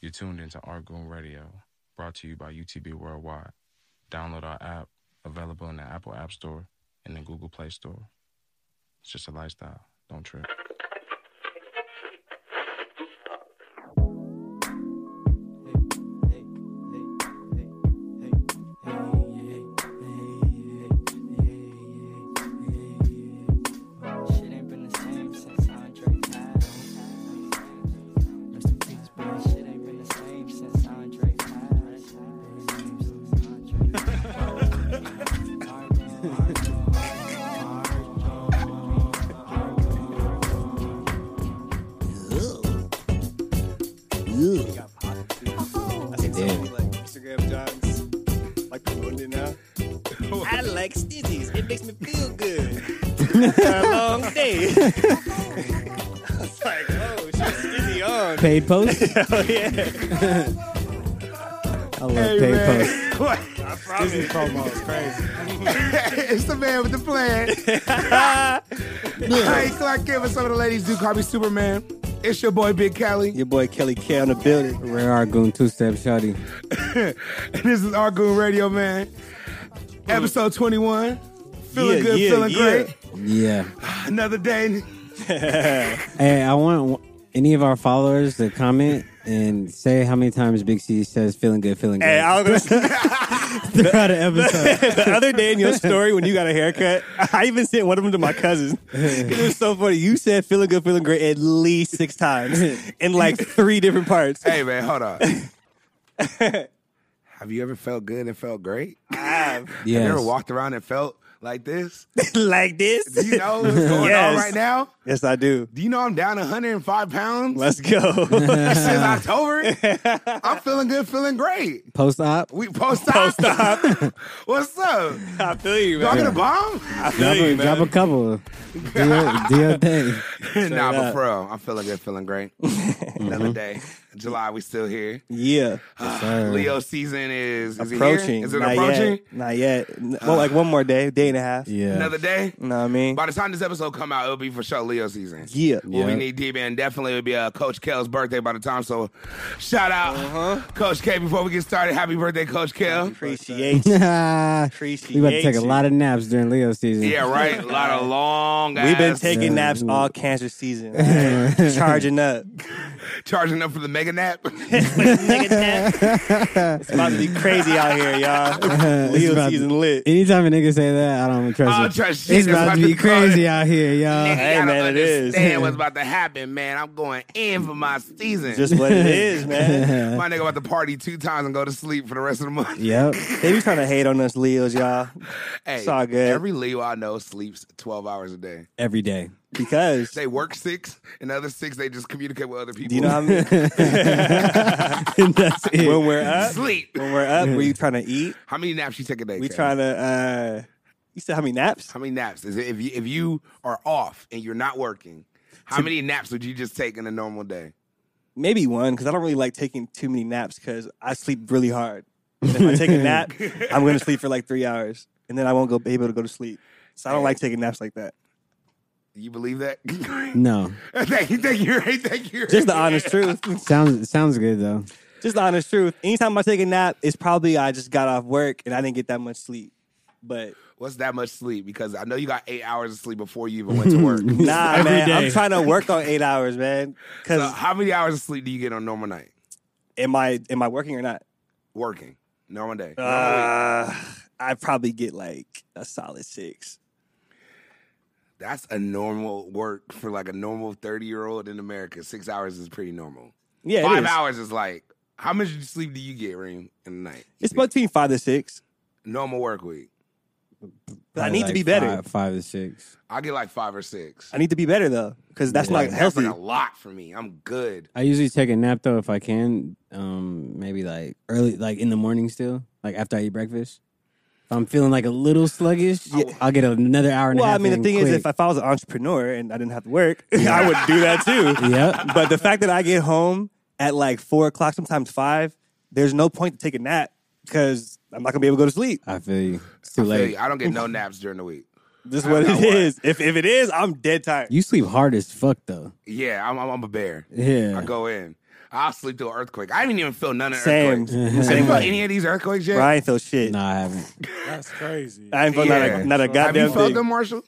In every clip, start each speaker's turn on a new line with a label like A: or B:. A: You tuned into Art Goon Radio, brought to you by UTB Worldwide. Download our app, available in the Apple App Store and the Google Play Store. It's just a lifestyle. Don't trip.
B: Shit ain't been the same since Andre passed. Rest in peace, bro. Shit ain't been the same since Andre passed.
C: I see so many like Instagram jobs, like promoting it now. I like stitches. It makes me feel good. After a long day. I was like, oh, she's stitchy on.
D: Paid post?
C: Hell yeah.
D: I love paid post.
C: I promise.
E: promo is crazy. it's the man with the plan. hey, Clark Kent, but some of the ladies do call me Superman. It's your boy Big Cali,
C: Your boy Kelly K on the building.
D: Rare Argoon two step shotty.
E: and this is Argoon Radio, man. Episode 21. Feeling
C: Yeah,
E: good,
C: yeah,
E: feeling
C: yeah.
E: great.
D: Yeah.
E: Another day.
D: Hey, I want any of our followers to comment and say how many times Big C says feeling good, feeling good
C: Hey, Eh, I was gonna say,
D: throughout an episode.
C: the other day in your story when you got a haircut, I even sent one of them to my cousins. It was so funny. You said feeling good, feeling great at least six times in like three different parts.
E: Hey, man, hold on. Have you ever felt good and felt great? Have you
D: Yes.
E: ever walked around and felt like this?
C: like
E: Do
C: this?
E: you know what's going on
C: Yes.
E: right now?
C: Yes, I do.
E: Do you know I'm down 105 pounds
C: Let's go.
E: since October? I'm feeling good, feeling great.
D: Post op?
E: We post post up. What's up?
C: I feel you,
E: Do I
C: man.
E: get a bomb?
C: I feel
D: Drop
C: you,
D: a,
C: man.
D: drop a couple. Do your, do your thing.
E: nah, but
C: up.
E: for real, I'm feeling good, feeling great. Another day, July, we still here.
C: Mm-hmm. yeah.
D: sir.
E: Leo season is, is it here?
C: approaching.
E: Is it
C: Not
E: approaching?
C: Yet. Not yet. N- Well, like one more day, day and a half.
D: Yeah.
E: Another day.
C: You know what I mean?
E: By the time this episode come out, it'll be for sure Leo season.
C: yeah.
E: What we
D: Yeah.
E: need deep in definitely would be uh, Coach Kel's birthday by the time. So, shout out
C: Uh-huh.
E: Coach K. Before we get started, happy birthday, Coach Kel.
C: Appreciate you.
D: Ah,
C: Appreciate
D: we about to take a
C: you.
D: lot of naps during Leo season.
E: Yeah, right. A lot of long.
C: We've been
E: ass-
C: taking
D: Yeah.
C: naps all cancer season. Charging up.
E: charging up for the mega nap.
C: It's about to be crazy out here, y'all.
D: It's
C: Leo
D: about-
C: season lit.
D: Anytime a nigga say that, I don't trust
E: I don't
D: it.
E: trust shit.
D: it's
E: That's
D: about to
E: what
D: be
E: I call it.
D: crazy out here,
E: Nigga,
D: y'all.
C: Hey,
E: y'all
C: man,
E: don't
C: it is.
E: understand what's about to happen, man. I'm going in for my season.
C: Just what it is, man.
E: my nigga about to party two times and go to sleep for the rest of the month.
D: Yep.
C: They be trying to hate on us Leos, y'all.
E: Hey,
C: it's all good.
E: Every Leo I know sleeps 12 hours a day.
D: Every day.
C: Because
E: They work six, and the other six they just communicate with other people.
C: do you know how many
D: And that's it.
C: when we're up?
E: sleep.
C: When we're up, were you trying to eat?
E: How many naps you take a day?
C: We
E: Kev?
C: trying to uh you said how many naps?
E: How many naps is it? If you if you are off and you're not working, how many naps would you just take in a normal day?
C: Maybe one, because I don't really like taking too many naps because I sleep really hard. And if I take a nap, I'm gonna sleep for like three hours. And then I won't go be able to go to sleep. So I don't like taking naps like that.
E: You believe that?
D: No.
E: thank you, thank you, thank you.
C: Mm. Just the honest truth.
D: Sounds sounds good though.
C: Just the honest truth. Anytime I take a nap, it's probably I just got off work and I didn't get that much sleep. But
E: What's that much sleep? Because I know you got eight hours of sleep before you even went to work.
C: nah,
D: Every
C: man,
D: day.
C: I'm trying to work on eight hours, man. Because
E: So how many hours of sleep do you get on a normal night?
C: am I am I working or not?
E: Working. Normal day. Normal week.
C: Uh, I probably get like a solid six.
E: That's a normal work for like a normal 30 year old in America. Six hours is pretty normal.
C: Yeah, it
E: Five
C: is.
E: hours is like, how much sleep do you get, Reem, in the night? You
C: It's
E: think?
C: between five to six.
E: normal work week.
C: But I need to
D: Like
C: be better.
D: Five, five to six.
E: I get like five or six.
C: I need to be better though, because that's not
E: That's
C: healthy.
E: like a lot for me. I'm good.
D: I usually take a nap though if I can. Um, maybe like early, like in the morning still, like after I eat breakfast. If I'm feeling like a little sluggish, yeah, I'll get another hour and
C: Oh. Well,
D: a
C: I
D: half.
C: mean, the
D: in
C: thing is,
D: quick.
C: if, if I was an entrepreneur and I didn't have to work, I would do that too.
D: Yep.
C: But the fact that I get home at like four o'clock, sometimes five, there's no point to take a nap because I'm not gonna be able to go to sleep.
D: I feel you. It's too
E: I feel
D: late.
E: you. I don't get no naps during the week.
C: This is what
E: I
C: it
E: work.
C: is. If if it is, I'm dead tired.
D: You sleep hard as fuck though.
E: Yeah, I'm, I'm, I'm a bear.
D: Yeah.
E: I go in. I'll sleep through an earthquake. I didn't even feel none of the
C: Same.
E: earthquake. Have you
C: Same
E: felt
C: way.
E: any of these earthquakes yet?
C: Bro, I ain't feel shit.
B: No, I haven't.
D: That's crazy.
C: I ain't felt
E: Yeah.
C: not, a, not a
E: Have you
C: goddamn
E: felt
C: thing.
E: them, Marshall?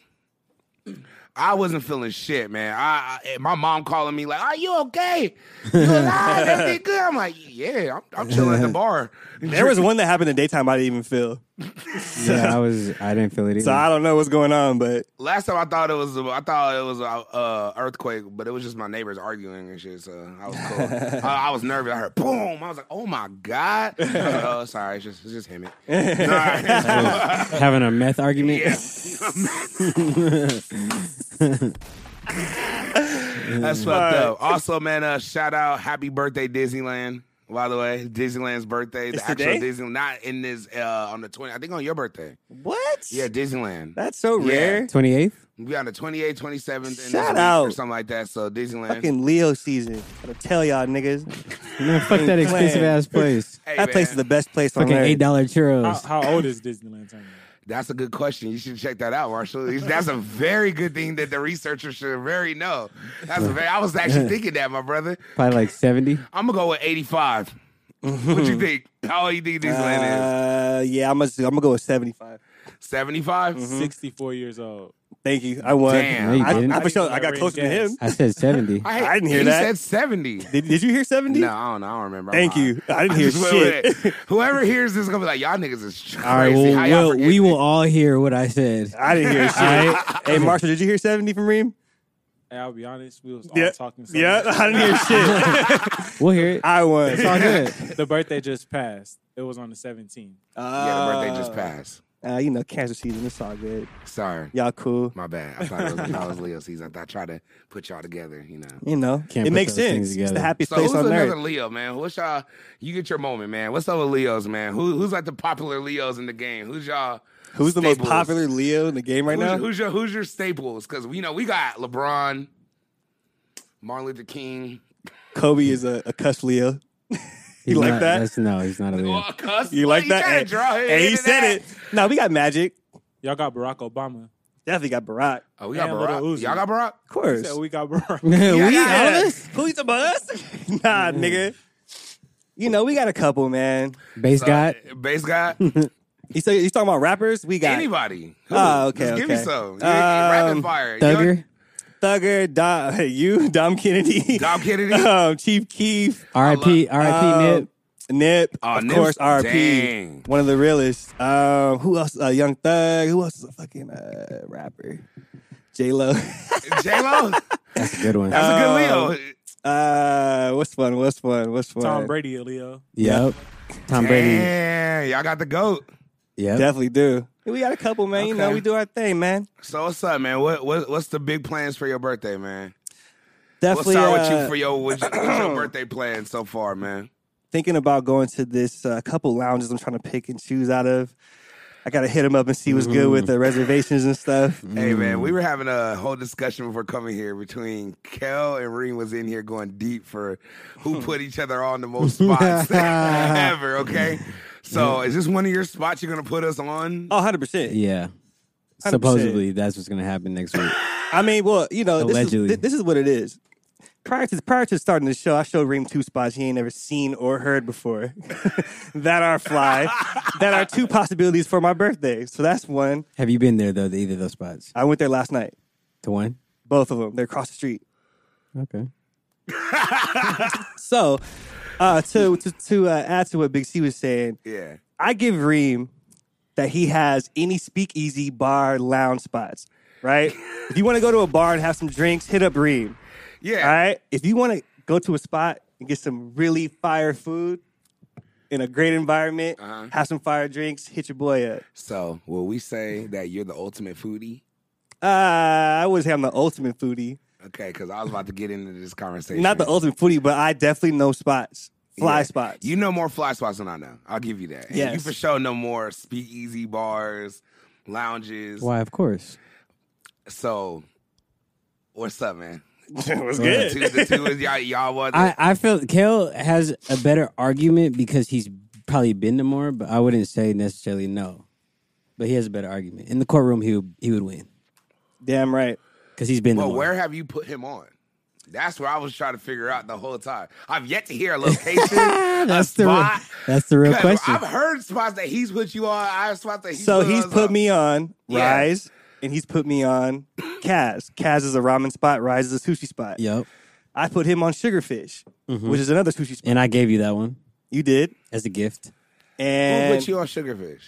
E: I wasn't feeling shit, man. I, I my mom calling me like, "Are you okay? You alive? Everything good?" I'm like, "Yeah, I'm, I'm chilling at the bar."
C: There was one that happened in daytime I didn't even feel. so,
B: Yeah, I was. I didn't feel it
E: Mm.
B: either.
C: so I don't know what's going on, but
E: Last time I thought it was I thought it was a uh, earthquake, but it was just my neighbors arguing and shit. So I was cool. I, I was nervous. I heard boom. I was like, "Oh my god!" I was like, oh, sorry, it's just it's just him. It. Sorry.
B: having a meth argument.
E: Yeah. That's fucked up. Also, man, uh, shout out happy birthday Disneyland. By the way, Disneyland's birthday, the
C: It's
E: actual
C: today?
E: Disneyland, not in this uh, on the twenty. I think on your birthday.
C: what?
E: Yeah, Disneyland.
C: that's so
E: Yeah.
C: rare.
B: Twenty eighth.
E: we on the twenty eighth, twenty seventh,
C: Shout
E: or
C: out.
E: something like that. So Disneyland.
C: Fucking Leo season. Gotta tell y'all niggas,
B: Man, fuck that expensive ass place.
E: Hey,
C: that place
E: man,
C: is the best place on
B: Fucking
C: earth.
B: eight dollar
D: How,
B: churros.
D: how old is Disneyland? Tony?
E: That's a good question. You should check that out, Marshall. That's a very good thing that the researchers should very know. That's a very, I was actually thinking that, my brother.
B: Probably like seventy.
E: I'm gonna go with 85. what you think? How old you think Disneyland
C: Mm-hmm. Uh, yeah, I'm gonna I'm gonna go with 75.
E: is? 75?
D: Sixty-four years old.
C: Thank you. I won.
E: Damn. No,
B: you
C: I,
B: didn't.
C: I, for sure, I
D: That
C: got
D: ring
C: closer to
D: gas.
C: him.
B: I said seventy.
E: I,
C: I didn't hear
E: he
C: that.
E: said 70.
C: Did, did you hear 70?
E: No, I don't know. I don't remember.
C: Thank
E: I'm
C: you.
E: lying.
C: I didn't hear
E: just went
C: shit.
E: with it. Whoever hears this is gonna be like, y'all niggas is crazy.
B: All right, well,
E: How y'all
B: we'll-
E: forget
B: we
E: this?
B: will all hear what I said.
C: I didn't hear shit. hey, Marshall, did you hear 70 from Reem?
D: Hey, I'll be honest, we was all
C: Yeah.
D: talking. so
C: Yeah,
D: much.
C: I didn't hear shit.
B: We'll hear it.
C: I won.
B: It's all good.
D: the birthday just passed. It was on the seventeenth.
E: Yeah, the birthday just passed.
C: Uh, you know, cancer season. It's all good.
E: Sorry.
C: Y'all cool.
E: My bad. I thought it was, I thought it was Leo season. I thought I tried to put y'all together, you know.
C: You know,
B: Can't
C: it
B: put
C: makes
B: those things
C: sense. It's
B: together.
C: the happiest
E: So
C: place
E: who's
C: on
E: another
C: earth.
E: Leo, man? What's y'all? You get your moment, man. What's up with Leos, man? Who, who's like the popular Leos in the game? Who's y'all?
C: Who's the most
E: staples?
C: popular Leo in the game right
E: who's,
C: now?
E: Who's your who's your staples? Because we know we got LeBron, Martin Luther King.
C: Kobe is a, a cuss Leo.
B: He's
C: like
B: not-
C: that?
B: that's- No, he's not a
E: Oh,
B: leader.
E: cuss.
C: You like that?
E: gotta
C: And,
E: draw it
C: and he
E: into
C: said
E: that.
C: it. No, we got Magic.
D: Y'all got Barack Obama.
C: Definitely got Barack.
E: Oh, we got
D: And
E: Barack.
D: Lil Uzi.
E: Y'all got Barack.
C: Of course.
D: Said we got Barack.
B: we all of
E: yeah.
B: this
C: Who you talking about us? nah, nigga. Mm. You know, we got a couple, man.
B: base god.
E: Uh, Base guy.
C: You say you talking about rappers? We got
E: Anybody. Who?
C: Oh, okay,
E: Just give me
C: okay.
E: some. You-
C: Um,
E: rapid fire. You know-
B: Thugger.
C: Thugger, Dom, you, Dom Kennedy,
E: Dom Kennedy?
C: um, Chief Keef,
B: R.I.P.
C: um,
B: R.I.P. Nip.
C: Nip,
E: Oh,
C: of
E: Nip's-
C: course, R.P.
E: dang.
C: One of the realest. Um, who else? Uh, Young Thug. Who else is a fucking uh, rapper? J Lo.
E: J Lo. That's
B: That's a good one.
E: a good Leo.
C: Um, uh, what's fun? What's fun? What's fun?
D: Tom Brady, a Leo.
B: yep. Tom Brady.
E: Damn, y'all got the goat.
B: Yep.
C: Definitely do. We got a couple, man. You know,
E: Okay.
C: we do our thing, man.
E: So what's up, man? What, what what's the big plans for your birthday, man? What's
C: Definitely.
E: up with
C: uh,
E: you for your what's your, what's your birthday plan so far, man?
C: thinking about going to this uh, couple lounges I'm trying to pick and choose out of. I gotta hit them up and see what's good with the reservations and stuff.
E: Hey man, we were having a whole discussion before coming here between Kel and Reem was in here going deep for who put each other on the most spots ever, okay? So is this one of your spots you're gonna put us on?
C: Oh, 100%.
B: Yeah.
C: 100%.
B: Supposedly, that's what's gonna happen next week.
C: I mean, well, you know, this is,
B: Allegedly.
C: thi- this is what it is. Prior to prior to starting the show, I showed Reem two spots he ain't never seen or heard before that are fly, that are two possibilities for my birthday. So that's one.
B: Have you been there though? To either of those spots?
C: I went there last night,
B: To one.
C: both of them. They're across the street.
B: Okay.
C: So, uh, to to, to uh, add to what Big C was saying,
E: Yeah.
C: I give Reem that he has any speakeasy bar lounge spots, right? if you want to go to a bar and have some drinks, hit up Reem.
E: Yeah.
C: All right. If you want to go to a spot and get some really fire food in a great environment,
E: Uh-huh.
C: have some fire drinks, hit your boy up.
E: So will we say that you're the ultimate foodie?
C: Uh, I would say I'm the ultimate foodie.
E: Okay, because I was about to get into this conversation.
C: Not the ultimate foodie, but I definitely know spots, fly
E: Yeah.
C: spots.
E: You know more fly spots than I know. I'll give you that. And You
C: Yes.
E: for sure know more speakeasy bars, lounges.
B: Why? Of course.
E: So, what's up, man?
C: was
E: The two, the two is y'all, y'all was.
B: I, I feel Kale has a better argument because he's probably been to more, but I wouldn't say necessarily no. But he has a better argument in the courtroom. He would, he would win
C: Damn right.
B: because he's been.
E: but
B: to more.
E: where have you put him on? That's where I was trying to figure out the whole time. I've yet to hear a location.
C: Ah,
B: that's
E: a
B: the real,
E: spot.
B: that's the real
E: 'Cause
B: question.
E: I've heard spots that he's put you on. I have spots that he's
C: So
E: put
C: he's
E: us
C: put
E: on.
C: me on
E: uh, Yeah.
C: Rise, and he's put me on Kaz. Kaz is a ramen spot. Rise is a sushi spot.
B: Yep.
C: I put him on Sugarfish,
B: Mhm.
C: which is another sushi spot.
B: And I gave you that one
C: You did,
B: as a gift.
E: Who
C: and
E: put you on Sugarfish?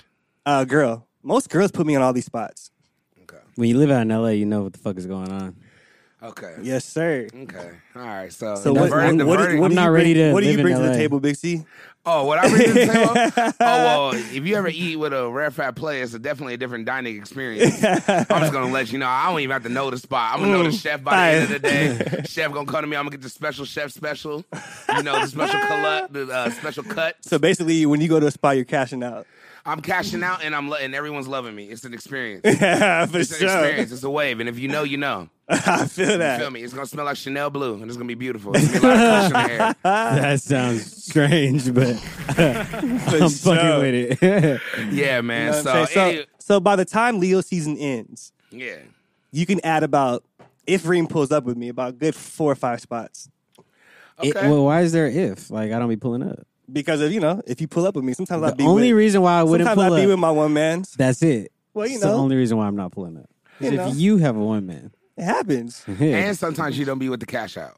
C: uh, girl. Most girls put me on all these spots.
E: Okay.
B: When you live out in LA, you know what the fuck is going on.
E: Okay.
C: Yes, sir.
E: Okay. All right. So,
C: So
E: the
C: what,
E: verdict- the
C: what, what,
E: verdict-
C: what
B: I'm
C: do
B: not
C: you
B: ready
C: bring,
B: to
C: What do you
B: live in
C: bring to the
B: LA.
C: table, Big C?
E: Oh, what I bring to the table? oh, well, if you ever eat with a rare fat player, it's a definitely a different dining experience. I'm just gonna let you know. I don't even have to know the spot. I'm gonna know the
C: Mm.
E: chef by the end of the day. chef gonna come to me. I'm gonna get the special chef special. You know, the special cut, the uh, special cut.
C: So basically, when you go to a spot, you're cashing out.
E: I'm cashing out, and I'm lo- and everyone's loving me. It's an experience.
C: For
E: It's an
C: sure.
E: experience. It's a wave, and if you know, you know.
C: I feel
E: You feel
C: that.
E: me? It's gonna smell like Chanel blue, and it's gonna be beautiful. It's gonna be a lot of cushion in the air.
C: Ah.
B: That sounds strange, but I'm
C: sure.
B: fucking with it.
E: Yeah, man.
C: You know what
E: so,
C: I'm saying?
E: any-
C: so, so by the time Leo season ends,
E: yeah,
C: you can add about if Reem pulls up with me about a good four or five spots
B: It-
E: Okay.
B: well, why is there if? Like, I don't be pulling up.
C: because of you know if you pull up with me sometimes I'll
B: The
C: be
B: only
C: with,
B: reason why I wouldn't
C: sometimes
B: pull
C: I'll be with
B: up,
C: my one man's
B: that's it.
C: well you
B: It's the
C: know
B: only reason why I'm not pulling up. Is
C: You know.
B: if you have a one man.
C: it happens
E: and sometimes you don't be with the cash out.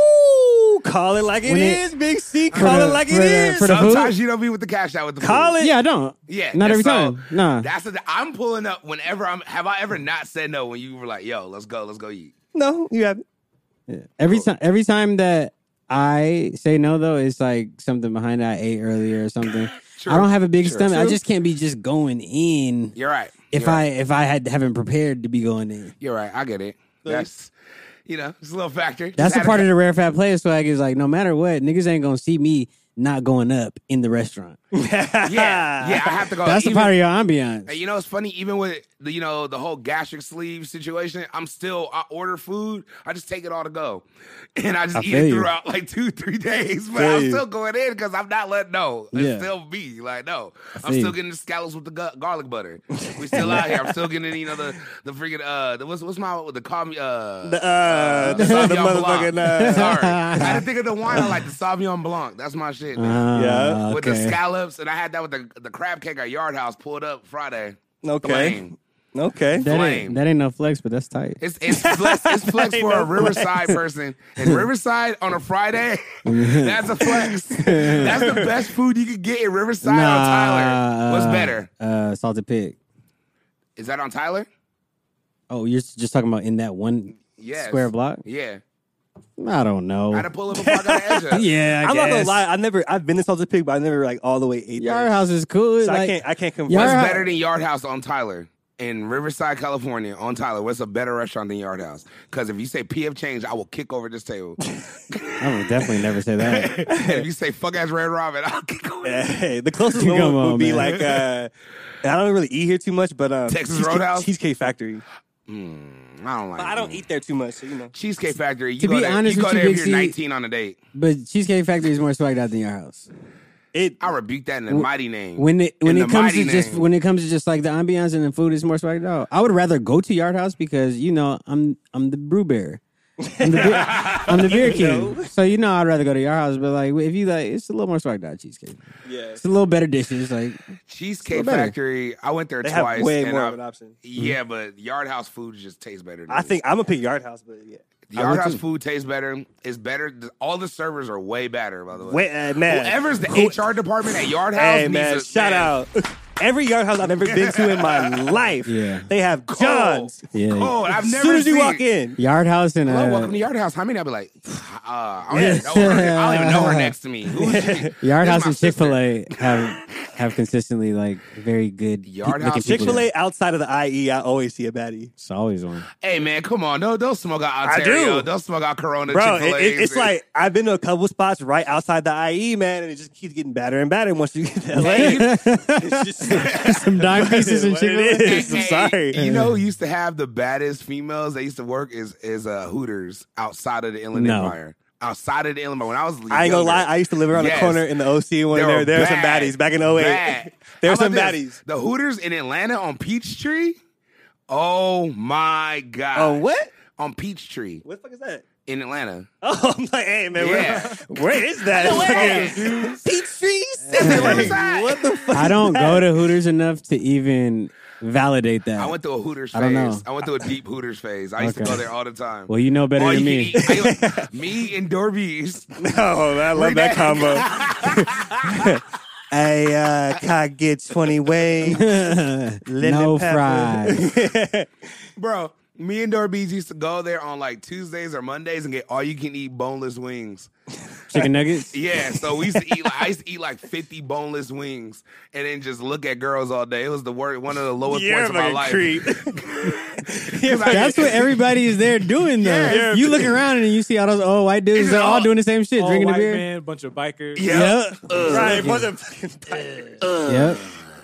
C: woo call it like it
B: When it-
C: is Big C call
B: the-
C: it like
B: for
C: it
B: the-
C: is
B: for the-
E: Sometimes you don't be with the cash out with the
C: call
E: food.
C: it
B: yeah, I don't.
E: Yeah,
B: Not
E: and
B: every
E: so,
B: time. Nah.
E: That's the, I'm pulling up whenever I'm. Have I ever not said no when you were like, "Yo, let's go, let's go eat."
C: no you have
B: Yeah. Every time, every time that I say no, though, it's like something behind that I ate earlier or something.
E: True.
B: I don't have a big
E: True.
B: stomach. I
E: True.
B: just can't be just going in
E: You're right.
B: if
E: You're
B: I
E: right.
B: if I had haven't prepared to be going in.
E: you're right. I get it. That's you know, it's a little factor. Just
B: That's the
E: had
B: part
E: a,
B: of the rare fat player swag is like no matter what, niggas ain't gonna see me not going up in the restaurant.
E: yeah, yeah. I have to go.
B: That's the
E: Oh, even-
B: part of your ambiance.
E: And you know, it's funny. Even with the, you know the whole gastric sleeve situation, I'm still I order food. I just take it all to go, and I just
B: I
E: eat
B: feel
E: it
B: you.
E: throughout like two, three days. But
C: Feel
E: I'm
C: you.
E: still going in because I'm not letting no. It's
B: Yeah.
E: still me. Like no, I'm
B: feel
E: still
B: you.
E: getting the scallops with the gu- garlic butter. We still out here. I'm still getting you know the the freaking uh the, what's what's my the call me uh
C: the uh, the,
E: Sauvignon
C: the motherfucking
E: Blanc.
C: uh,
E: Sorry, I had to think of the wine. I like the Sauvignon Blanc. That's my shit.
B: Uh,
E: nigga
C: Yeah.
E: with the
B: okay.
E: scallops, and I had that with the the crab cake at Yard House pulled up Friday.
C: okay
E: Flame.
C: okay
B: That
E: flame.
B: ain't, that ain't no flex, but that's tight.
E: It's it's flex, it's flex for a Riverside person. And Riverside on a Friday, that's a flex. That's the best food you could get in Riverside on Tyler. What's
B: uh,
E: better?
B: Uh, salted pig.
E: Is that on Tyler?
B: Oh, you're just talking about in that one
E: Yes.
B: square block?
E: Yeah.
B: I don't know.
E: I had to pull up a fucking edge.
B: yeah, I
C: I'm
B: guess.
C: not gonna lie I never I've been to Salted Pig but I never like all the way ate
B: Yard
C: there.
B: House is cool.
C: so I
B: like,
C: can't I can't confirm
E: What's
B: Yard-
E: better than Yard House on Tyler? In Riverside, California, on Tyler, what's a better restaurant than Yard House? Because if you say PF Change, I will kick over this table.
B: I would definitely never say that.
E: and if you say fuck ass Red Robin, I'll kick over.
C: Yeah, Hey, the closest
B: Come
C: one would, would
B: on,
C: be
B: man.
C: like uh, I don't really eat here too much, but um,
E: Texas
C: Cheesecake-
E: Roadhouse?
C: Cheesecake Factory.
E: Mm, I don't like.
C: But I don't
E: it.
C: eat there too much, so you know.
E: Cheesecake Factory. You
B: To
E: go
B: be
E: there,
B: honest
E: you go
B: with you,
E: there if
B: Big
E: you're
B: C-
E: 19 on a date.
B: But Cheesecake Factory is more swagged out than your house.
C: It
E: I rebuke that in the
B: Wh-
E: mighty name.
B: When it when
E: In
B: it
E: the
B: comes
E: mighty
B: to just
E: name.
B: when it comes to just like the ambiance and the food is more swagged out. I would rather go to Yard House because you know I'm I'm the brew bear. I'm the beer, I'm the beer king. So you know I'd rather go to Yard House, but like if you like it's a little more swagged out cheesecake.
C: yeah.
B: It's a little better dishes. Like
E: Cheesecake
B: It's a little better. Mm-hmm.
E: Factory, I went there
C: They
E: twice.
C: have way
E: and
C: more
E: I-
C: of an option.
E: Yeah, but Yard House food just tastes better. than
C: I
E: this.
C: think I'm gonna pick Yard House, but yeah.
E: The Yard
B: I would
E: House
B: too.
E: food tastes better. It's better. All the servers are way better, by the way.
C: Wait, uh, man.
E: Whoever's the
C: Who-
E: HR department at Yard House,
C: Hey man,
E: needs to-
C: shout
E: man,
C: out. Every Yard House I've ever been to in my life,
B: Yeah.
C: they have John's.
B: yeah,
E: Cold. Oh, I've
C: As
E: never
C: soon as you
E: seen-
C: walk in,
B: Yard House and
E: Hello, welcome to
B: uh,
E: Yard House. How many? I'll be like, uh, I, don't even know her. I don't even know her next to me. Who is she?
B: Yard House
E: This my
B: and Chick
E: sister.
B: Fil A have have consistently like very good
E: Yard
B: looking
E: House-
B: people
C: Chick Fil
B: there.
C: A outside of the IE, I always see a baddie.
B: It's always one.
E: Hey man, come on! No, don't smoke out
C: I do.
E: Ontario. Don't smoke out Corona.
C: Bro, it,
E: Chick-fil-A's,
C: it, it's
E: and-
C: like I've been to a couple spots right outside the IE, man, and it just keeps getting better and better once you get to LA. it's just
B: Some dime pieces and
C: What it
B: Chick Fil A.
C: is. I'm sorry.
E: You know, who used to have the baddest females that used to work is is uh, Hooters outside of the Inland
B: No.
E: Empire. Outside of the Inland, when I was
C: I ain't gonna
E: younger,
C: lie, I used to live around
E: Yes.
C: the corner in the OC when
E: they
C: there,
E: were
C: there were some
E: bad,
C: baddies back in 08.
E: bad.
C: There
E: How
C: were some
E: about
C: baddies.
E: The Hooters in Atlanta on Peachtree. Oh my god!
C: Oh, what?
E: On Peachtree,
C: What the fuck is that?
E: in Atlanta.
F: Oh, I'm like, hey man,
E: Yeah.
F: where, where is that? It's fucking Peachtree City.
E: Where
F: Like,
E: is that?
F: what the fuck?
B: I don't go to Hooters enough to even validate that.
E: I went through a Hooters phase.
B: I
E: I,
B: don't know.
E: went through a deep Hooters phase. I used
B: Okay.
E: to go there all the time.
B: well, you know better
E: All
B: than
E: you
B: me.
E: can eat- I- me and Dorby's.
F: Oh, man, I love that combo.
C: Hey, uh, cock gets 20 way. Lemon
B: no
C: pepper.
B: fries.
E: Bro, me and Dorby's used to go there on like Tuesdays or Mondays and get all you can eat boneless wings.
B: Chicken nuggets.
E: Yeah, so we used to eat. Like, I used to eat like fifty boneless wings, and then just look at girls all day. It was the worst, one of the lowest
F: You're
E: points of
F: like a
E: my life.
F: creep.
E: 'Cause I-
B: That's what everybody is there doing though.
E: Yeah, yeah.
B: You look around and you see all those old white dudes.
E: It's
B: They're all
E: all-
B: doing the same shit,
D: All
B: drinking a
D: white
B: beer.
D: man, bunch of bikers.
E: Yeah. Uh,
F: Right, motherfucking pirate.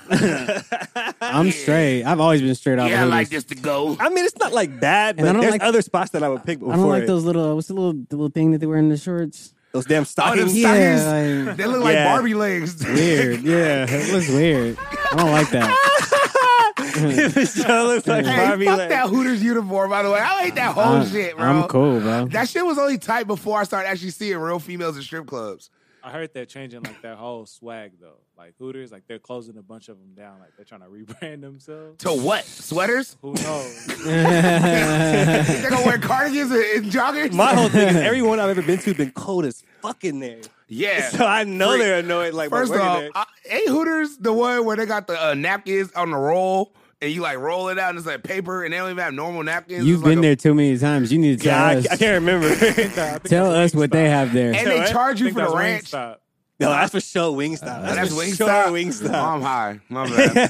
B: Yep. I'm straight. I've always been straight off.
E: Yeah, I
B: Hooters.
E: like this to go.
C: I mean, it's not like bad,
B: And I
C: but
B: don't
C: there's
B: like-
C: other spots that I would pick before
B: I don't like
C: it.
B: those little. What's the little the little thing that they wear in the shorts?
C: Those damn
E: Oh, them
C: stockings.
E: stockings.
B: Yeah, like-
E: They look like
C: Yeah.
E: Barbie legs.
B: Weird. Yeah, it looks weird. I don't like that.
C: Michelle looks like
E: Hey,
C: Barbie.
E: fuck
C: leg.
E: that Hooters uniform, by the way. I hate that whole
B: I'm-
E: shit, bro.
B: I'm cool, bro.
E: That shit was only tight before I started actually seeing real females in strip clubs.
D: I heard they're changing like their whole swag though. Like Hooters, like they're closing a bunch of them down. Like they're trying to rebrand themselves.
E: To what? Sweaters?
D: Who knows?
E: They're gonna wear cardigans and, and joggers?
C: My whole thing is everyone I've ever been to been cold as fucking there.
E: yeah.
C: So I know
E: Freak.
C: they're annoyed. Like by
E: First
C: working
E: off,
C: there.
E: I, ain't Hooters the one where they got the uh, napkins on the roll and you like roll it out and it's like paper and they don't even have normal napkins?
B: You've
E: It's like
B: been
E: a-
B: there too many times. You need to
C: yeah,
B: tell
C: I,
B: us.
C: I can't remember.
B: Tell us what they have there.
E: And they
C: Right?
E: charge you
D: think
E: for
D: that's
E: the ranch.
D: Wingstop.
C: no, that's for sure. Wingstop.
E: Oh,
C: That's,
E: That's
C: for
E: Wingstop.
C: sure.
E: Oh,
C: Wingstop.
E: I'm high. My bad.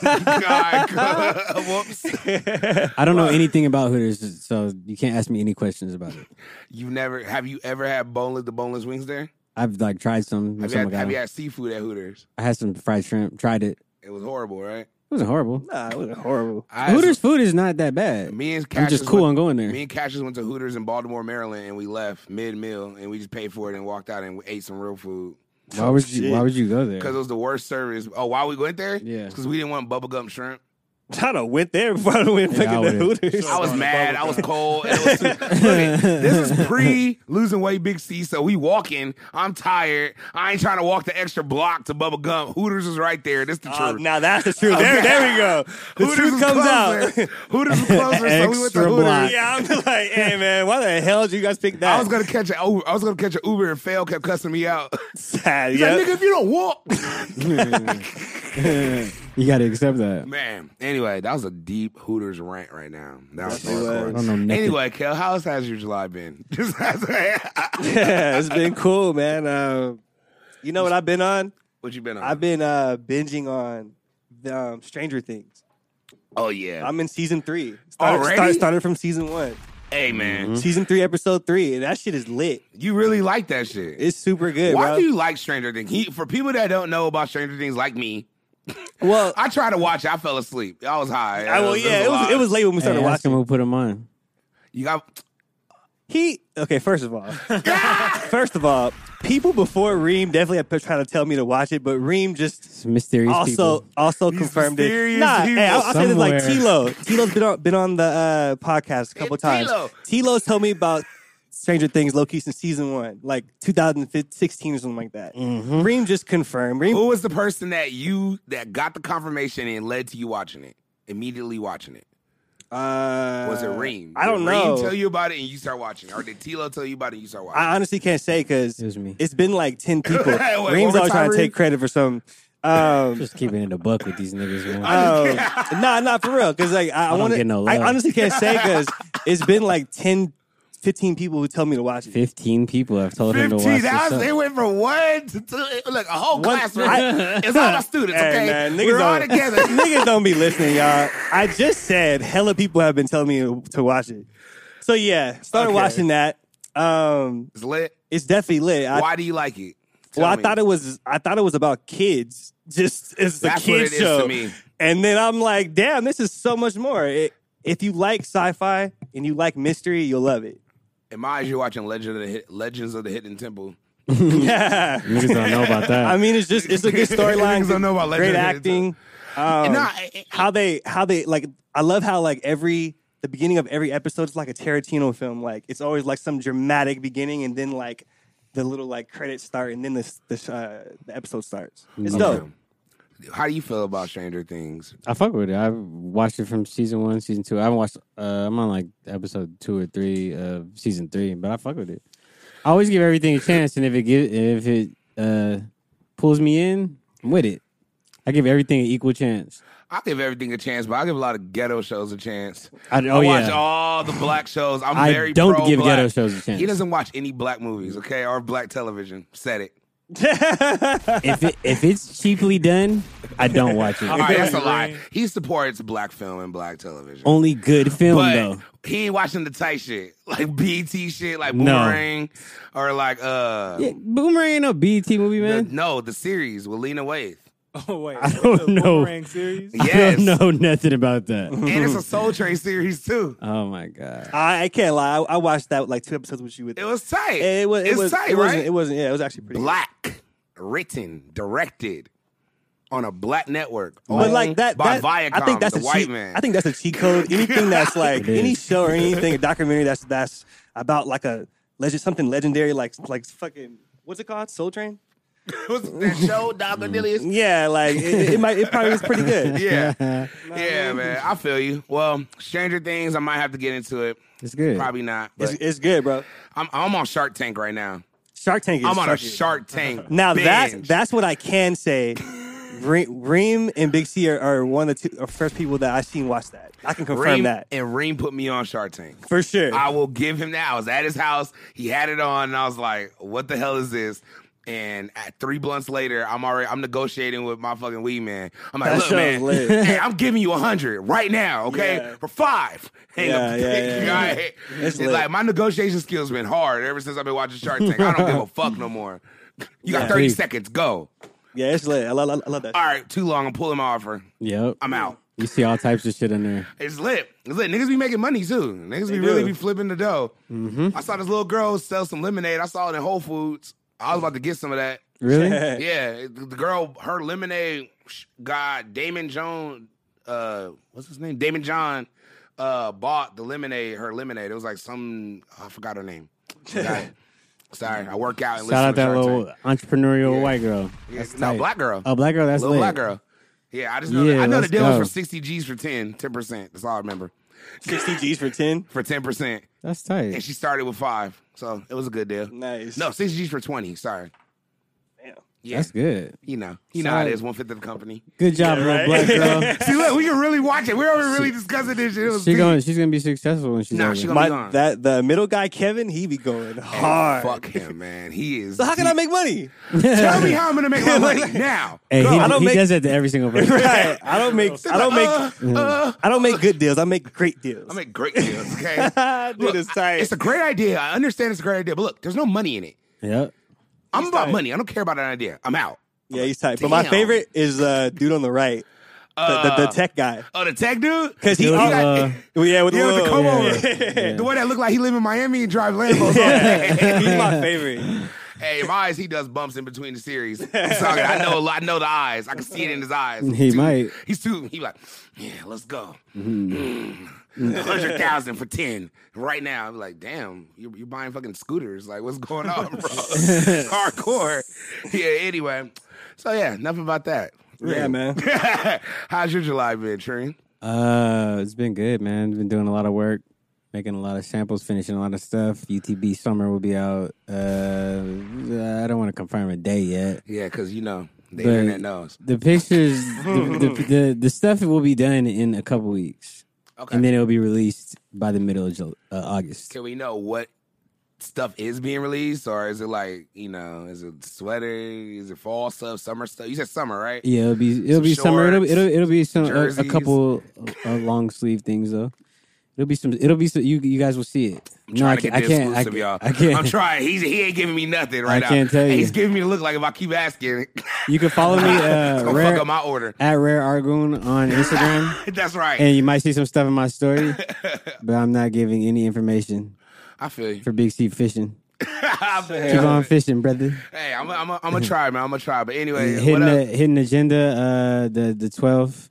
E: God, God. Whoops.
B: I don't know anything about Hooters, so you can't ask me any questions about it.
E: You never have you ever had boneless the boneless wings there?
B: I've like tried some.
E: Have you,
B: some
E: had,
B: guy-
E: have you had seafood at Hooters?
B: I had some fried shrimp. Tried it. It
E: It was horrible, right?
B: wasn't horrible.
C: Nah, it was horrible.
E: I had
B: Hooters food is not that bad.
E: some- me and
B: I'm
E: Cassius
B: just cool
E: went-
B: on going there.
E: Me and Cassius went to Hooters in Baltimore, Maryland, and we left mid meal, and we just paid for it and walked out and we ate some real food
B: Why would you? Why would you go there?
E: because it was the worst service. Oh, why we went there?
B: Yeah.
E: because we didn't want bubblegum shrimp.
C: I done went there before I went
B: Yeah,
C: fucking
B: I
C: to
B: would've.
C: Hooters.
E: I was mad. I was cold. and it was too- Look at- this is pre losing weight, Big C. So we walking. I'm tired. I ain't trying to walk the extra block to bubblegum. Hooters is right there. This the
C: Oh,
E: truth.
C: now that's the truth. There, there we go. The truth
E: was
C: comes
E: closer.
C: out.
E: Hooters is closer. so we went to
B: Extra
E: Hooters.
B: block.
C: yeah, I'm like, hey man, why the hell did you guys pick that?
E: I was gonna catch an Uber. I was gonna catch an Uber and fail kept cussing me out.
C: sad.
E: He's
C: Yeah,
E: like, nigga, if you don't walk,
B: you got to accept that.
E: man. Anyway, that was a deep Hooters rant right now. That was
B: I
E: hardcore.
B: don't know nothing.
E: Anyway, Kel, how has your July been? Just
C: yeah, it's been cool, man. Um, you know what I've been on?
E: what you been on?
C: I've been uh, binging on the, um, Stranger Things.
E: oh yeah.
C: I'm in season three. Started,
E: Already?
C: Started, started from season one.
E: hey man,
C: Season three, episode three, and that shit is lit.
E: you really like that shit.
C: It's super good.
E: Why
C: bro.
E: do you like Stranger Things? He, for people that don't know about Stranger Things, like me,
C: Well, I,
E: I tried to watch. it. I fell asleep. I was high.
C: well, yeah, it was,
E: lot.
C: it was late when we
B: Hey,
C: started
B: ask him
C: watching.
B: who put him on.
E: You got
C: He okay. First of all, first of all, people before Reem definitely have been trying to tell me to watch it, but Reem just
B: Some mysterious
C: also
B: people.
C: also
E: These
C: confirmed it.
E: mysterious
C: Nah,
E: people
C: hey, I'll, I'll say this like
B: somewhere.
C: Tilo. Tilo's been on, been on the uh, podcast a couple
E: Hey,
C: times.
E: Tilo.
C: Tilo's told me about Stranger Things low key since season one, like 2016 or something like that. Reem just confirmed. Reem,
E: who was the person that you that got the confirmation and led to you watching it immediately watching it?
C: uh,
E: Was it Reem?
C: I don't
E: did Reem
C: know.
E: tell you about it and you start watching, it? or did Tilo tell you about it and you start watching? it?
C: I honestly can't say because
B: It was me.
C: it's been like 10 people.
E: Wait, one
C: Reem's
E: more
C: always
E: time,
C: trying to
E: Reem?
C: take credit for something. Um,
B: Just keeping it a buck with these niggas. Man.
C: Um, nah, not for real. Cause like I, I
B: don't
C: want to.
B: get no
C: I
B: love.
C: honestly can't say because it's been like 10, 15 people who tell me to watch it.
B: Fifteen people have told him to watch
E: Fifteen
B: this.
E: hours.
B: up.
E: They went from one to two. It was like a whole
C: One-
E: classroom. it's all our students.
C: Hey,
E: okay,
C: man, niggas
E: we're all
C: don't-
E: together.
C: Niggas don't be listening, y'all. I just said hella people have been telling me to, to watch it. So yeah, started
E: Okay.
C: watching that. Um,
E: it's lit.
C: it's definitely lit. I,
E: Why do you like it? Tell
C: well, I
E: me.
C: thought it was. I thought it was about kids. Just it's a
E: That's what
C: kids
E: it is
C: show.
E: to me.
C: And then I'm like, damn, this is so much more. It, if you like sci-fi and you like mystery, you'll love it.
E: In my eyes, you're watching Legend of the Hid- Legends of the Hidden Temple.
C: Yeah.
B: Niggas don't know about that.
C: I mean, it's just it's a good storyline.
E: Niggas don't know about
C: great
E: Legend of the
C: acting. Um,
E: Nah, eh, I-
C: how they how they like. I love how like every the the beginning of every episode is like a Tarantino film. Like it's always like some dramatic beginning, and then like the little like credits start, and then this this uh, the episode starts.
B: Mm-hmm.
C: It's dope.
E: How do you feel about Stranger Things?
B: I fuck with it. I watched it from season one, season two. I haven't watched. Uh, I'm on like episode two or three of season three, but I fuck with it. I always give everything a chance, and if it give, if it uh, pulls me in, I'm with it. I give everything an equal chance.
E: I give everything a chance, but I give a lot of ghetto shows a chance.
B: I, oh
E: I watch
B: yeah,
E: all the black shows. I'm
B: I
E: very
B: don't
E: pro
B: give
E: black.
B: ghetto shows a chance.
E: He doesn't watch any black movies, okay, or black television. Said it.
B: if it if it's cheaply done, I don't watch
E: All
B: it.
E: right, that's a
D: Right.
E: lie. He supports black film and black television.
B: Only good film
E: but
B: though.
E: he ain't watching the tight shit, like BT shit, like
B: No.
E: Boomerang, or like uh,
B: Yeah, Boomerang ain't no BET movie,
E: the,
B: man.
E: no, the series with Lena Waithe.
D: Oh wait,
B: I don't
D: the
B: know.
D: Boomerang series.
E: Yes,
B: I don't know nothing about that.
E: and it's a Soul Train series too.
B: oh my god.
C: I, I can't lie. I, I watched that like two episodes with you. With
E: It was tight.
C: It was. It
E: it's
C: was.
E: tight,
C: it
E: right?
C: wasn't. It wasn't. Yeah, it was actually pretty. good.
E: black, written, directed on a black network.
C: But
E: owned
C: like that,
E: by
C: that
E: Viacom,
C: I think that's
E: the
C: a
E: white
C: cheat,
E: man.
C: I think that's a cheat code. Anything that's like
B: It
C: any
B: is.
C: show or anything, a documentary that's that's about like a legend, something legendary, like like fucking what's it called, Soul Train?
E: was that show
C: Mm.
E: Doggadilly.
C: Yeah, like it, it might, it probably was pretty good.
E: Yeah, yeah, man. I feel you. Well, Stranger Things, I might have to get into it.
B: It's good.
E: Probably not.
C: It's,
E: But
C: it's good, bro.
E: I'm, I'm on Shark Tank right now.
C: Shark Tank. Is
E: I'm on a
C: fucking-
E: Shark Tank.
C: Now that's
E: binge.
C: that's what I can say. Re- Reem and Big C are, are one of the two, are first people that I seen watch that. I can confirm
E: Reem,
C: that
E: And Reem put me on Shark Tank.
C: for sure.
E: I will give him that. I was at his house. He had it on, and I was like, "What the hell is this?" And at three blunts later, I'm already I'm negotiating with my fucking weed man. I'm like,
C: That
E: "Look,
C: show's
E: man,
C: lit.
E: hey, I'm giving you a hundred right now, okay,
C: Yeah.
E: for five. Hang
C: Yeah,
E: up.
C: yeah, yeah,
E: You
C: yeah.
E: got it?
C: It's
E: It's
C: lit.
E: like my negotiation skills been hard ever since I've been watching Shark Tank. I don't give a fuck no more. You got
C: Yeah.
E: 30
B: Please.
E: seconds. Go.
C: yeah, it's lit. I love, I love that.
E: All right, too long. I'm pulling my offer.
B: Yep.
E: I'm out.
B: You see all types of shit in there.
E: It's lit. It's lit. Niggas be making money too. Niggas be
C: They
E: really
C: do.
E: be flipping the dough.
B: Mm-hmm.
E: I saw this little girl sell some lemonade. I saw it in Whole Foods. I was about to get some of that.
B: Really?
E: Yeah, it- the girl, her lemonade sh- guy, Damon Jones, uh, what's his name? Damon John, uh, bought the lemonade. Her lemonade. It was like some. I forgot her name. Forgot it. Sorry, I work out. And
B: Shout out
E: listen to
B: that
E: Shark
B: little
E: Tank.
B: entrepreneurial
E: Yeah.
B: white girl.
E: Yeah,
B: That's
E: no,
B: tight.
E: black girl.
B: Oh, black girl. That's
E: little
B: lit.
E: black girl. Yeah, I just know.
B: Yeah,
E: that. I know the
B: let's
E: deal was
B: go.
E: for sixty G's for 10 10 percent. That's all I remember.
C: Sixty G's for ten.
E: For ten percent.
B: That's
E: and
B: tight.
E: she started with five, so it was a good deal.
C: Nice.
E: No, six G's for twenty. Sorry.
C: Damn.
E: Yeah,
B: That's good.
E: you know, you know how it
B: Sorry.
E: is. One fifth of the company.
B: Good job, little black girl.
E: See, look, we can really watch it. We're already really discussing this shit. It was
B: She
E: deep.
B: going. She's gonna be successful when she's
E: Nah,
B: older.
E: she gonna-
C: My,
E: on.
C: that the middle guy Kevin, he be going
E: Oh,
C: hard.
E: Fuck him, man. He is.
C: So how can I
E: deep.
C: make money?
E: Tell me how I'm gonna make my money now.
B: hey,
E: Go.
B: he,
C: I don't
B: he
C: make-
B: does that to every single person.
C: right. I don't make. I don't make.
E: Uh, uh,
C: I don't make good deals. I make great deals.
E: I make great deals. Okay.
C: Dude,
E: Look,
C: it's tight.
E: It's a great idea. I understand it's a great idea, but look, there's no money in it.
B: Yep.
E: I'm about
C: tight.
E: money. I don't care about an idea. I'm out.
C: yeah, he's tight. But my
E: Damn.
C: favorite is uh, dude on the right, the, the, the
E: Uh,
C: tech guy,
E: Oh, the tech dude.
C: because he.
B: Dude,
C: al-
B: uh,
C: yeah, with the,
E: Yeah, with the
C: little-
E: comb
C: yeah.
E: over. The one that looked like he live in Miami and drive Lambos.
C: Yeah. he's my favorite.
E: Hey, my eyes, he does bumps in between the series. I'm sorry, I know, a lot- I know the eyes. I can see it in his eyes.
B: He
E: Too-
B: might.
E: He's too. He like, yeah, let's go. Mm. Hundred thousand for ten right now. I'm like, damn, you're, you're buying fucking scooters. Like, what's going on, bro? Hardcore. Yeah. Anyway, so yeah, enough about that.
C: Yeah, man.
E: How's your July been, Trine?
B: Uh, it's been good, man. Been doing a lot of work, making a lot of samples, finishing a lot of stuff. UTB summer will be out. Uh, I don't want to confirm a day yet.
E: Yeah, because you know the
B: But-
E: internet knows.
B: The pictures, the, the, the the stuff will be done in a couple weeks,
E: Okay.
B: and then it'll be released by the middle of Jul- uh, August.
E: Can we know what stuff is being released, or is it like you know, is it sweater? Is it fall stuff, summer stuff? You said summer, right?
B: Yeah, it'll be it'll be
E: Some
B: summer. It'll
E: shorts,
B: it'll, it'll be some a, a
E: jerseys.
B: couple uh, long sleeve things though. It'll be some. It'll be some, you. You guys will see it.
E: I'm trying to get
B: I
E: the
B: can't. I
E: exclusive,
B: can't.
E: y'all.
B: I can't.
E: I'm trying. He's, he ain't giving me nothing right now.
B: can't tell
E: And
B: you.
E: He's giving me a look like if I keep asking,
B: You can follow me.
E: it's
B: Uh,
E: gonna
B: rare,
E: fuck up my order.
B: at Rare Argoon on Instagram,
E: That's right.
B: and you might see some stuff in my story, but I'm not giving any information
E: I feel you.
B: for Big C fishing.
E: I feel you.
B: Keep on fishing, brother.
E: Hey, I'm gonna I'm a, I'm a try, man. I'm gonna try. But anyway, what
B: Hidden,
E: up?
B: uh, hidden agenda, uh, the the 12th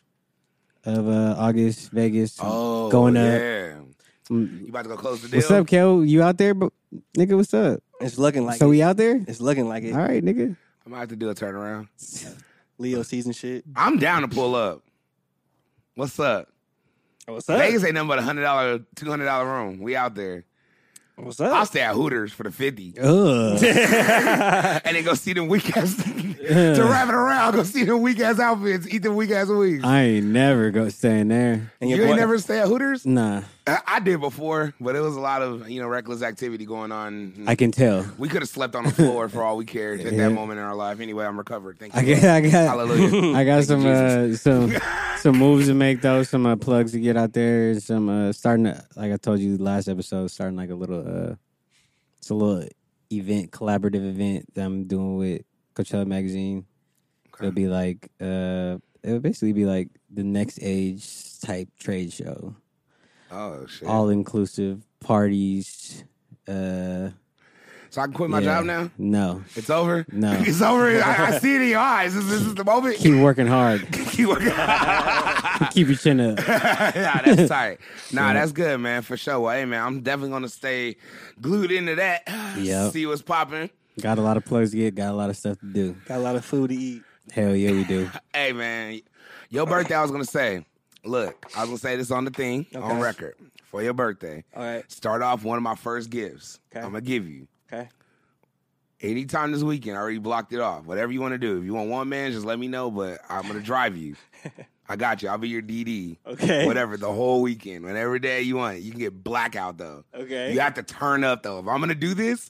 B: of uh, August, Vegas.
E: Oh,
B: going to
E: yeah.
B: Mm.
E: You about to go close the deal?
B: What's up, Kel? You out there, bro? nigga? What's up?
C: It's looking like
B: so
C: it.
B: we out there?
C: It's looking like it.
B: All right, nigga.
E: I'm about to do a turnaround.
C: Leo season shit.
E: I'm down to pull up. What's up?
C: What's up?
E: Vegas ain't nothing but a hundred dollar, two hundred dollar room. We out there.
C: What's
E: I'll
C: up?
E: stay at Hooters for the fifty,
B: Ugh.
E: and then go see them weak ass. to wrap it around, go see them weak ass outfits, eat them weak ass wings.
B: I ain't never go staying there.
C: And
E: you
C: your boy-
E: ain't never stay at Hooters?
B: Nah,
E: I, I did before, but it was a lot of you know reckless activity going on.
B: I can tell.
E: we could have slept on the floor for all we cared at
B: Yeah.
E: that moment in our life. Anyway, I'm recovered. Thank you.
B: I got, I got,
E: Hallelujah.
B: I got
E: Thank
B: some,
E: you,
B: uh, some, some moves to make though. Some uh, plugs to get out there. and Some uh, starting, to, like I told you last episode, starting like a little, uh, it's a little event, collaborative event that I'm doing with Coachella Magazine. It'll be like, uh, it'll basically be like the next age type trade show.
E: oh shit!
B: all inclusive parties. Uh,
E: so I can quit my
B: yeah.
E: job now.
B: No,
E: It's over.
B: No.
E: it's over. I, I see it in your eyes. This, this is the moment.
B: keep working hard.
E: Keep working.
B: keep your chin up.
E: nah, that's tight. Nah, that's good, man, for sure. Well, hey, man, I'm definitely gonna stay glued into that.
B: Yep.
E: See what's popping.
B: Got a lot of plugs to get. Got a lot of stuff to do.
C: Got a lot of food to eat.
B: Hell yeah, we do.
E: Hey, man, your birthday. I was gonna say. Look, I was gonna say this on the thing on
C: Okay.
E: record for your birthday.
C: All right.
E: Start off one of my first gifts.
C: Okay.
E: I'm gonna give you.
C: Okay.
E: Anytime this weekend, I already blocked it off. Whatever you want to do. If you want one man, just let me know, but I'm going to drive you. I got you. I'll be your DD.
C: Okay.
E: Whatever, the whole weekend. Whenever day you want. You can get blackout, though.
C: Okay.
E: You have to turn up, though. If I'm going to do this,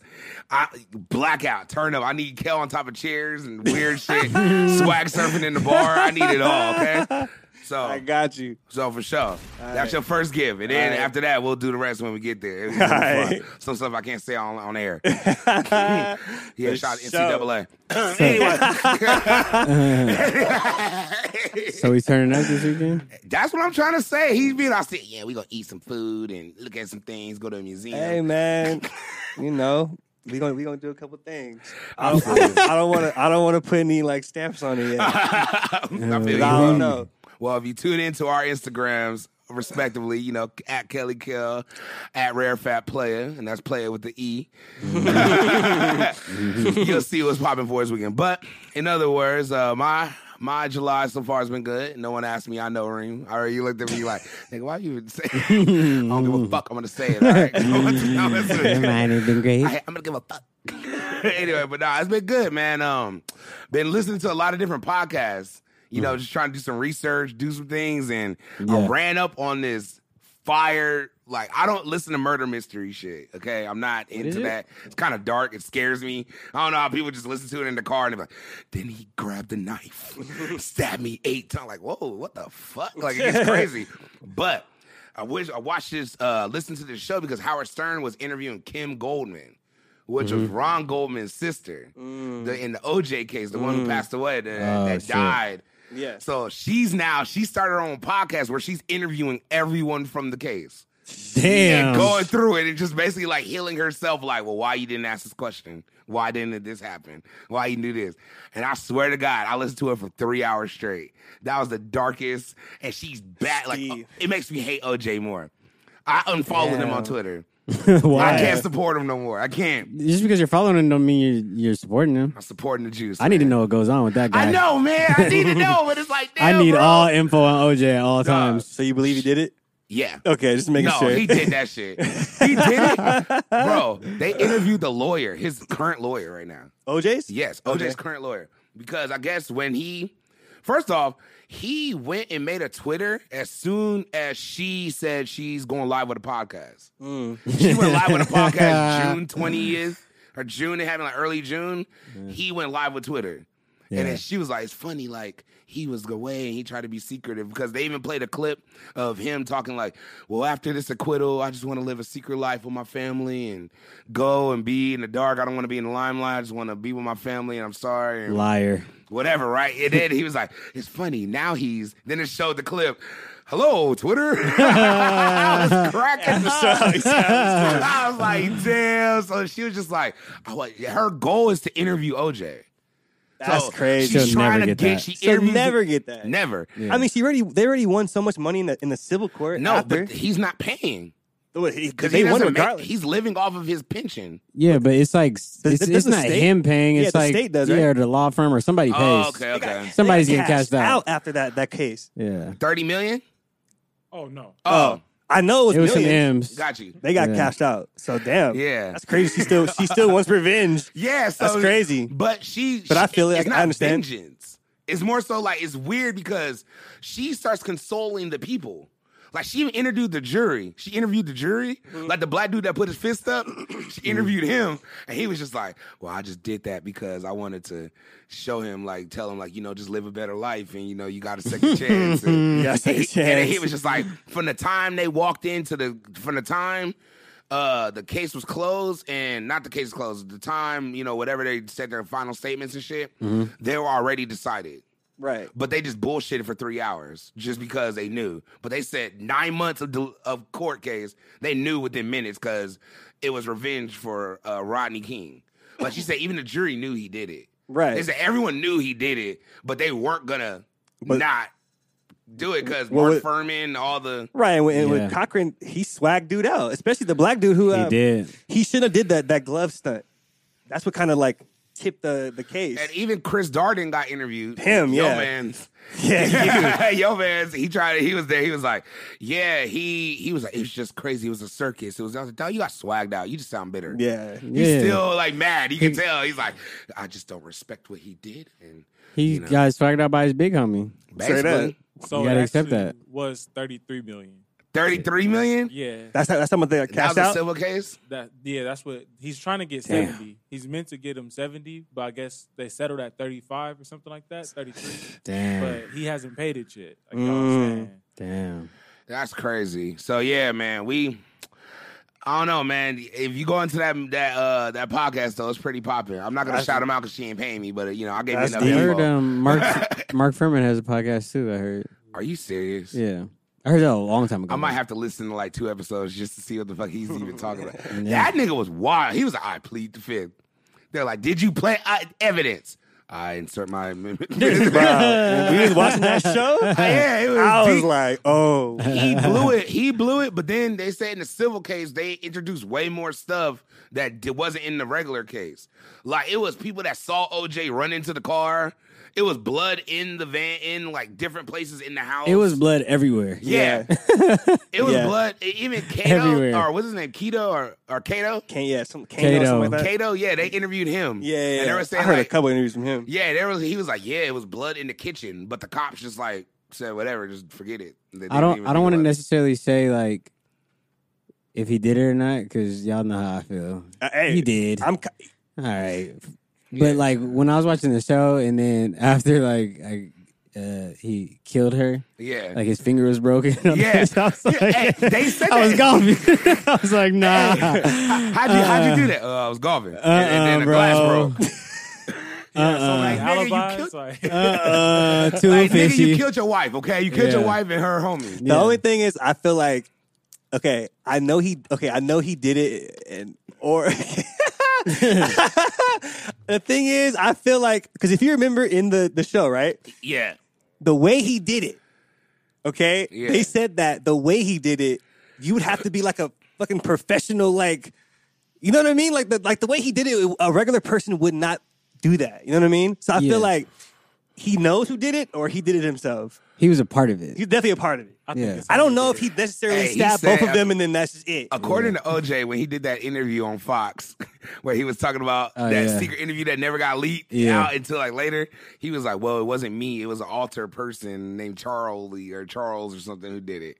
E: I blackout, turn up. I need Kel on top of chairs and weird shit, swag surfing in the bar. I need it all, okay? So,
C: I got you.
E: so for sure, that's your first gift, and then
C: All right.
E: after that, we'll do the rest when we get there. It's gonna be
C: All
E: fun.
C: right.
E: Some stuff I can't say on, on air.
C: yeah,
E: Yeah,
C: For
E: shout
C: sure.
E: out NCAA.
B: So we turning up this weekend.
E: That's what I'm trying to say. He's being, I said, yeah, we gonna eat some food and look at some things, go to a museum.
C: Hey man, you know we gonna we gonna do a couple things. I
E: I'm
C: don't,
E: for you.
C: I don't want to I don't want to put any like stamps on it yet.
E: I feel
C: I
E: you.
C: don't know.
E: Well, if you tune into our Instagrams, respectively, you know, at Kelly Kell, at Rare Fat Player, and that's player with the E. You'll see what's popping for this weekend. But in other words, uh, my my July so far has been good. No one asked me. I know, Reem. I already you looked at me like, nigga, why you even say I don't give a fuck. I'm going to say it. All right?
B: Mine has been great.
E: I, I'm gonna give a fuck. anyway, but nah, it's been good, man. Um, been listening to a lot of different podcasts. You know, just trying to do some research, do some things, and I
B: Mm. Yeah.
E: ran up on this fire. Like, I don't listen to murder mystery shit. Okay, I'm not
B: is
E: into
B: it?
E: that. It's kind of dark. It scares me. I don't know how people just listen to it in the car and they're like, "Then he grabbed a knife, stabbed me eight times." Like, whoa, what the fuck? Like, it gets crazy. But I wish I watched this, uh, listened to this show because Howard Stern was interviewing Kim Goldman, which was
B: Mm-hmm.
E: Ron Goldman's sister the, in the OJ case, the one who passed away, the,
B: Oh,
E: that
B: shit.
E: died.
C: Yes.
E: So she's now, she started her own podcast where she's interviewing everyone from the case and
B: Damn.
E: going through it and just basically like healing herself, like, well, why you didn't ask this question? Why didn't this happen? Why you do this? And I swear to God, I listened to her for three hours straight. That was the darkest, and she's back. Like,
C: Steve.
E: it makes me hate OJ more. I unfollowed him
C: Damn.
E: on Twitter. I
B: Why?
E: can't support him no more. I can't.
B: Just because you're following him don't mean you're you're supporting him.
E: I'm supporting the juice.
B: I need to
E: man.
B: know what goes on with that guy.
E: I know, man. I need to know, but it's like,
B: I
E: damn,
B: need
E: bro.
B: all info on OJ at all times.
C: Um, So you believe he did it?
E: Yeah.
C: Okay, just making
E: no,
C: sure.
E: he did that shit. He did it, bro. They interviewed the lawyer, his current lawyer, right now.
C: OJ's?
E: Yes, OJ's current lawyer. Because I guess when he, first off, he went and made a Twitter as soon as she said she's going live with a podcast. She went live with a podcast June 20th or June, it happened like early June. He went live with Twitter. And then she was like, it's funny, like he was away and he tried to be secretive because they even played a clip of him talking like, Well, after this acquittal, I just want to live a secret life with my family and go and be in the dark. I don't want to be in the limelight. I just want to be with my family and I'm sorry. And
B: Liar.
E: whatever, right? And then he was like, it's funny. Now he's, then it showed the clip. Hello, Twitter. I was cracking up. I was like, damn. So she was just like, I wa- her goal is to interview OJ.
C: That's
E: So
C: crazy.
E: She's
B: She'll never
E: trying to
B: get
E: get,
B: that.
E: she
C: She'll
E: interviews-
C: never get that.
E: never.
C: I mean, she already they already won so much money in the in the civil court.
E: No,
C: after.
E: but he's not paying. Because
C: Because they
E: he
C: won
E: doesn't make-
C: regardless.
E: he's living off of his pension.
B: Yeah, but it's like it's,
C: does
B: it's
C: the
B: not
C: state-
B: him paying.
C: Yeah,
B: It's
C: the
B: like
C: state does,
B: yeah,
C: right?
B: the law firm or somebody pays.
E: Oh, okay, okay.
B: Somebody's
C: They
B: getting cashed out.
C: after that that case.
B: Yeah.
E: Thirty million.
D: Oh no.
E: Oh,
C: I know it
B: It was
C: was,
B: some
C: millions.
B: M's.
E: got you.
C: They got
B: Yeah.
C: cashed out. So damn.
E: Yeah.
C: That's crazy. She still she still wants revenge.
E: Yeah, so
C: That's crazy.
E: But she,
C: But I
E: she-
C: feel it.
E: it's
C: I
E: not
C: understand.
E: Vengeance. It's more so like it's weird because she starts consoling the people. Like she even interviewed the jury. She interviewed the jury, like the black dude that put his fist up. She
C: Mm.
E: interviewed him, and he was just like, "Well, I just did that because I wanted to show him, like, tell him, like, you know, just live a better life, and you know, you got a second chance." And,
C: got a second
E: and he- and he
C: chance.
E: was just like, from the time they walked into the, from the time uh the case was closed and not the case was closed the time you know whatever they said their final statements and shit they were already decided
C: Right.
E: but they just bullshitted for three hours just because they knew but they said nine months of, del- of court case they knew within minutes because it was revenge for uh, rodney king but she said even the jury knew he did it
C: Right.
E: they said everyone knew he did it but they weren't gonna
C: But-
E: not do it because
C: Well,
E: mark
C: it-
E: furman all the
C: Right, and when, and
B: Yeah.
C: when Cochran, he swagged dude out, especially the black dude who uh,
D: Um,
B: He did.
C: He should have did that that glove stunt. That's what kind of like tipped the the case.
E: And even Chris Darden got interviewed.
C: Him,
E: Yo,
C: yeah.
E: man's.
C: yeah,
E: Yo, man's. He tried. He was there. He was like, "Yeah." He he was like, "It was just crazy. It was a circus. It was." I was like, "Dog, you got swagged out. You just sound bitter."
C: yeah.
E: He's
B: Yeah.
E: still like mad. You can tell. He's like, "I just don't respect what he did." And
B: He
E: you know,
B: got swagged out by his big homie.
C: Straight
E: basically
D: So
B: You
D: it
B: gotta accept
D: actually
B: that.
D: Was thirty three million.
E: thirty-three million.
D: Yeah.
C: That's how, that's something that
E: That was
C: cashed
E: a
C: out.
E: civil case.
D: That yeah, that's what he's trying to get
B: Damn.
D: seventy. He's meant to get him seventy, but I guess they settled at thirty five or something like that, thirty three.
B: Damn.
D: but he hasn't paid it yet. Like, you know what
E: Mm.
D: I'm saying?
B: Damn.
E: That's crazy. So yeah, man, we. I don't know, man. If you go into that that uh, that podcast though, it's pretty popular. I'm not gonna
C: That's-
E: shout him out because she ain't paying me, but uh, you know, I gave you
C: That's
E: enough
B: I
C: deep.
E: info.
B: heard um, Mark Mark Furman has a podcast too. I heard.
E: Are you serious?
B: Yeah, I heard that a long time ago.
E: I might have to listen to like two episodes just to see what the fuck he's even talking about.
B: Yeah.
E: That nigga was wild. He was like, I plead the fifth. They're like, did you play uh, evidence? I insert my amendment.
C: Bro, when we was watching that show.
E: yeah, it was
C: I was
E: deep.
C: like, oh,
E: he blew it. He blew it. But then they said in the civil case they introduced way more stuff that di- wasn't in the regular case. Like it was people that saw OJ run into the car. It was blood in the van, in like different places in the house.
B: It was blood everywhere.
E: Yeah. it was
C: Yeah.
E: blood. e- Even Kato
B: Everywhere.
E: or what's his name? Keto or, or Kato?
C: Can, yeah, some
B: Kato.
C: Kano, something like that.
E: Kato, yeah, they interviewed him.
C: Uh, Yeah, yeah,
E: And they
C: yeah.
E: were
C: I
E: saying
C: heard
E: like,
C: a couple interviews from him.
E: Yeah, there was he was like, Yeah, it was blood in the kitchen, but the cops just like said whatever, just forget it. They didn't
B: I don't.
E: even
B: I
E: think
B: don't want to
E: about it.
B: necessarily say like if he did it or not because y'all know how I feel.
C: Uh, hey,
B: he did.
C: I'm ca-
B: All right, but like when I was watching the show, and then after like I, uh, he killed her,
E: Yeah.
B: like his finger was broken. on
E: Yeah.
B: this, I was
E: Yeah,
B: like,
E: hey, they said
B: I was
E: that.
B: gone. I was like, nah.
E: How- how'd you how'd you do that? Uh, I was golfing. and, and
B: uh-uh,
E: then the
B: bro.
E: glass broke.
D: Yeah, so like
E: Nigga, you
D: alibis,
E: killed-
D: like
B: Uh-uh. Uh, uh, too
E: Like, nigga,
B: fishy.
E: you killed your wife, okay? You killed your
B: Yeah.
E: wife and her homie.
C: The
B: Yeah.
C: only thing is, I feel like, okay, I know he, okay, I know he did it, and or the thing is, I feel like because if you remember in the the show, right,
E: Yeah.
C: the way he did it, okay,
E: Yeah.
C: they said that the way he did it, you would have to be like a fucking professional, like, you know what I mean, like the like the way he did it, a regular person would not do that. You know what I mean? So I
B: Yeah.
C: feel like he knows who did it, or he did it himself.
B: He was a part of it.
C: He's definitely a part of it.
D: I think
B: Yeah.
D: it's
C: I don't know if he necessarily
E: Hey, he
C: stabbed
E: said-
C: both of them and then that's just it.
E: According to OJ, when he did that interview on Fox, where he was talking about
B: Oh,
E: that
B: yeah.
E: secret interview that never got leaked
B: Yeah.
E: out until like later, he was like, "Well, it wasn't me. It was an alter person named Charlie or Charles or something who did it."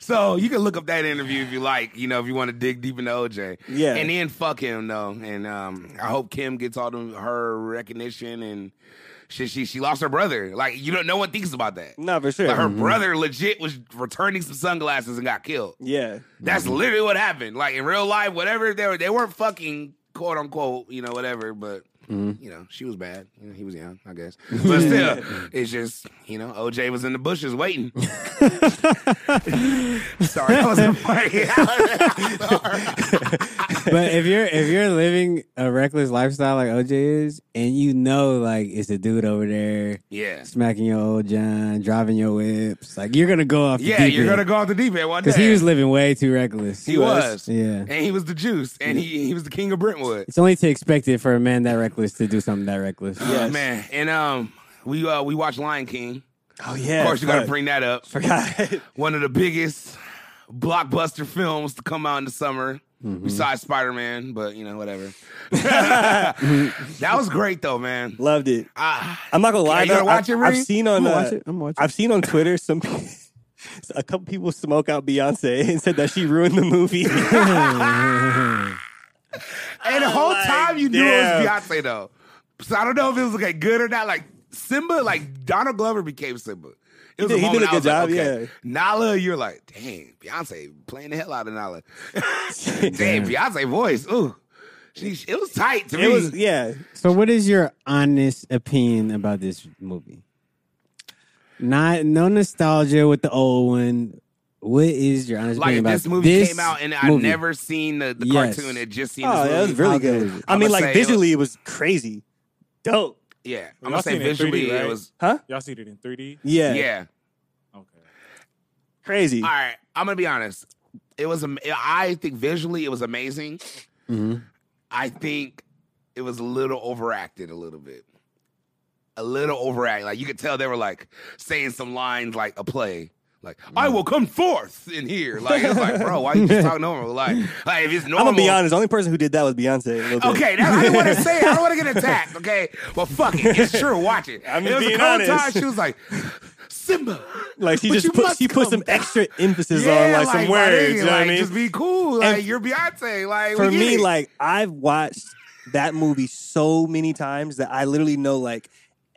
E: So you can look up that interview if you like, you know, if you want to dig deep into OJ.
C: Yeah.
E: and then fuck him though, and um, I hope Kim gets all the, her recognition and she, she she lost her brother. Like you don't, no one thinks about that.
C: No, for sure.
E: Like her brother legit was returning some sunglasses and got killed.
C: yeah.
E: That's literally what happened. Like in real life, whatever they were, they weren't fucking quote unquote, you know, whatever. But
B: Mhm.
E: You know, she was bad. You know, he was young, I guess. But still, it's just you know, OJ was in the bushes waiting. Sorry, that was a funny.
B: but if you're if you're living a reckless lifestyle like OJ is, and you know like it's a dude over there
E: yeah,
B: smacking your old John, driving your whips, like you're gonna go off. The
E: yeah, you're gonna go off the deep end one day.
B: because he was living way too reckless.
E: He was.
B: yeah.
E: and he was the juice, and he he was the king of Brentwood.
B: It's only to expect it for a man that reckless to do something that reckless.
E: Oh, man, and um, we uh we watched Lion King.
C: Oh yeah.
E: Of course, you got to
C: fuck.
E: bring that up.
C: Forgot.
E: One of the biggest blockbuster films to come out in the summer.
C: Mm-hmm.
E: Besides Spider Man, but you know whatever. that was great though, man.
C: Loved it.
E: Ah,
C: I'm not gonna lie.
E: you gonna
C: though,
E: watch
C: I,
E: it,
C: I've
E: Reed?
C: seen on.
B: I'm
C: uh,
B: watching. I'm watching.
C: I've seen on Twitter some pe- a couple people smoke out Beyonce and said that she ruined the movie.
E: and the whole
C: like,
E: time you knew it
C: damn.
E: was Beyonce though. So I don't know if it was like good or not. Like Simba, like Donald Glover became Simba. It was
C: did- he
E: moment
C: did a
E: I was
C: good
E: like,
C: job,
E: okay.
C: yeah.
E: Nala, you're like, dang, Beyonce playing the hell out of Nala. damn, Beyonce voice. Ooh, she, it was tight to me.
C: it was yeah.
B: So, what is your honest opinion about this movie? Not no nostalgia with the old one. What is your honest
E: like
B: opinion
E: if
B: about
E: this movie
B: this
E: came out and I've
B: movie?
E: never seen the, the
B: Yes.
E: cartoon, it just seen
C: Oh,
E: this movie.
C: that was really
B: How good
C: good.
B: was it?
C: I mean,
E: I'ma say
C: like
E: it was-
C: visually, it was crazy, dope,
E: yeah, I'm
D: Y'all
E: gonna say
D: seen it in 3D,
E: visually it
D: right?
E: was.
C: huh?
D: Y'all seen it in 3D?
C: Yeah,
E: Yeah,
D: Okay.
C: crazy.
E: all right. I'm gonna be honest. It was. am- I think visually it was amazing.
B: Mhm.
E: I think it was a little overacted a little bit. A little overacted. Like you could tell they were like saying some lines like a play. Like,
C: Mm.
E: I will come forth in here. Like it's like, bro, why you just talking over? Like, like if it's
C: I'm
E: normal.
C: gonna be honest. The only person who did that was Beyonce. a little bit.
E: Okay, that, I didn't want to say it. I don't want to get attacked. Okay, well, fuck it. It's true. Watch it.
C: I'm
E: it was
C: being
E: a cold
C: honest.
E: time. She was like, Simba.
C: like she
E: but you
C: just put
E: must
C: she put
E: come
C: some
E: back.
C: extra emphasis
E: Yeah,
C: on like, some
E: my
C: words.
E: nigga,
C: you know what I
E: like,
C: mean?
E: Just be cool. Like
C: And
E: you're Beyonce. Like
C: for
E: we get
C: me,
E: it.
C: like I've watched that movie so many times that I literally know like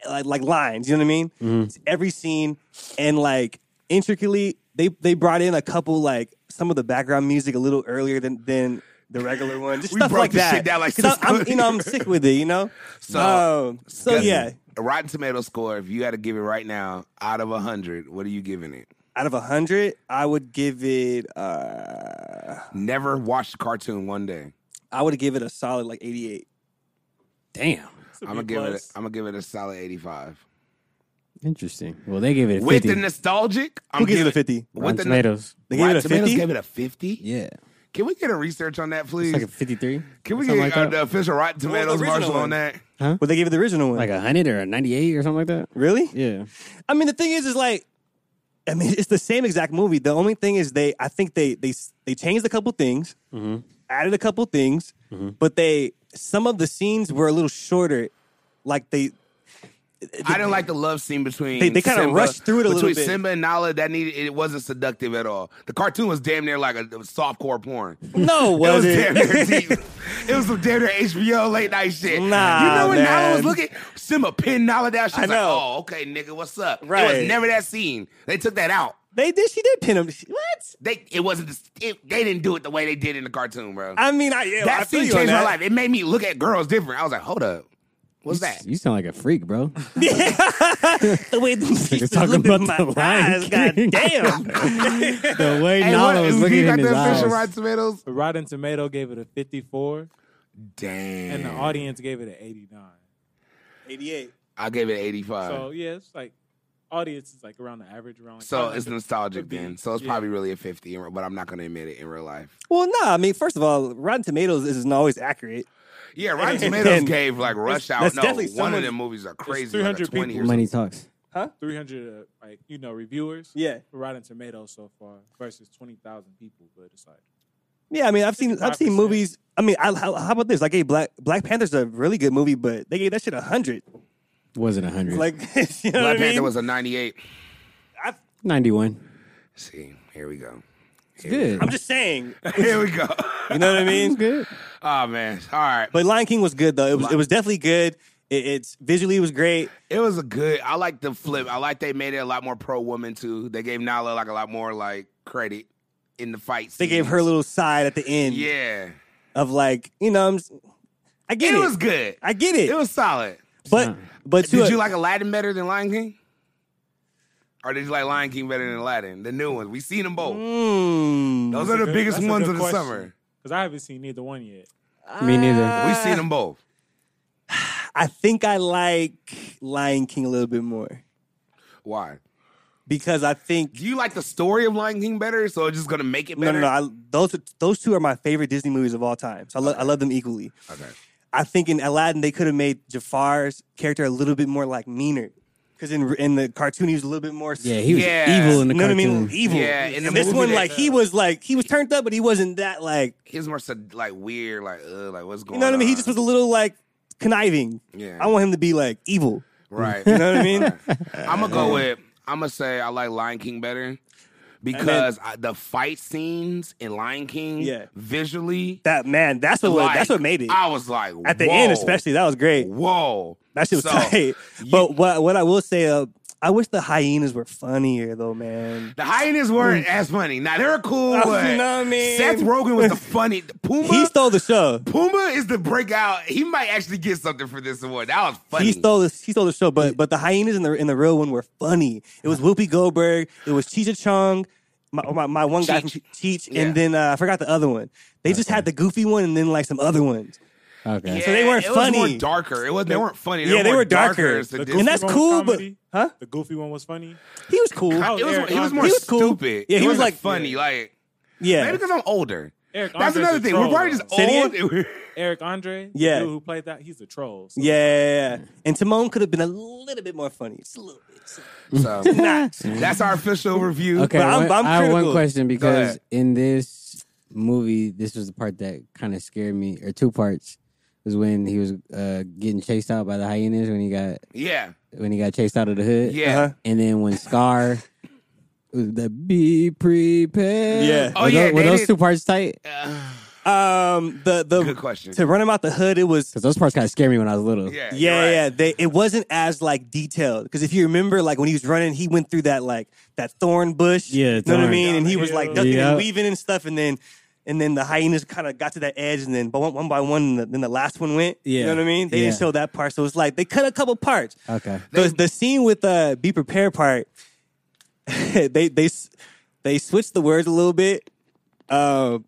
C: like, like lines. You know what I mean?
B: Mm-hmm.
C: It's Every scene and like intricately, they they brought in a couple like some of the background music a little earlier than than the regular one. Just
E: We
C: stuff
E: broke
C: like
E: this
C: that.
E: shit down like
C: 'Cause I-
E: this.
C: I'm, you know, I'm sick with it. You know.
E: So-
C: um, so
E: Good.
C: yeah,
E: A Rotten Tomato score. If you had to give it right now, out of hundred, what are you giving it?
C: out of hundred, I would give it. uh
E: Never watched a cartoon one day.
C: I would give it a solid like 88.
B: Damn,
E: I'm gonna give it. I'm gonna give it a solid 85.
B: interesting. Well, they gave it a
E: With
B: fifty.
E: the nostalgic, I'm
C: Who gives it
E: giving
C: a 50?
E: With
B: Rotten
E: the
B: tomatoes.
C: They gave it a
E: Rotten Tomatoes
C: 50?
E: gave it a 50.
B: Yeah,
E: Can we get a research on that, please?
B: it's like a fifty-three.
E: Can we get
B: something like
E: uh,
B: that.
E: the official Rotten
C: What was the
E: Tomatoes
C: original
E: marshal on
C: one?
E: that?
C: Well, they gave it the original one.
B: Like a hundred or a ninety-eight or something like that.
C: really?
B: Yeah,
C: I mean, the thing is, is like, I mean, it's the same exact movie. The only thing is, they, I think they, they, they changed a couple things, added a couple things, but they, some of the scenes were a little shorter. Like they,
E: I didn't like the love scene between
C: They- they kinda
E: Simba-
C: rushed through it a little
E: between
C: bit.
E: Simba and Nala. That needed it wasn't seductive at all. The cartoon was damn near like a, softcore porn.
C: no,
E: It was
C: was
E: damn
C: it?
E: near deep. It was some damn near HBO late night shit.
C: Nah,
E: you know when Nala was
C: man.
E: looking, Simba pinned Nala down. She's
C: I
E: like,
C: know.
E: "Oh, okay, nigga, what's up?" It
C: Right.
E: was never that scene. They took that out.
C: they did. She did pin him. She- What?
E: They it wasn't. the- It, they didn't do it the way they did in the cartoon, bro.
C: I mean, I, yeah, I
E: that
C: feel
E: scene
C: you on
E: changed my
C: that.
E: life. It made me look at girls different. I was like, "Hold up, what's that?"
B: you sound like a freak, bro.
C: The way
B: You're
C: she's
B: talking
C: looking in
B: about the
C: my
B: Lion
C: eyes,
B: King.
C: goddamn.
B: the way
E: Hey,
B: Nala
E: what-
B: was
E: you
B: looking
E: got
B: in his
E: the official
B: eyes.
E: Rotten Tomatoes?
D: But Rotten Tomato gave it a 54,
E: Damn.
D: and the audience gave it an 89.
C: 88.
E: I gave it 85.
D: So
E: So,
D: yeah, it's like audience is like around the average, around. Like
E: it's nostalgic
D: Could be.
E: then. So it's
D: Yeah.
E: probably really a 50, in re- but I'm not going to admit it in real life.
C: Well, no, I mean, first of all, Rotten Tomatoes isn't always accurate.
E: Yeah, Rotten
C: And-
E: Tomatoes
C: and-
E: gave like Rush Hour.
C: that's
E: No,
C: definitely
E: one of
C: someone-
E: them movies are crazy. 300 like
D: 300
E: a 20 or
D: people.
E: something.
B: Money talks.
D: 300 uh, like you know reviewers.
C: Yeah,
D: for Rotten Tomatoes so far versus twenty thousand people, but it's like
C: yeah. I mean, I've seen I've seen
D: 55%.
C: movies. I mean, I, how, how about this? I gave Black Black Panther's a really good movie, but they gave that shit a hundred.
B: Wasn't a hundred.
C: Like, you know
E: Black
C: what I
E: Panther
C: mean?
E: was a 98.
B: ninety-one.
E: See, here we go.
B: It's good.
C: I'm just saying.
E: Here we go.
C: You know what I
B: It's
C: mean?
B: good.
E: oh, man. All right.
C: But Lion King was good though. It was it was definitely good. It, it's visually it was great.
E: It was a good. I like the flip. I like they made it a lot more pro woman, too. They gave Nala like a lot more like credit in the fight.
C: They gave
E: scenes.
C: her a little side at the end
E: Yeah.
C: of like you know I'm. s- I get
E: It
C: it.
E: was good.
C: I get it.
E: It was solid.
C: but but to
E: Did
C: a-
E: you like Aladdin better than Lion King? Or did you like Lion King better than Aladdin? The new ones. We seen them both.
C: Mm.
E: Those are the
D: good-
E: biggest
D: that's a
E: ones
D: good
E: of the
D: question.
E: summer.
D: Because I haven't seen either one yet.
B: Me neither.
C: Uh.
E: We seen them both.
C: I think I like Lion King a little bit more
E: Why?
C: because I think
E: Do you like the story of Lion King better? So it's just gonna make it
C: no,
E: better.
C: no, no. I, those those two are my favorite Disney movies of all time. So I, lo- I love them equally.
E: Okay.
C: I think in Aladdin they could have made Jafar's character a little bit more like meaner because in in the cartoon he was a little bit more s-
B: Yeah, he was
E: Yeah.
B: evil in the
C: you know what I
B: cartoon.
C: mean evil.
E: Yeah, in the
C: and this
E: movie
C: one
E: they-
C: like he was like he was turned up, but he wasn't that like
E: His more sed- like weird, like uh, like what's going on?
C: you know what I mean. He just was a little like conniving.
E: Yeah.
C: I want him to be like evil.
E: right.
C: You know what I mean?
E: I'm gonna go with. I'm gonna say I like Lion King better because I, the fight scenes in Lion King,
C: Yeah.
E: visually,
C: that man, that's what
E: like,
C: that's what made it.
E: I was like,
C: At the
E: whoa,
C: end, especially, that was great.
E: whoa,
C: That shit was
E: So,
C: tight.
E: you-
C: But what what I will say, uh, I wish the hyenas were funnier though, man.
E: The hyenas weren't as funny. Now they're cool.
C: Oh,
E: but
C: Mm. you know what I mean?
E: Seth Rogen was the funny Puma.
C: He stole the show.
E: Puma is the breakout. He might actually get something for this award. That was funny.
C: He stole the he stole the show, but but the hyenas in the in the real one were funny. It was Whoopi Goldberg, it was Cheech Chong, my, my my one guy from Cheech,
E: Yeah.
C: and then uh, I forgot the other one. They just had the goofy one and then like some other ones.
B: Okay.
C: so they weren't
E: it was more
C: funny.
E: darker. It was they weren't funny.
C: yeah, they
E: more
C: were darker,
E: so this-
C: and that's
D: one was
C: cool. But
D: comedy?
C: huh?
D: The goofy one was funny.
C: He was cool.
D: How-
E: it was,
D: Eric
E: he was
D: Andre-
E: more
C: He was cool.
E: stupid.
C: Yeah, he
E: It
C: was,
E: wasn't
C: like-
E: funny. Like
C: Yeah,
E: maybe because I'm older.
D: Eric
E: That's
D: Andre's
E: another
D: a
E: thing. We're
D: troll,
E: probably just
D: though.
C: Say it
E: old.
D: Eric Andre,
C: Yeah.
D: the dude who played that, he's a troll. So
C: Yeah, yeah, yeah. And Timon could have been a little bit more funny, just a little bit. Just a little
E: so that's our official review.
B: Okay,
C: But I'm-
B: one-
C: I'm
B: I have one
C: critical.
B: question because
E: ahead.
B: in this movie, this was the part that kind of scared me, or two parts. Was when he was uh, getting chased out by the hyenas when he got
E: Yeah,
B: when he got chased out of the hood.
E: yeah.
C: Uh-huh.
B: and then when Scar was the be prepared.
C: Yeah.
E: Oh,
B: were
E: yeah,
B: those, were
E: they
B: those
E: did-
B: two parts tight?
C: Um, the the
E: Good question.
C: to run him out the hood. It was
B: Because those parts kind of scared me when I was little.
E: Yeah, you're
C: yeah,
E: right.
C: yeah. They it wasn't as like detailed because if you remember, like when he was running, he went through that like that thorn bush.
B: Yeah,
C: you know what I
B: thorn.
C: mean. And he was like ducking
B: Yeah.
C: and weaving and stuff, and then and then the hyenas kind of got to that edge, and then but one, one by one, and the, then the last one went. you
B: Yeah.
C: know what I mean. They didn't
B: Yeah.
C: show that part, so it's like they cut a couple parts.
B: Okay.
C: the, the scene with uh, be prepared part they they s- they switched the words a little bit um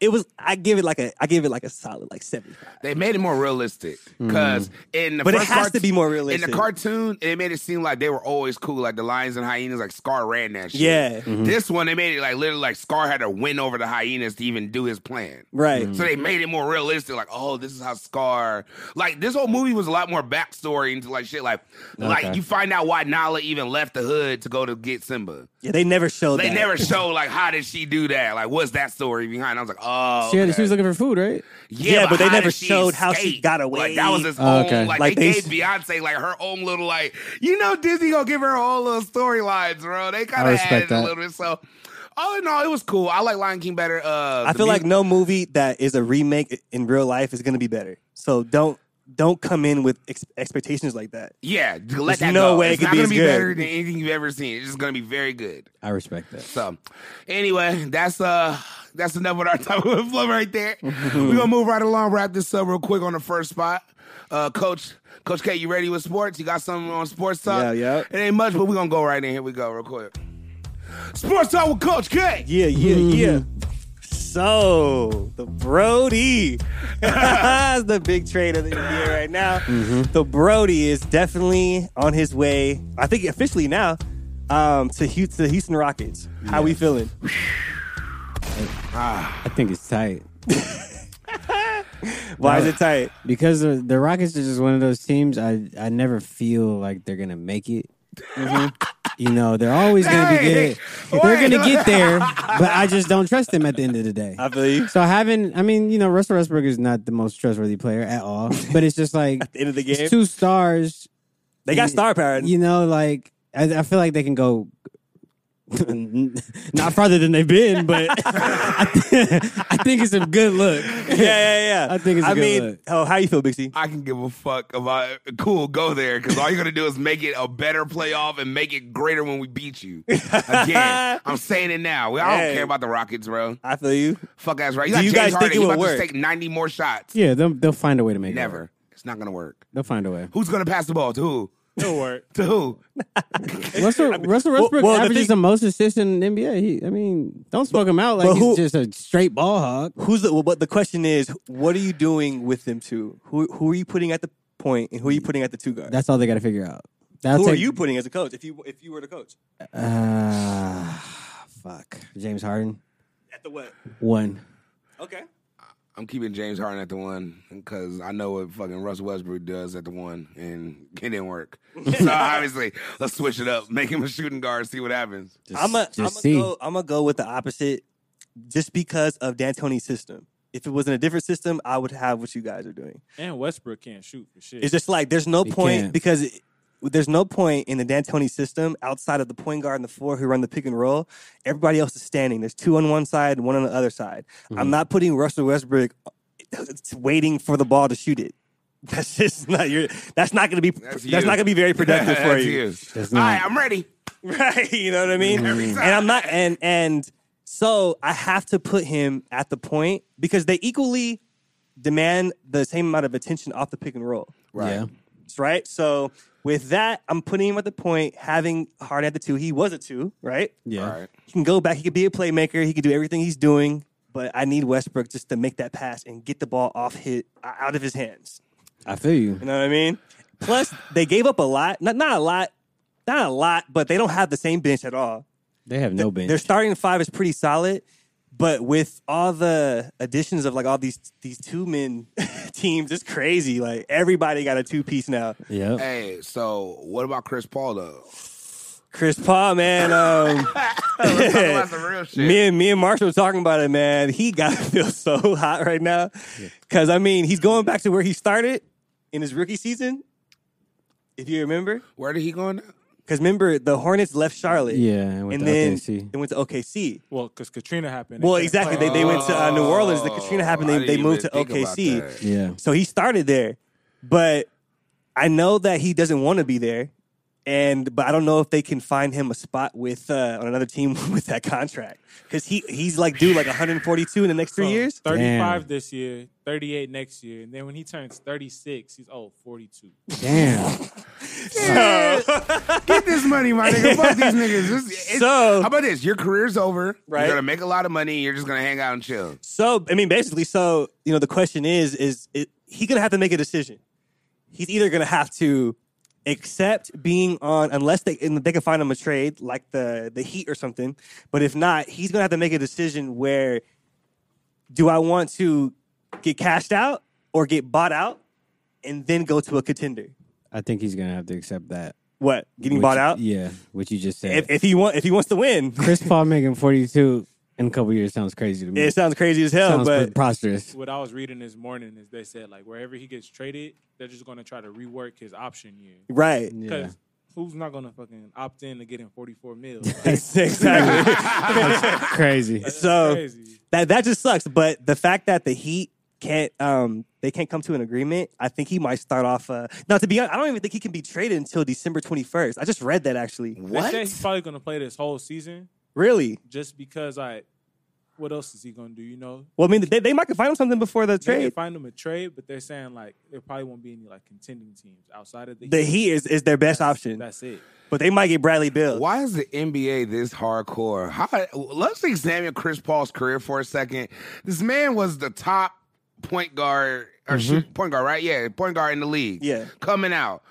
C: it was i give it like a i give it like a solid like 75
E: They made it more realistic because in
C: Mm-hmm.
E: the
C: But it
E: first
C: has to
E: cart-
C: be more
E: In
C: realistic.
E: the cartoon, they made it seem like they were always cool, like the lions and hyenas, like Scar ran that shit.
C: Yeah.
B: Mm-hmm.
C: Mhm.
E: this one they made it like literally like Scar had to win over the hyenas to even do his plan.
C: right
E: So
B: Mm-hmm.
E: they made it more realistic, like, oh, this is how Scar. Like this whole movie was a lot more backstory into like shit, like, like
B: Okay.
E: you find out why Nala even left the hood to go to get Simba.
C: yeah they never showed
E: They
C: that.
E: never show like how did she do that? Like what's that story behind? I was like, oh,
B: She, had,
E: okay.
B: she was looking for food, right?
C: Yeah, but they
E: how
C: never
E: did she
C: showed how she
E: escape?
C: got
E: Like
C: away.
E: that was his
B: Oh,
E: own.
B: okay.
E: Like,
C: Like,
E: they,
C: they-
E: gave Beyonce like her own little like you know Disney gonna give her her own little storylines, bro. They kind
B: I
E: of
B: respect
E: added a
B: that.
E: little bit. So all in all, it was cool. I like Lion King better. Uh,
C: i
E: the
C: feel like
E: mu-
C: no movie that is a remake in real life is gonna be better so don't don't come in with ex- expectations like that
E: yeah, let
C: there's
E: that
C: no
E: go.
C: way it
E: it's
C: could
E: not
C: be
E: gonna
C: as
E: be
C: good.
E: better than anything you've ever seen. It's just gonna be very good.
B: I respect that.
E: So anyway, that's uh that's enough with our top of flow right there. We're gonna move right along, wrap this up real quick on the first spot. Uh coach Coach K, you ready with sports? You got something on sports talk?
C: Yeah, yeah.
E: It ain't much, but we're gonna go right in. Here we go, real quick. Sports talk with Coach K.
C: yeah yeah yeah so the Brody is the big trade of the year right now. The Brody is definitely on his way. I think officially now um, to Hu- to the Houston Rockets. How we feeling?
B: I think it's tight.
C: Why is it tight?
B: Because the, the Rockets are just one of those teams I, I never feel like they're going to make it. Mm-hmm. You know, they're always going to be
E: Hey,
B: good. They're
E: wait.
B: going to get there, but I just don't trust them at the end of the day.
C: I feel you.
B: So having, I mean, you know, Russell Westbrook is not the most trustworthy player at all. But it's just like
C: End of the
B: it's
C: game.
B: two stars.
C: They got
B: and,
C: star power.
B: You know, like I, I feel like they can go Not farther than they've been, but I, th- I think it's a good look.
C: Yeah, yeah, yeah.
B: I think it's a
C: I
B: good
C: mean,
B: look.
C: oh, how you feel, Bixie?
E: I can give a fuck about cool, go there, because all you're gonna do is make it a better playoff and make it greater when we beat you. Again, I'm saying it now. We, I don't
C: Hey.
E: care about the Rockets, bro.
C: I feel you.
E: Fuck ass right. You
C: Do
E: got
C: you
E: James
C: guys think
E: Harden.
C: it
E: He
C: would
E: about
C: work?
E: to take 90 more shots.
B: Yeah, they'll they'll find a way to make it. work.
E: Never. It's not gonna work.
B: They'll find a way.
E: Who's gonna pass the ball to who?
D: It'll work.
E: To who?
B: Russell, Russell Westbrook
C: well, the
B: averages
C: thing-
B: the most assists in the NBA. He, I mean, don't smoke him out like
C: but
B: he's
C: who-
B: just a straight ball hog.
C: Who's the? Well, but the question is, what are you doing with them two? Who who are you putting at the point, and who are you putting at the two guard?
B: That's all they got to figure out. That'll
C: who are
B: take-
C: you putting as a coach? If you if you were the coach
B: Uh, fuck, James Harden.
C: at the what?
B: One.
C: Okay.
E: I'm keeping James Harden at the one because I know what fucking Russ Westbrook does at the one, and it didn't work. so obviously, let's switch it up, make him a shooting guard, see what happens.
B: Just,
C: I'm a,
B: just
C: I'm
B: see.
C: gonna go. I'm gonna go with the opposite, just because of D'Antoni's system. If it was in a different system, I would have what you guys are doing.
D: And Westbrook can't shoot for shit.
C: It's just like there's no
B: They
C: point
B: can't.
C: because it, there's no point in the D'Antoni system outside of the point guard and the four who run the pick and roll. Everybody else is standing. There's two on one side, one on the other side.
B: Mm-hmm.
C: I'm not putting Russell Westbrook uh, waiting for the ball to shoot it. That's just not your. That's not going to be. That's,
E: you.
C: not going to be very productive for
E: That's
C: you
E: his.
B: That's
E: All right,
B: not-
E: I'm ready.
C: right? You know what I mean?
E: Every
C: And
E: time.
C: I'm not, and and so I have to put him at the point because they equally demand the same amount of attention off the pick and roll,
B: Yeah.
C: right? So with that, I'm putting him at the point, having Harden at the two. He was a two, right?
B: Yeah.
E: All right.
C: He can go back. He could be a playmaker. He could do everything he's doing. But I need Westbrook just to make that pass and get the ball off hit out of his hands.
B: I feel you.
C: You know what I mean? Plus, they gave up a lot. Not not a lot. Not a lot, but they don't have the same bench at all.
B: They have no bench.
C: Their starting five is pretty solid, but with all the additions of like all these these two men teams, it's crazy. Like everybody got a two piece now.
B: Yeah.
E: Hey, so what about Chris Paul though?
C: Chris Paul, man. Um,
E: Let's talk about some real shit.
C: me and me and Marshall were talking about it, man. He gotta feel so hot right now because I mean he's going back to where he started in his rookie season. If you remember,
E: Where did he go? now?
C: because remember the Hornets left Charlotte,
B: Yeah. And went
C: and
B: to
C: then
B: OKC.
C: they went to OKC.
D: well, because Katrina happened.
C: Well,
D: They couldn't
C: exactly.
D: play.
C: They, Oh, they went to uh, New Orleans. The Katrina happened.
E: Oh, I
C: They,
E: didn't
C: they
E: even
C: moved to
E: think about
C: OKC.
E: that.
B: Yeah.
C: So he started there, but I know that he doesn't want to be there, and but I don't know if they can find him a spot with uh, on another team with that contract because he he's like due like 142 in the next three
D: So,
C: years.
D: 35
B: Damn.
D: this year, 38 next year. And then when he turns 36, he's, oh, 42.
B: Damn.
E: Get this money, my nigga. Fuck these niggas. This- it's-
C: So-
E: how about this? Your career's over.
C: Oh. Right.
E: You're gonna make a lot of money. You're just gonna hang out and chill.
C: So I mean, basically, so you know, the question is, is, is he gonna have to make a decision? He's either gonna have to accept being on, unless they and they can find him a trade like the the Heat or something. But if not, he's gonna have to make a decision where do I want to get cashed out or get bought out and then go to a contender?
B: I think he's gonna have to accept that.
C: What getting
B: What
C: bought
B: you-
C: out?
B: Yeah. Mm-hmm. What you just said.
C: If, if he want, if he wants to win,
B: Chris Paul making forty two in a couple years sounds crazy to me.
C: it sounds crazy as hell,
B: sounds
C: but
B: preposterous.
D: What I was reading this morning is they said, like, wherever he gets traded, they're just going to try to rework his option year.
C: right.
B: Yeah.
D: Because who's not going to fucking opt in to getting 44 mil?
C: exactly.
B: Crazy.
C: so
D: crazy.
C: that that just sucks. But the fact that the Heat can't um they can't come to an agreement, I think he might start off. Uh, now, to be honest, I don't even think he can be traded until December twenty first. I just read that actually.
E: What?
D: They say he's probably going to play this whole season
C: Really?
D: just because, I. what else is he going to do? You know,
C: Well, I mean, they, they might can find him something before the
D: They can
C: trade.
D: find him a trade, but they're saying like there probably won't be any like contending teams outside of the,
C: The Heat is, is their best option,
D: That's it.
C: but they might get Bradley Bill.
E: Why is the NBA this hardcore? How, let's examine Chris Paul's career for a second. This man was the top point guard or shoot, point guard, right? Yeah, point guard in the league.
C: Mm-hmm. Yeah.
E: coming out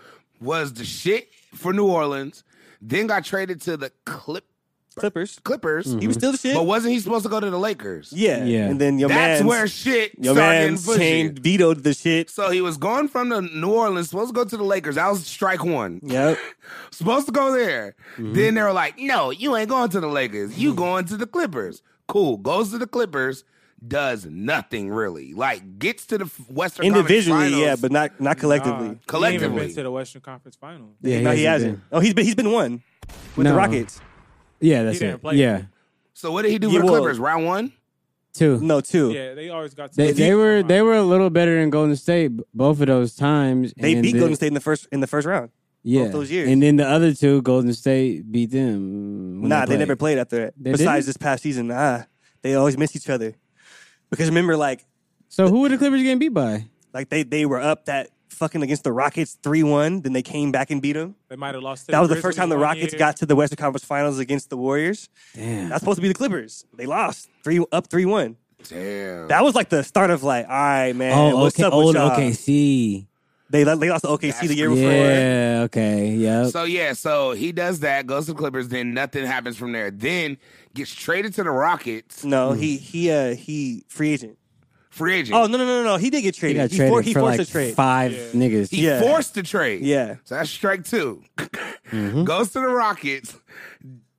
E: was the shit for New Orleans. Then got traded to the Clip,
C: Clippers?
E: Clippers.
C: He was still the shit.
E: Mm-hmm. But wasn't he supposed to go to the Lakers?
C: Mm-hmm. yeah.
B: Yeah.
C: and then your
E: That's
C: man's-
E: where shit
C: your
E: started
C: man
E: getting pushy.
C: changed vetoed the shit.
E: So he was going from the New Orleans, supposed to go to the Lakers. That was strike one.
C: Yep.
E: Supposed to go there.
C: Mm-hmm.
E: Then they were like, no, you ain't going to the Lakers. You going to the Clippers. Cool. Goes to the Clippers, does nothing really. Like gets to the f- Western Conference
C: Individually, yeah,
E: Finals.
C: but not not collectively.
D: Nah, he ain't even
E: Collectively.
D: been to the Western Conference Finals.
B: Yeah,
C: no, he hasn't.
B: been.
C: Oh, he's been he's been one with the
B: No.
C: Rockets.
B: Yeah, that's
D: didn't
B: it.
D: play.
B: Yeah,
E: So what did he do
C: Yeah,
E: for the
C: well-
E: Clippers? Round one?
B: two.
C: No, two.
D: Yeah, they always got.
B: They, they were they were a little better than Golden State b- both of those times.
C: They
B: and
C: beat
B: the-
C: Golden State in the first in the first round.
B: yeah.
C: those years.
B: And then the other two, Golden State beat them. when
C: nah, they never
B: played.
C: played after that.
B: They didn't?
C: Besides this past season, nah, they always missed each other. Because remember, like
B: So who were the Clippers getting beat by?
C: like they they were up that fucking against the Rockets three one. Then they came back and beat them.
D: They might have lost. To
C: That was the first
D: Grizzlies
C: time the
D: one
C: Rockets
D: year.
C: got to the Western Conference Finals against the Warriors.
B: Damn.
C: That's supposed to be the Clippers. They lost three up three one.
E: Damn.
C: That was like the start of like, all right, man.
B: oh,
C: what's
B: okay.
C: up
B: Old
C: with y'all?
B: OKC.
C: They they lost to OKC the year before.
B: Yeah. Okay. Yep.
E: So yeah, so he does that, goes to the Clippers, then nothing happens from there. Then gets traded to the Rockets,
C: No,
B: Hmm.
C: he he uh he free agent.
E: free agent.
C: Oh no no no no, he did get
B: He
C: traded.
B: got
C: He,
B: traded
C: for, he
B: for
C: forced
B: like
C: a trade.
B: five niggas.
E: he
C: yeah.
E: forced the trade.
C: Yeah. Mm-hmm.
E: So that's strike 2 Goes to the Rockets,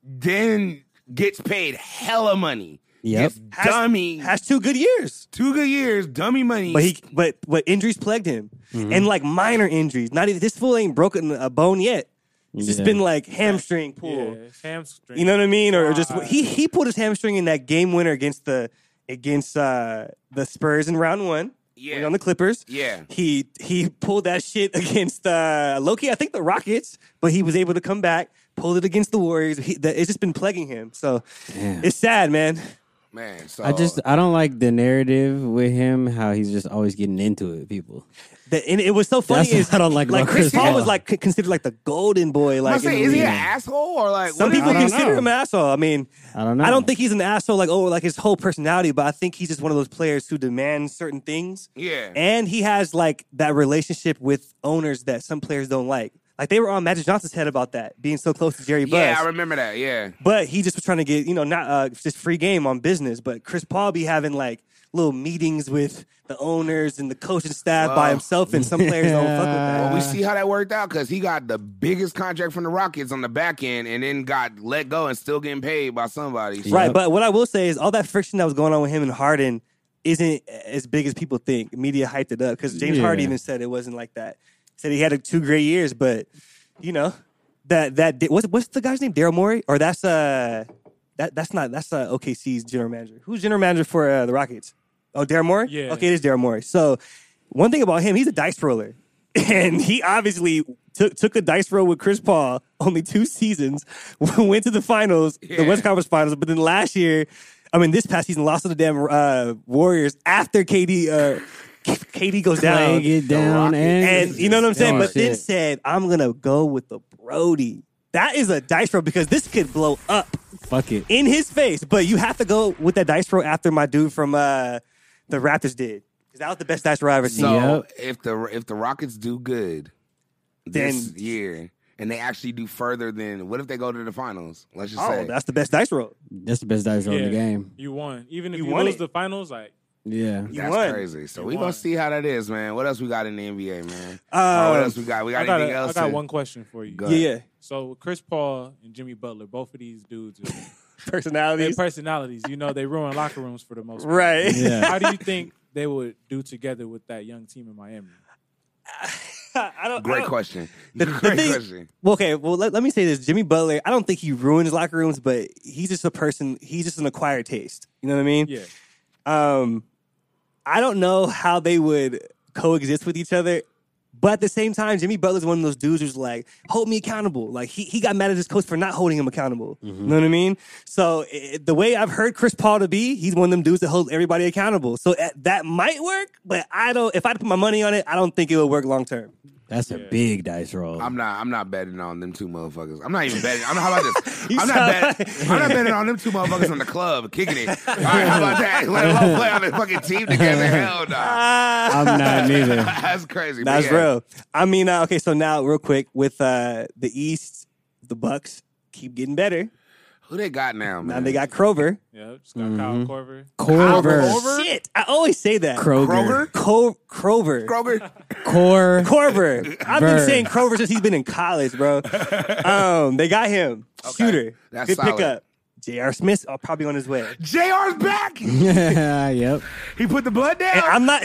E: then gets paid hella money.
B: Yep.
E: Gets
C: Has-
E: dummy
C: has two good years.
E: two good years, dummy money.
C: But he but but injuries plagued him.
B: Mm-hmm.
C: And like minor injuries. Not even this fool ain't broken a bone yet. It's just
B: Yeah.
C: been like hamstring pull.
D: Yeah, hamstring.
C: You know what I mean? Or, or just
D: Right.
C: he he pulled his hamstring in that game winner against the against uh the Spurs in round one.
E: Yeah.
C: When on the Clippers.
E: Yeah.
C: He he pulled that shit against uh Loki, I think the Rockets, but he was able to come back, pulled it against the Warriors. He, that, it's just been plaguing him. So
B: Damn.
C: it's sad, man.
E: man, so
B: I just I don't like the narrative with him. How he's just always getting into it. People.
C: The, and it was so funny
B: That's what
C: is
B: I don't like about
C: Chris
B: Chris
C: Paul was
B: Paul.
C: like c- considered like the golden boy.
E: I'm
C: Like
E: saying,
C: in the
E: is he
C: league.
E: an asshole or like
C: some
E: what is
C: people
E: he-
B: don't
C: consider
B: know.
C: him an asshole. I mean,
B: I don't know.
C: I don't think he's an asshole like oh like his whole personality, but I think he's just one of those players who demands certain things.
E: Yeah.
C: And he has like that relationship with owners that some players don't like. Like they were on Magic Johnson's head about that being so close to Jerry Buss.
E: yeah, I remember that. Yeah.
C: but he just was trying to get you know not uh, just free game on business. But Chris Paul be having like little meetings with the owners and the coaching staff by
E: Well,
C: himself, and some players don't fuck with that.
E: Well, we see how that worked out because he got the biggest contract from the Rockets on the back end and then got let go and still getting paid by somebody. So-
C: Right, but what I will say is all that friction that was going on with him and Harden isn't as big as people think. Media hyped it up because James
B: Yeah.
C: Harden even said it wasn't like that. Said he had a, two great years, but you know that that di- what's what's the guy's name? Daryl Morey, or that's uh that that's not that's uh, OKC's general manager. Who's general manager for uh, the Rockets? Oh, Daryl Morey.
D: Yeah.
C: Okay, it is Daryl Morey. So one thing about him, he's a dice roller, and he obviously took took a dice roll with Chris Paul. Only two seasons went to the finals, the
E: Yeah.
C: West Conference Finals, but then last year, I mean, this past season, lost to the damn uh, Warriors after KD. Uh, KD goes down,
B: Playing it down
E: Rockets.
B: and,
C: and you know what I'm saying.
B: Darn
C: But then
B: shit.
C: said, "I'm gonna go with the Brody." That is a dice roll because this could blow up
B: fuck it.
C: in his face. But you have to go with that dice roll after my dude from uh, the Raptors did. 'Cause That was the best dice roll I ever seen.
E: So
B: Yep.
E: if the if the Rockets do good this
C: Then-
E: year and they actually do further than what if they go to the finals? Let's just
C: Oh,
E: say
C: that's the best dice roll.
B: That's the best dice roll in the game.
D: You won, even if
C: You
D: you,
C: won
D: lose
C: it.
D: the finals. Like
B: Yeah.
C: You
E: that's
C: won.
E: crazy. So
D: You
E: we gonna
D: won.
E: see how that is, man. What else we got in the NBA, man?
C: Uh,
E: Uh, what else we got? We got,
D: I got, a-
E: anything
D: I
E: else?
D: got
E: to-
D: one question for you.
E: Go
C: Yeah,
E: ahead.
C: yeah.
D: So Chris Paul and Jimmy Butler, both of these dudes, are, their
C: Personalities.
D: personalities, you know, they ruin locker rooms for the most. part.
C: right.
B: Yeah.
D: How do you think they would do together with that young team in Miami?
C: I don't, I
E: Great
C: don't-
E: question.
C: The- the
E: Great
C: thing-
E: question.
C: Well, okay, well, let, let me say this. Jimmy Butler, I don't think he ruins locker rooms, but he's just a person, he's just an acquired taste. You know what I mean?
D: Yeah,
C: Um, I don't know how they would coexist with each other. But at the same time, Jimmy Butler's one of those dudes who's like, hold me accountable. Like, he, he got mad at his coach for not holding him accountable. You know what I mean? So, it, the way I've heard Chris Paul to be, he's one of them dudes that holds everybody accountable. So, eh, that might work, but I don't, if I had to put my money on it, I don't think it would work long term.
B: That's a big dice roll.
E: I'm not. I'm not betting on them two motherfuckers. I'm not even betting. I'm. How about this?
C: You
E: I'm not
C: sound
E: betting. I'm not betting on them two motherfuckers in the club kicking it. All right, how about that? Let them all play on the fucking team together. Hell no.
C: Uh,
B: I'm not neither.
E: That's crazy. But
C: That's
E: yeah.
C: real. I mean, uh, okay, so now real quick with uh, the East, the Bucks keep getting better.
E: Who they got now, man?
C: Now they got Krover.
D: yeah. Just got
B: Mm-hmm.
D: Kyle Corver.
B: Corver.
C: Shit, I always say that.
B: Kroger.
E: Kroger?
C: Co- Krover.
E: Kroger.
B: Core.
C: Corver. I've been
B: Ver.
C: saying Krover since he's been in college, bro. Um, they got him. Shooter.
E: That's
C: Good
E: solid.
C: pickup. J.R. Smith's uh, probably on his way.
E: JR's back.
B: yep.
E: He put the blood down.
C: And I'm not.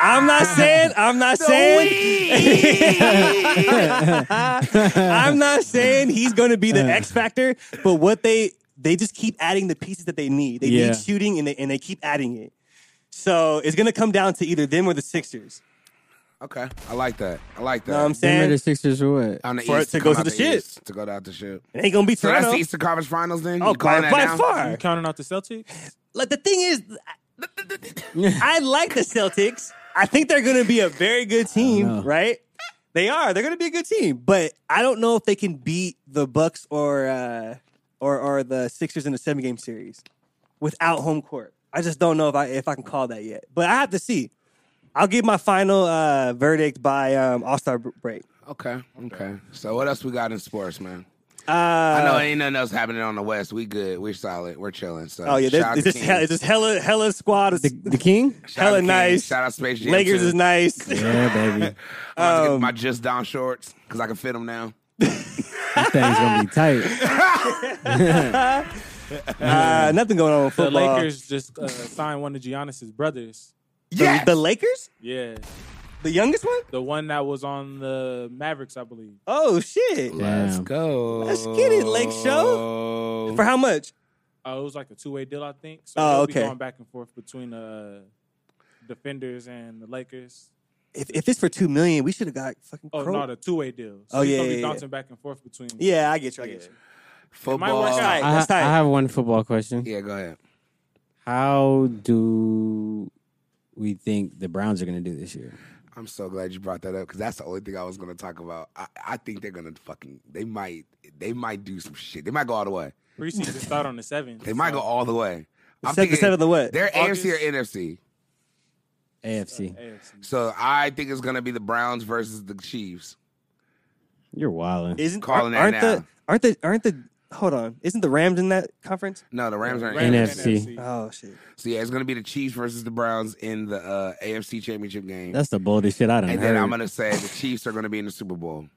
C: I'm not saying. I'm not saying. I'm not saying he's going to be the X factor, but what they they just keep adding the pieces that they need. They
B: Yeah.
C: need shooting, and they and they keep adding it. So it's going to come down to either them or the Sixers.
E: okay, I like that. I like that.
C: You know what I'm
B: They made
C: saying?
B: the Sixers for what?
E: on the
C: For
E: East
C: it to go
E: come
C: to
E: out
C: the shit.
E: East, to go out the shit.
C: It ain't going to be
E: So that's
C: Toronto.
E: the Eastern Conference Finals then.
C: oh,
E: You calling
C: by,
E: that
C: by
E: now?
C: far.
D: You counting out the Celtics?
C: Like the thing is, I- I like the Celtics. I think they're going to be a very good
B: know.
C: team, right? They are. They're going to be a good team, but I don't know if they can beat the Bucks or uh, or or the Sixers in a seven game series without home court. I just don't know if I if I can call that yet. But I have to see. I'll give my final uh, verdict by um, All Star break.
E: Okay, okay. So what else we got in sports, man?
C: Uh,
E: I know ain't nothing else happening on the West. We good. We're solid. We're chilling. So
C: Oh yeah,
E: shout out
C: there's-
E: to
C: it's just,
E: Kings.
C: hella, it's just hella hella squad. It's
B: The, the King?
E: Shout out to
C: hella
E: Kings.
C: nice.
E: Shout out Space Jam.
C: Lakers
E: too.
C: is um, nice.
B: Yeah, baby.
E: I'm about to get my just down shorts because I can fit them now.
B: This thing's gonna be tight.
C: Uh, nothing going on with
D: The
C: football.
D: Lakers just uh, signed one of Giannis's brothers.
C: The,
E: Yes!
C: the Lakers?
D: Yeah,
C: The youngest one?
D: the one that was on the Mavericks, I believe.
C: Oh shit!
B: Damn.
E: go.
C: Let's get it, Lake
E: Show.
C: For how much?
D: Uh, it was like a two way deal, I think. So
C: Oh,
D: they'll
C: okay.
D: be going back and forth between uh, defenders and the Lakers.
C: If, if it's for two million, we should have got fucking.
D: Oh,
C: Crow.
D: not a two way deal. So
C: Oh,
D: it's
C: yeah,
D: gonna
C: yeah,
D: be
C: yeah.
D: bouncing back and forth between.
C: yeah, I get you. I get you.
D: might
E: Football.
D: work
C: All
D: out.
C: right,
B: I,
C: that's
B: I
C: tight.
B: have one football question.
E: Yeah, go ahead.
B: How do we think the Browns are gonna do this year?
E: I'm so glad you brought that up because that's the only thing I was gonna talk about. I, I think they're gonna fucking. They might. They might do some shit. They might go all the way.
D: Preseason start on the seventh.
E: They might
D: so- uh,
E: go all the way.
C: Seven
E: I'm thinking
C: percent of the what?
E: They're
D: August.
E: AFC or NFC.
B: AFC.
D: AFC.
E: So I think it's gonna be the Browns versus the Chiefs.
B: You're wildin'.
C: Isn't
E: calling that
C: aren't
E: now.
C: the aren't the aren't the hold on? Isn't the Rams in that conference?
E: No, the Rams aren't.
D: Rams,
E: in.
B: NFC.
C: Oh shit!
E: So yeah, it's gonna be the Chiefs versus the Browns in the uh, AFC Championship game.
B: That's the boldest shit I done
E: and
B: heard.
E: then I'm gonna say the Chiefs are gonna be in the Super Bowl.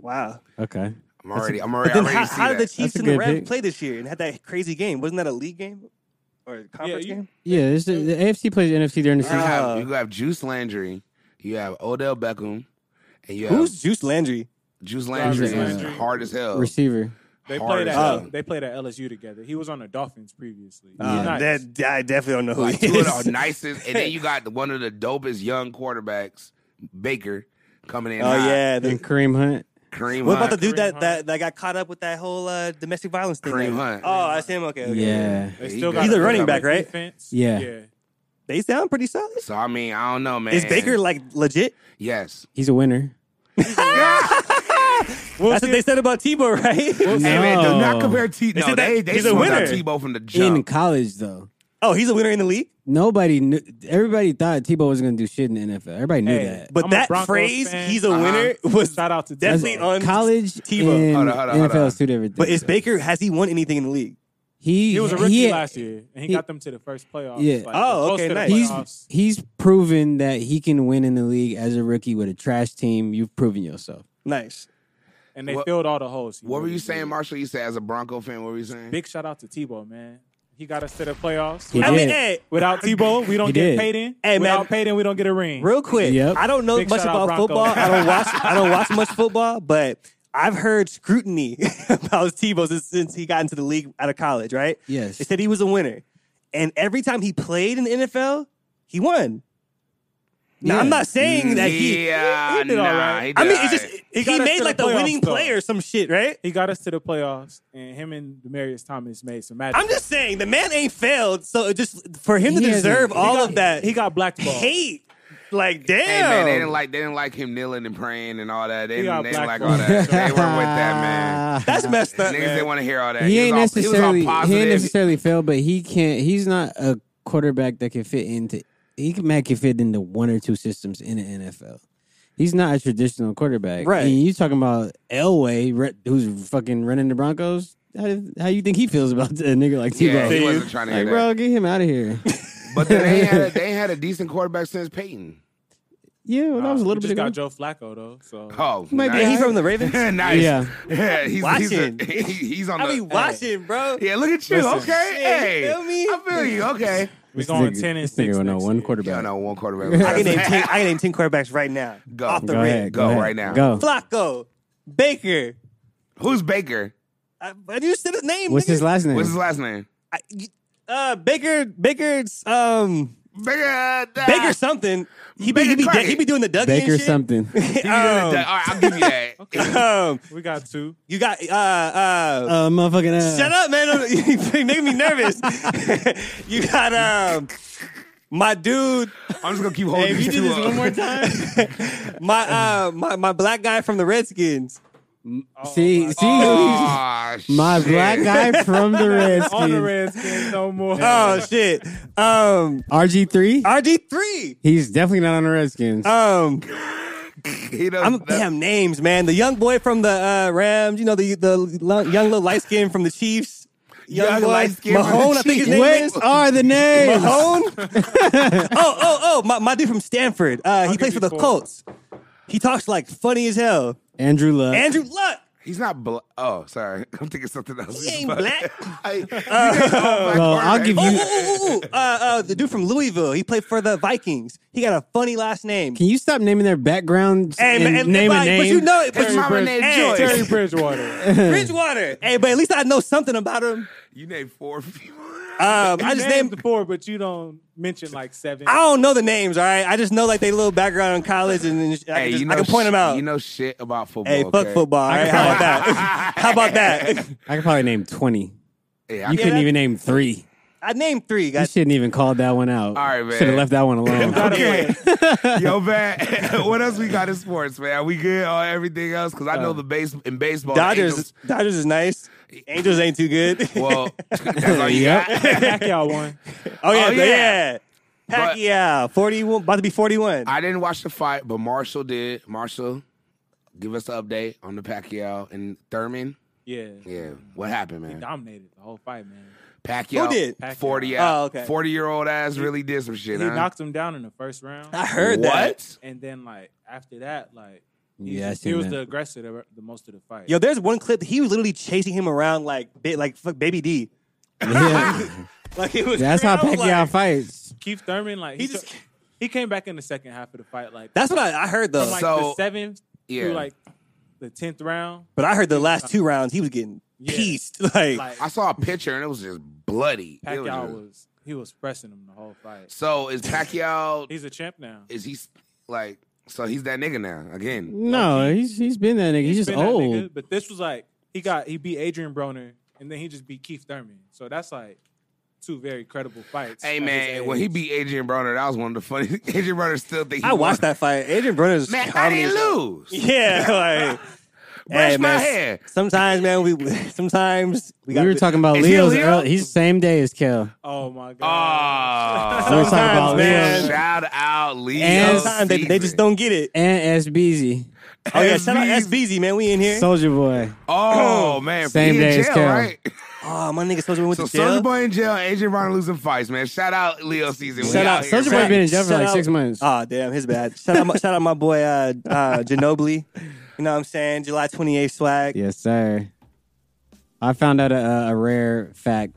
C: Wow.
B: okay.
E: I'm already. I'm
C: But
E: already. I
C: then
E: already
C: how,
E: see
C: how did the
E: that.
C: Chiefs
B: a
C: and the
B: good
C: Rams
B: pick.
C: play this year and had that crazy game? Wasn't that a league game or a conference
D: you-
C: game?
B: Yeah, it's the, the AFC plays the NFC during the
E: you,
B: season.
E: have,
C: Uh,
E: you have Juice Landry. You have Odell Beckham. And you have
C: Who's Juice Landry?
E: Juice Landry?
B: Jarvis
E: is
D: Landry.
E: hard as hell.
B: Receiver.
D: They
E: Hard
D: played at
E: as hell.
C: Oh.
D: they played at LSU together. He was on the Dolphins previously.
B: Uh,
D: He's nice.
C: Um, That I definitely don't know who
E: Like
C: he
E: two
C: is.
E: of the nicest, and then you got the- one of the dopest young quarterbacks, Baker, coming in.
C: oh
E: hot.
C: yeah, the
B: And Kareem Hunt.
E: Kareem.
C: What about the
E: Hunt.
C: dude
D: Kareem
C: that,
D: Hunt.
C: that that got caught up with that whole uh, domestic violence thing?
E: Kareem
C: Like-
E: Hunt.
C: Oh, that's him. Okay. okay.
B: Yeah.
D: They
E: He
D: still
E: good.
D: got
C: He's a
D: a
C: running back,
D: solid
C: right?
D: Defense.
B: Yeah.
D: yeah.
C: They sound pretty solid.
E: So I mean, I don't know, man.
C: Is Baker like legit?
E: Yes.
B: He's a winner.
C: Well, that's what they said about Tebow, right?
E: Hey, man, do not
B: No.
E: compare Tebow.
C: said
E: No,
C: that
E: they they
C: he's a
E: smoked out
C: winner.
E: Tebow from the jump.
B: In college though.
C: oh, he's a winner in the league.
B: Nobody knew everybody thought Tebow was gonna do shit in the NFL. Everybody knew
D: Hey,
B: that.
C: But
D: I'm a
C: that
D: Broncos
C: phrase,
D: fan.
C: "he's a
E: Uh-huh.
C: winner," was
D: Shout out to
B: That's-
C: definitely on
B: college
C: Tebow.
B: and
E: Hold on, hold on, hold
B: NFL
E: on.
B: is two different things.
C: But is Baker? Has he won anything in the league?
B: he,
D: He was a rookie
B: he-
D: last year, and he,
B: he-
D: got them to the first playoffs.
B: Yeah.
D: like,
C: Oh,
D: close
C: okay,
D: to the
C: nice.
B: He's
D: playoffs.
B: he's proven that he can win in the league as a rookie with a trash team. You've proven yourself.
C: Nice.
D: and they
E: What-
D: filled all the holes. He
E: What were
D: really
E: you saying,
D: did.
E: Marshall? You said as a Bronco fan, what were you saying?
D: Big shout out to Tebow, man. He got us to the playoffs.
B: He
C: I mean,
B: did.
C: hey,
D: Without Tebow, we
B: He
D: don't get
B: did.
D: paid in.
C: Hey, man.
D: Without paid in, we don't get a ring.
C: real quick.
B: Yep.
C: I don't know
D: Big
C: much
D: shout out
C: about
D: Broncos.
C: football. I don't watch. I don't watch much football, but I've heard scrutiny about Tebow since, since he got into the league out of college. Right?
B: Yes.
C: They said he was a winner, and every time he played in the NFL, he won. Now I'm
B: Yeah.
C: not saying that he.
E: Mm, yeah,
D: he did all
E: nah,
D: right.
E: he did
C: I mean,
E: all
C: it's just
E: right.
C: he,
D: got us
C: made
D: to
C: like the,
D: the playoffs,
C: winning
D: though.
C: play or some shit, right?
D: He got us to the playoffs, and him and Demarius Thomas made some magic.
C: I'm just saying the man ain't failed, so it just for him to
B: He hasn't-
C: deserve
B: he
C: all
D: got-
C: of that,
D: he got blackballed.
C: hate. Like damn,
E: Hey man, they didn't like they didn't like him kneeling and praying and all that. They
D: He
E: didn't,
D: got
E: they didn't like all
D: blackballed.
E: that. they weren't with that man.
C: that's messed up.
E: Niggas
C: man.
E: didn't want to hear all that.
B: he ain't
E: was all,
B: necessarily
E: he was all
B: he ain't
E: positive.
B: necessarily failed, but he can't. He's not a quarterback that can fit into. He can make it fit into one or two systems in the NFL. He's not a traditional quarterback,
C: Right.
B: And you talking about Elway, re- who's fucking running the Broncos? How, how you think he feels about a nigga like Tebow?
E: yeah, he wasn't trying to hear
B: like,
E: that.
B: bro, get him out of here.
E: But then they had a, they had a decent quarterback since Peyton.
B: Yeah, well, that was a
D: Uh,
B: little
D: we
B: bit ago.
D: just got Joe Flacco though. So
E: Oh,
B: Might be-
E: nice.
C: he from the Ravens?
E: nice.
B: Yeah.
E: yeah he's, he's, a,
C: Watching.
E: he- he's on
C: I be
E: the.
C: watching, bro.
E: Yeah, look at you.
D: Listen.
E: okay, hey,
C: feel me?
E: I feel you. Okay,
D: we going ten and six.
B: No,
D: next
B: one
D: year.
E: yeah,
B: quarterback.
E: no one quarterback.
C: I can name 10, I can name 10 quarterbacks right now.
E: Go.
C: Off the
B: Go
C: rip.
B: ahead,
E: Go
B: ahead.
E: right now.
B: Go.
C: Flacco, Baker.
E: Who's Baker?
C: I, I just said his name.
B: What's
C: nigga.
B: his last name?
E: What's his last name?
C: I- you- uh, Baker, Baker's, um,
E: Baker. da-
C: Baker something. He be, he be,
E: Baker
C: he be doing the Dougie and
B: Baker
C: shit.
B: something.
E: He did it. All right, I'll give you that.
C: Um,
D: We got two.
C: you got, uh, uh,
B: uh, motherfucking. Uh,
C: shut up, man. Don't- you making me nervous. you got, um, my dude,
E: I'm just gonna keep holding
C: if you do
E: these two
C: this
E: up.
C: one more time, my, uh, my, my black guy from the Redskins.
B: See, see,
E: Aw,
B: my
E: Oh, shit.
B: black guy from the
D: On
B: Redskins.
D: the Redskins no more.
C: Oh, shit. Um,
B: RG three.
C: RG3.
B: He's definitely not on the Redskins.
C: Um,
E: He does,
C: I'm damn names, man. The young boy from the uh, Rams, you know the the lo- young little light skin from the Chiefs.
E: Young
C: boy.
E: light-skinned from the
C: Mahone, Oh, I think his
E: Chiefs.
C: name
B: Wait
C: is
B: are the names?
C: Mahone. oh, oh, oh! My, my dude from Stanford. Uh, he plays for the
D: four.
C: Colts. He talks like funny as hell.
B: Andrew Luck.
C: Andrew Luck.
E: He's not black. Oh, sorry. I'm thinking something else.
C: He ain't black. Uh,
E: I, you guys all black
B: Well, I'll
E: quarterbacks.
B: give
C: Oh,
B: you-
C: ooh, ooh, ooh, ooh. Uh, uh, the dude from Louisville. He played for the Vikings. He got a funny last name.
B: Can you stop naming their background and,
C: man,
B: name
C: but,
B: a name?
C: but you know it. But
E: His
C: you,
E: mama named
C: Hey,
E: Joyce.
D: Terry Bridgewater.
C: Bridgewater. Hey, but at least I know something about him.
E: You named four people.
C: Um, I
D: I
C: just named
D: named the four, but you don't mention like seven.
C: I don't know the names, all right? I just know like they little background in college and, and I,
E: Hey,
C: can just,
E: you know
C: I can point them
E: sh-
C: out.
E: You know shit about football.
C: hey, fuck
E: okay?
C: football, all right? How about that? How about that?
B: I could probably name twenty.
E: Yeah, I
B: You
E: can-
B: couldn't
C: that-
B: even name three.
C: I named three,
B: You
C: guys.
B: shouldn't even called that one out.
E: All right, man.
B: Should have left that one alone.
E: Okay. Yo, man. what else we got in sports, man? Are we good on everything else? Because I know the base in baseball. the
C: Uh, Dodgers, Dodgers is nice. Angels ain't too good.
E: Angels- well, that's all you got.
D: Pacquiao won.
C: oh yeah,
E: oh,
C: but
E: yeah.
C: yeah.
E: But-
C: Pacquiao, forty-one, about to be forty-one.
E: I didn't watch the fight, but Marshall did. Marshall, give us an update on the Pacquiao and Thurman.
D: Yeah.
E: Yeah, Mm. what happened, man?
D: Dominated the whole fight, man.
E: Pacquiao,
C: Who did?
E: forty
C: Pacquiao.
E: out,
C: Oh, okay.
E: forty year old ass really did some
D: He
E: shit. huh?
D: knocked him down in the first round.
C: I heard
E: what?
C: that.
D: And then like after that, like he,
B: Yeah, I
D: he
B: seen
D: was
B: that.
D: the aggressor the, the most of the fight.
C: Yo, there's one clip. He was literally chasing him around like, ba- like fuck, baby D.
B: Yeah.
C: Like it was.
B: That's
C: crazy.
B: how
C: I was
B: Pacquiao
C: like-
B: fights.
D: Keith Thurman, like he,
C: He
D: just
C: just-
D: he came back in the second half of the fight, like
C: That's what I, I heard though.
D: from like
E: So-
D: the seventh
E: yeah.
D: through like the tenth round.
C: but I heard the last two rounds he was getting
D: Yeah.
C: pieced. like
D: Like
E: I saw a picture and it was just bloody. It was
D: Pacquiao
E: just-
D: was he was pressing him the whole fight.
E: So is Pacquiao?
D: He's a champ now.
E: is he s- like? So he's that nigga now again.
B: No, he's he's been that nigga. He's, just
D: been that
B: old.
D: nigga, but this was like he got he beat Adrian Broner and then he just beat Keith Thurman. So that's like two very credible fights.
E: Hey
D: at his
E: man, when he
D: age.
E: beat Adrian Broner, that was one of the funniest. Adrian Broner still think he
C: I watched
E: won.
C: that fight. Adrian Broner's
E: Man, I
C: comedy
E: didn't
C: is-
E: lose.
C: Yeah, like
E: Brush
C: hey,
E: my
C: man,
E: hair.
C: Sometimes, man, we sometimes
B: We
C: we got
B: were talking about
E: Is he a
B: Leo's.
E: Leo?
B: early- He's the same day as Kel.
D: oh my
E: Oh,
D: god.
B: We were talking
C: Sometimes,
B: about
C: man.
B: Leo
E: Shout out Leo.
B: Oh, And
C: Sometimes they, they just
E: Caesar.
C: don't get it.
B: and SBZ,
C: Oh yeah, shout out
E: SBs.
C: SBZ, man. We in here.
B: Soldier Boy.
E: Oh man,
B: Same
E: he in
B: day as
E: jail,
B: Cal.
E: right?
C: oh my nigga, Soldier went
E: So
C: to jail.
E: Soldier Boy in jail, Adrian Broner losing fights, man. Shout out Leo season.
C: Shout out,
B: Soulja Boy
C: shout-
B: been in jail for
C: shout
B: like
C: out-
B: six months.
C: Oh damn, his bad. Shout out, my, shout out my boy uh, uh, Ginobili. You know what I'm saying? July 28th swag.
B: Yes, sir. I found out a, a rare fact.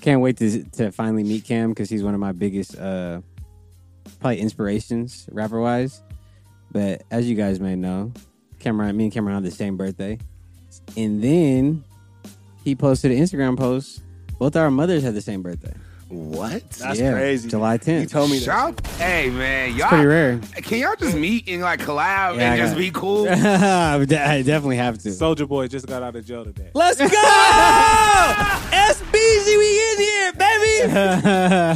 B: Can't wait to to finally meet Cam because he's one of my biggest, uh, probably inspirations rapper wise. But as you guys may know, Cameron, me and Cameron have the same birthday, and then he posted an Instagram post. Both our mothers had the same birthday.
E: What?
C: That's
B: Yeah,
C: crazy.
B: July 10th.
C: You told me that.
E: Shout, hey man, y'all.
B: Pretty rare.
E: Can y'all just meet and like collab
B: Yeah, I
E: and just
B: got-
E: be cool?
B: I definitely have to.
D: Soldier Boy just got out of jail today.
C: Let's go! SBZ, we in here,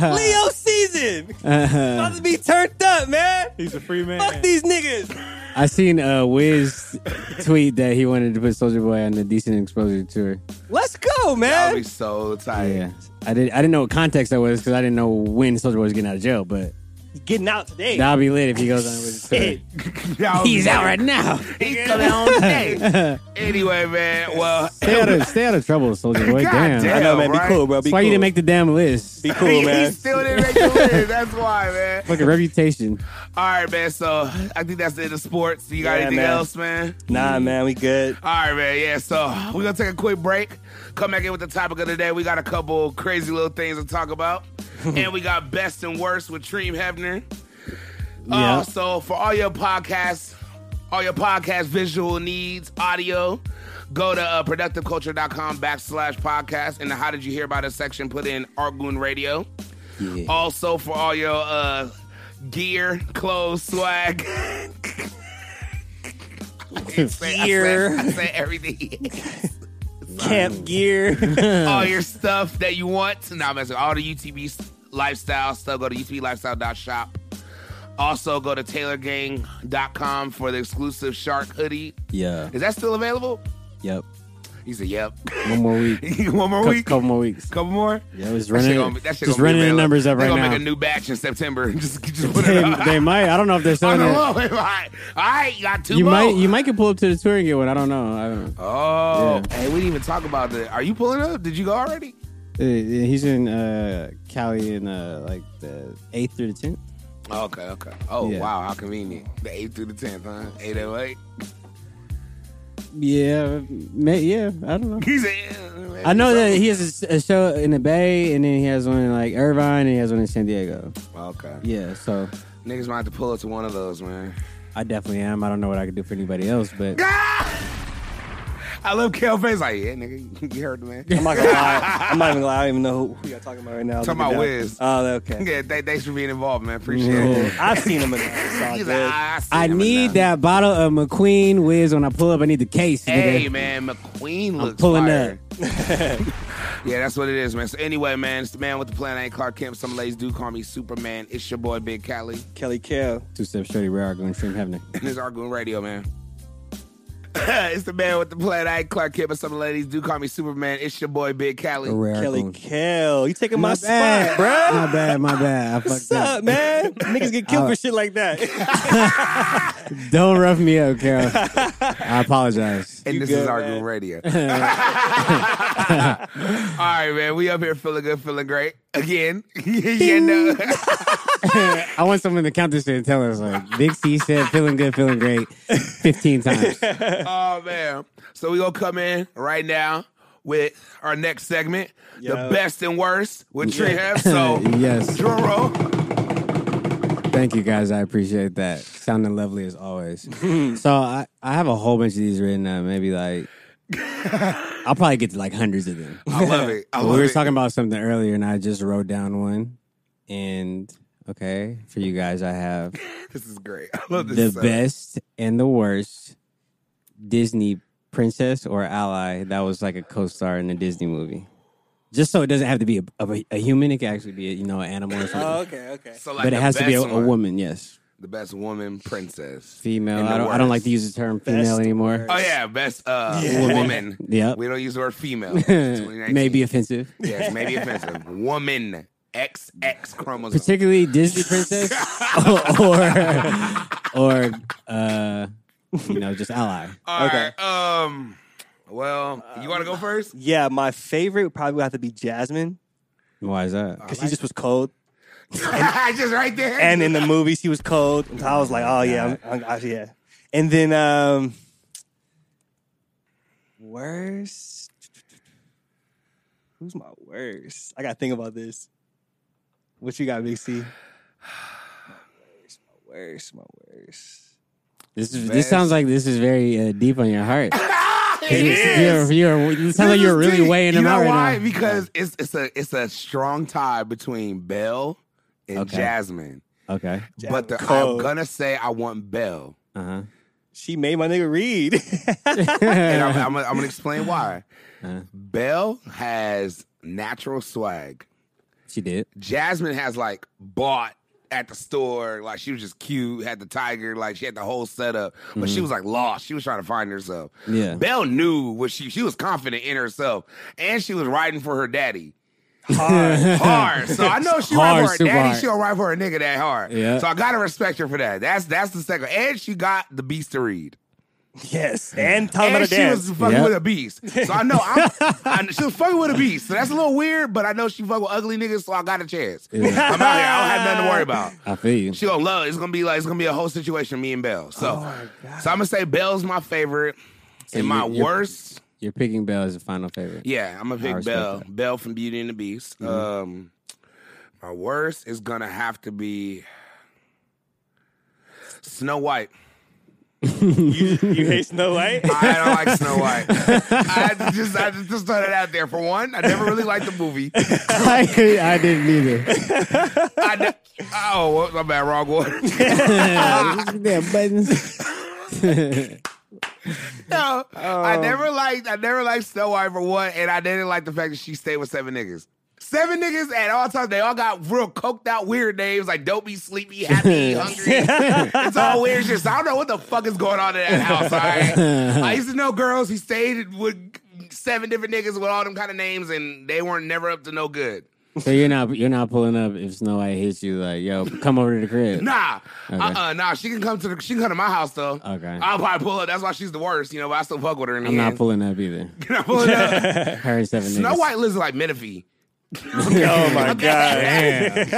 C: baby. Leo season. About to be turned up, man.
D: He's a free man.
C: Fuck these niggas.
B: I seen uh, Wiz tweet that he wanted to put Soldier Boy on the Decent Exposure tour. Oh,
C: Let's go,
E: I'll be
C: man.
E: so tight.
B: Yeah, I did. I didn't know what context that was because I didn't know when Soldier Boy was getting out of jail. But
C: getting out today.
B: That'll be lit if he goes on with it.
C: Shit.
B: He's out right now.
E: He's coming on today. anyway, man. Well,
B: Stay out of stay out of trouble, soldier boy.
E: God
B: Damn.
E: damn.
C: I know, man.
E: right?
C: Be cool, bro. Be
B: That's why you
C: cool.
B: didn't make the damn list.
C: Be cool,
E: he
C: man.
E: still didn't make the list. That's why, man.
B: Fucking reputation.
E: All right, man. So I think that's it of sports. You got
C: Yeah,
E: anything
C: man.
E: else, man?
C: Nah, man, we good.
E: All right, man. Yeah. So we're gonna take a quick break. Come back in with the topic of the day. We got a couple crazy little things to talk about, and we got best and worst with Treem Hebner.
B: Yeah.
E: Also, Uh, for all your podcasts, all your podcast visual needs, audio, go to uh, productiveculture.com backslash podcast. In the How Did You Hear About Us section, put in Argoon Radio. Also, for all your uh, gear, clothes, swag. gear. I said everything.
C: Camp gear.
E: all your stuff that you want. Now, nah, messing all the UTB s- lifestyle stuff. Go to utblifestyle.shop. Also, go to taylorgang.com for the exclusive shark hoodie.
B: Yeah.
E: Is that still available?
B: Yep.
E: He said, "Yep."
B: One more week.
E: One more
B: Cou-
E: week,
B: couple more weeks.
E: couple more.
B: Yeah, it's
E: That shit
B: running.
E: gonna be- that shit
B: just
E: gonna be
B: running the
E: available.
B: numbers up
E: They
B: right
E: gonna
B: now.
E: make a new batch in September. just, just put it
B: they,
E: up.
B: they might. I don't know if they're
E: I
B: selling
E: don't
B: it.
E: know. All right, all right, you got two
B: You
E: more.
B: might. You might can pull up to the tour and get one. I don't know. I don't know.
E: oh, hey, we didn't even talk about that. Are you pulling up? Did you go already?
B: Uh, yeah, he's in uh, Cali in uh, like the eighth through the tenth.
E: Okay, okay. Oh
B: Yeah.
E: wow, how convenient. The eighth through the tenth, huh? Eight oh eight.
B: Yeah, may, yeah. I don't know.
E: He said,
B: I know that he has a s- a, show in the Bay, and then he has one in like Irvine, and he has one in San Diego.
E: Okay.
B: Yeah, so
E: Niggas might have to pull up to one of those, man.
B: I definitely am. I don't know what I could do for anybody else, but
E: Ah! I love Kel Face. Like, yeah, nigga, you heard the man.
C: I'm not gonna lie. I'm not even gonna lie. I don't even know who, who y'all talking about right now.
E: Talking
C: Look
E: about
C: it down.
E: Wiz.
C: Oh, okay.
E: yeah, th- thanks for being involved, man. Appreciate
B: Cool.
E: it.
C: I've seen him enough. It's all
E: He's
C: good.
E: like, "Ah, seen
B: I
E: him
B: need
E: enough."
B: that bottle of McQueen Whiz when I pull up. I need the case.
E: Hey
B: nigga.
E: man, McQueen looks
B: pulling
E: fire. yeah, that's what it is, man. So anyway, man, it's the man with the plan. I ain't Clark Kemp. Some ladies do call me Superman. It's your boy Big Cali,
C: Kelly Kell.
B: Two step shorty, rare going stream heaven.
E: and it's Argoon Radio, man. it's the man with the plan. I ain't Clark Kemp, but some ladies do call me Superman. It's your boy Big Cali.
B: Rare
C: Kelly
B: Argoon.
C: Kell. You taking my,
B: bad,
C: spot, bro?
B: My bad, my bad. I
C: What's
B: fucked
C: up,
B: up.
C: man? Niggas get killed for shit like that.
B: Don't rough me up, Carol. I apologize.
E: And
C: You
E: this
C: good,
E: is our
C: man?
E: Goon radio. All right, man. We up here feeling good, feeling great. Again. you know.
B: I want someone to count this shit and tell us like Big C said, feeling good, feeling great, fifteen times.
E: oh man. So we gonna come in right now with our next segment,
C: Yeah.
E: the best and worst with Tree Hef. So
B: yes,
E: drum roll.
B: thank you guys. I appreciate that. Sounding lovely as always. so I, I have a whole bunch of these written up. Maybe like I'll probably get to like hundreds of them.
E: I love it. I
B: But
E: love
B: we were
E: it.
B: talking about something earlier, and I just wrote down one. And okay, for you guys, I have
E: this is great. I love this.
B: the
E: song.
B: best and the worst Disney princess or ally that was like a co-star in a Disney movie. Just so it doesn't have to be a, a, a human, it could actually be a, you know an animal or something.
C: oh, okay, okay.
E: So like
B: but it
E: the
B: has to be a,
E: best
B: a
E: one.
B: woman, yes,
E: The best woman princess.
B: female.
E: And the
B: I don't, I don't like
E: worst.
B: to use the term
C: Best
B: female anymore.
C: word.
E: Oh yeah, best uh, woman.
B: Yep,
E: We don't use the word female.
B: maybe offensive.
E: yes, maybe offensive. Woman. XX chromosome.
B: particularly Disney princess or or uh, you know just ally.
E: All
C: Okay.
E: right, Um. Well, you want to go first?
C: Yeah, my favorite probably would have to be Jasmine
B: Why is
E: Uh,
B: that?
C: because she just was cold,
E: Just right there.
C: and in the movie she was cold, and so I was like, oh yeah, I'm, I'm, I- yeah. And then um, worst. Who's my worst? I gotta think about this. What you got, Big C? My worst, my worst, my worst.
B: This is
E: Best.
B: this sounds like this is very uh, deep on your heart.
E: it is.
B: You're, you're, it sounds like
E: This
B: you're
E: is
B: really
E: deep.
B: weighing
E: you
B: them
E: know
B: out right
E: why?
B: now.
E: Because it's it's a it's a strong tie between Belle and
B: Okay.
E: Jasmine.
B: Okay.
E: But the, I'm
C: Cold.
E: gonna say I want Belle,
B: Uh
C: She made my nigga read.
E: and I'm,
B: huh.
E: I'm, gonna- I'm gonna explain why.
B: Uh.
E: Belle has natural swag.
B: she did.
E: Jasmine has like bought at the store, like she was just cute, had the tiger, like she had the whole setup, but she was like lost. She was trying to find herself.
B: Mm-hmm. Yeah.
E: Belle knew what she she was confident in herself, and she was riding for her daddy. hard, hard. So I know she
B: Hard,
E: ride for her
B: super
E: daddy.
B: hard.
E: She don't ride for her nigga that hard.
B: Yeah.
E: So I gotta respect her for that. That's that's the second. And she got the beast to read.
C: Yes, and talking
E: And
C: about
E: she
C: her dad.
E: was fucking
B: Yep.
E: with a beast. So I know I'm, I, she was fucking with a beast. So that's a little weird, but I know she fuck with ugly niggas, so I got a chance. I'm out here. I don't have nothing to worry about.
B: I feel you.
E: She gonna love. It's gonna be like it's gonna be a whole situation. Me and Belle. So, so I'm gonna say Belle's my favorite. and my
B: you- you're-
E: worst,
B: You're picking Belle as a final favorite.
E: yeah, I'm gonna
B: I
E: pick
B: respect
E: Belle.
B: that. Mm-hmm.
E: Belle from Beauty and the Beast. Um, my worst is gonna have to be Snow White.
C: you hate Snow White?
E: I don't like Snow White. I just I just throw that out there. For one, I never really liked the movie.
B: I, I didn't either.
E: I ne- oh, whoops, my bad, wrong one.
B: Damn buttons.
E: No,
B: Um,
E: I never liked I never liked Snow White for one, and I didn't like the fact that she stayed with seven niggas. Seven niggas at all times. They all got real coked out weird names like don't be sleepy, happy, hungry. it's all weird shit. So I don't know what the fuck is going on in that house. All right? I used to know girls who stayed with seven different niggas with all them kind of names, and they weren't never up to no good.
B: So you're not you're not pulling up if Snow White hits you like, yo, come over to the crib.
E: Nah,
B: Okay.
E: uh, uh nah. She can come to the, she can come to my house though.
B: Okay.
E: I'll probably pull up. That's why she's the worst, you know. But I still fuck with her. In the
B: I'm not
E: end.
B: pulling up either.
E: Can I pull it up?
B: Her and seven
E: Snow
B: niggas.
E: White lives like Menifee.
C: oh my god.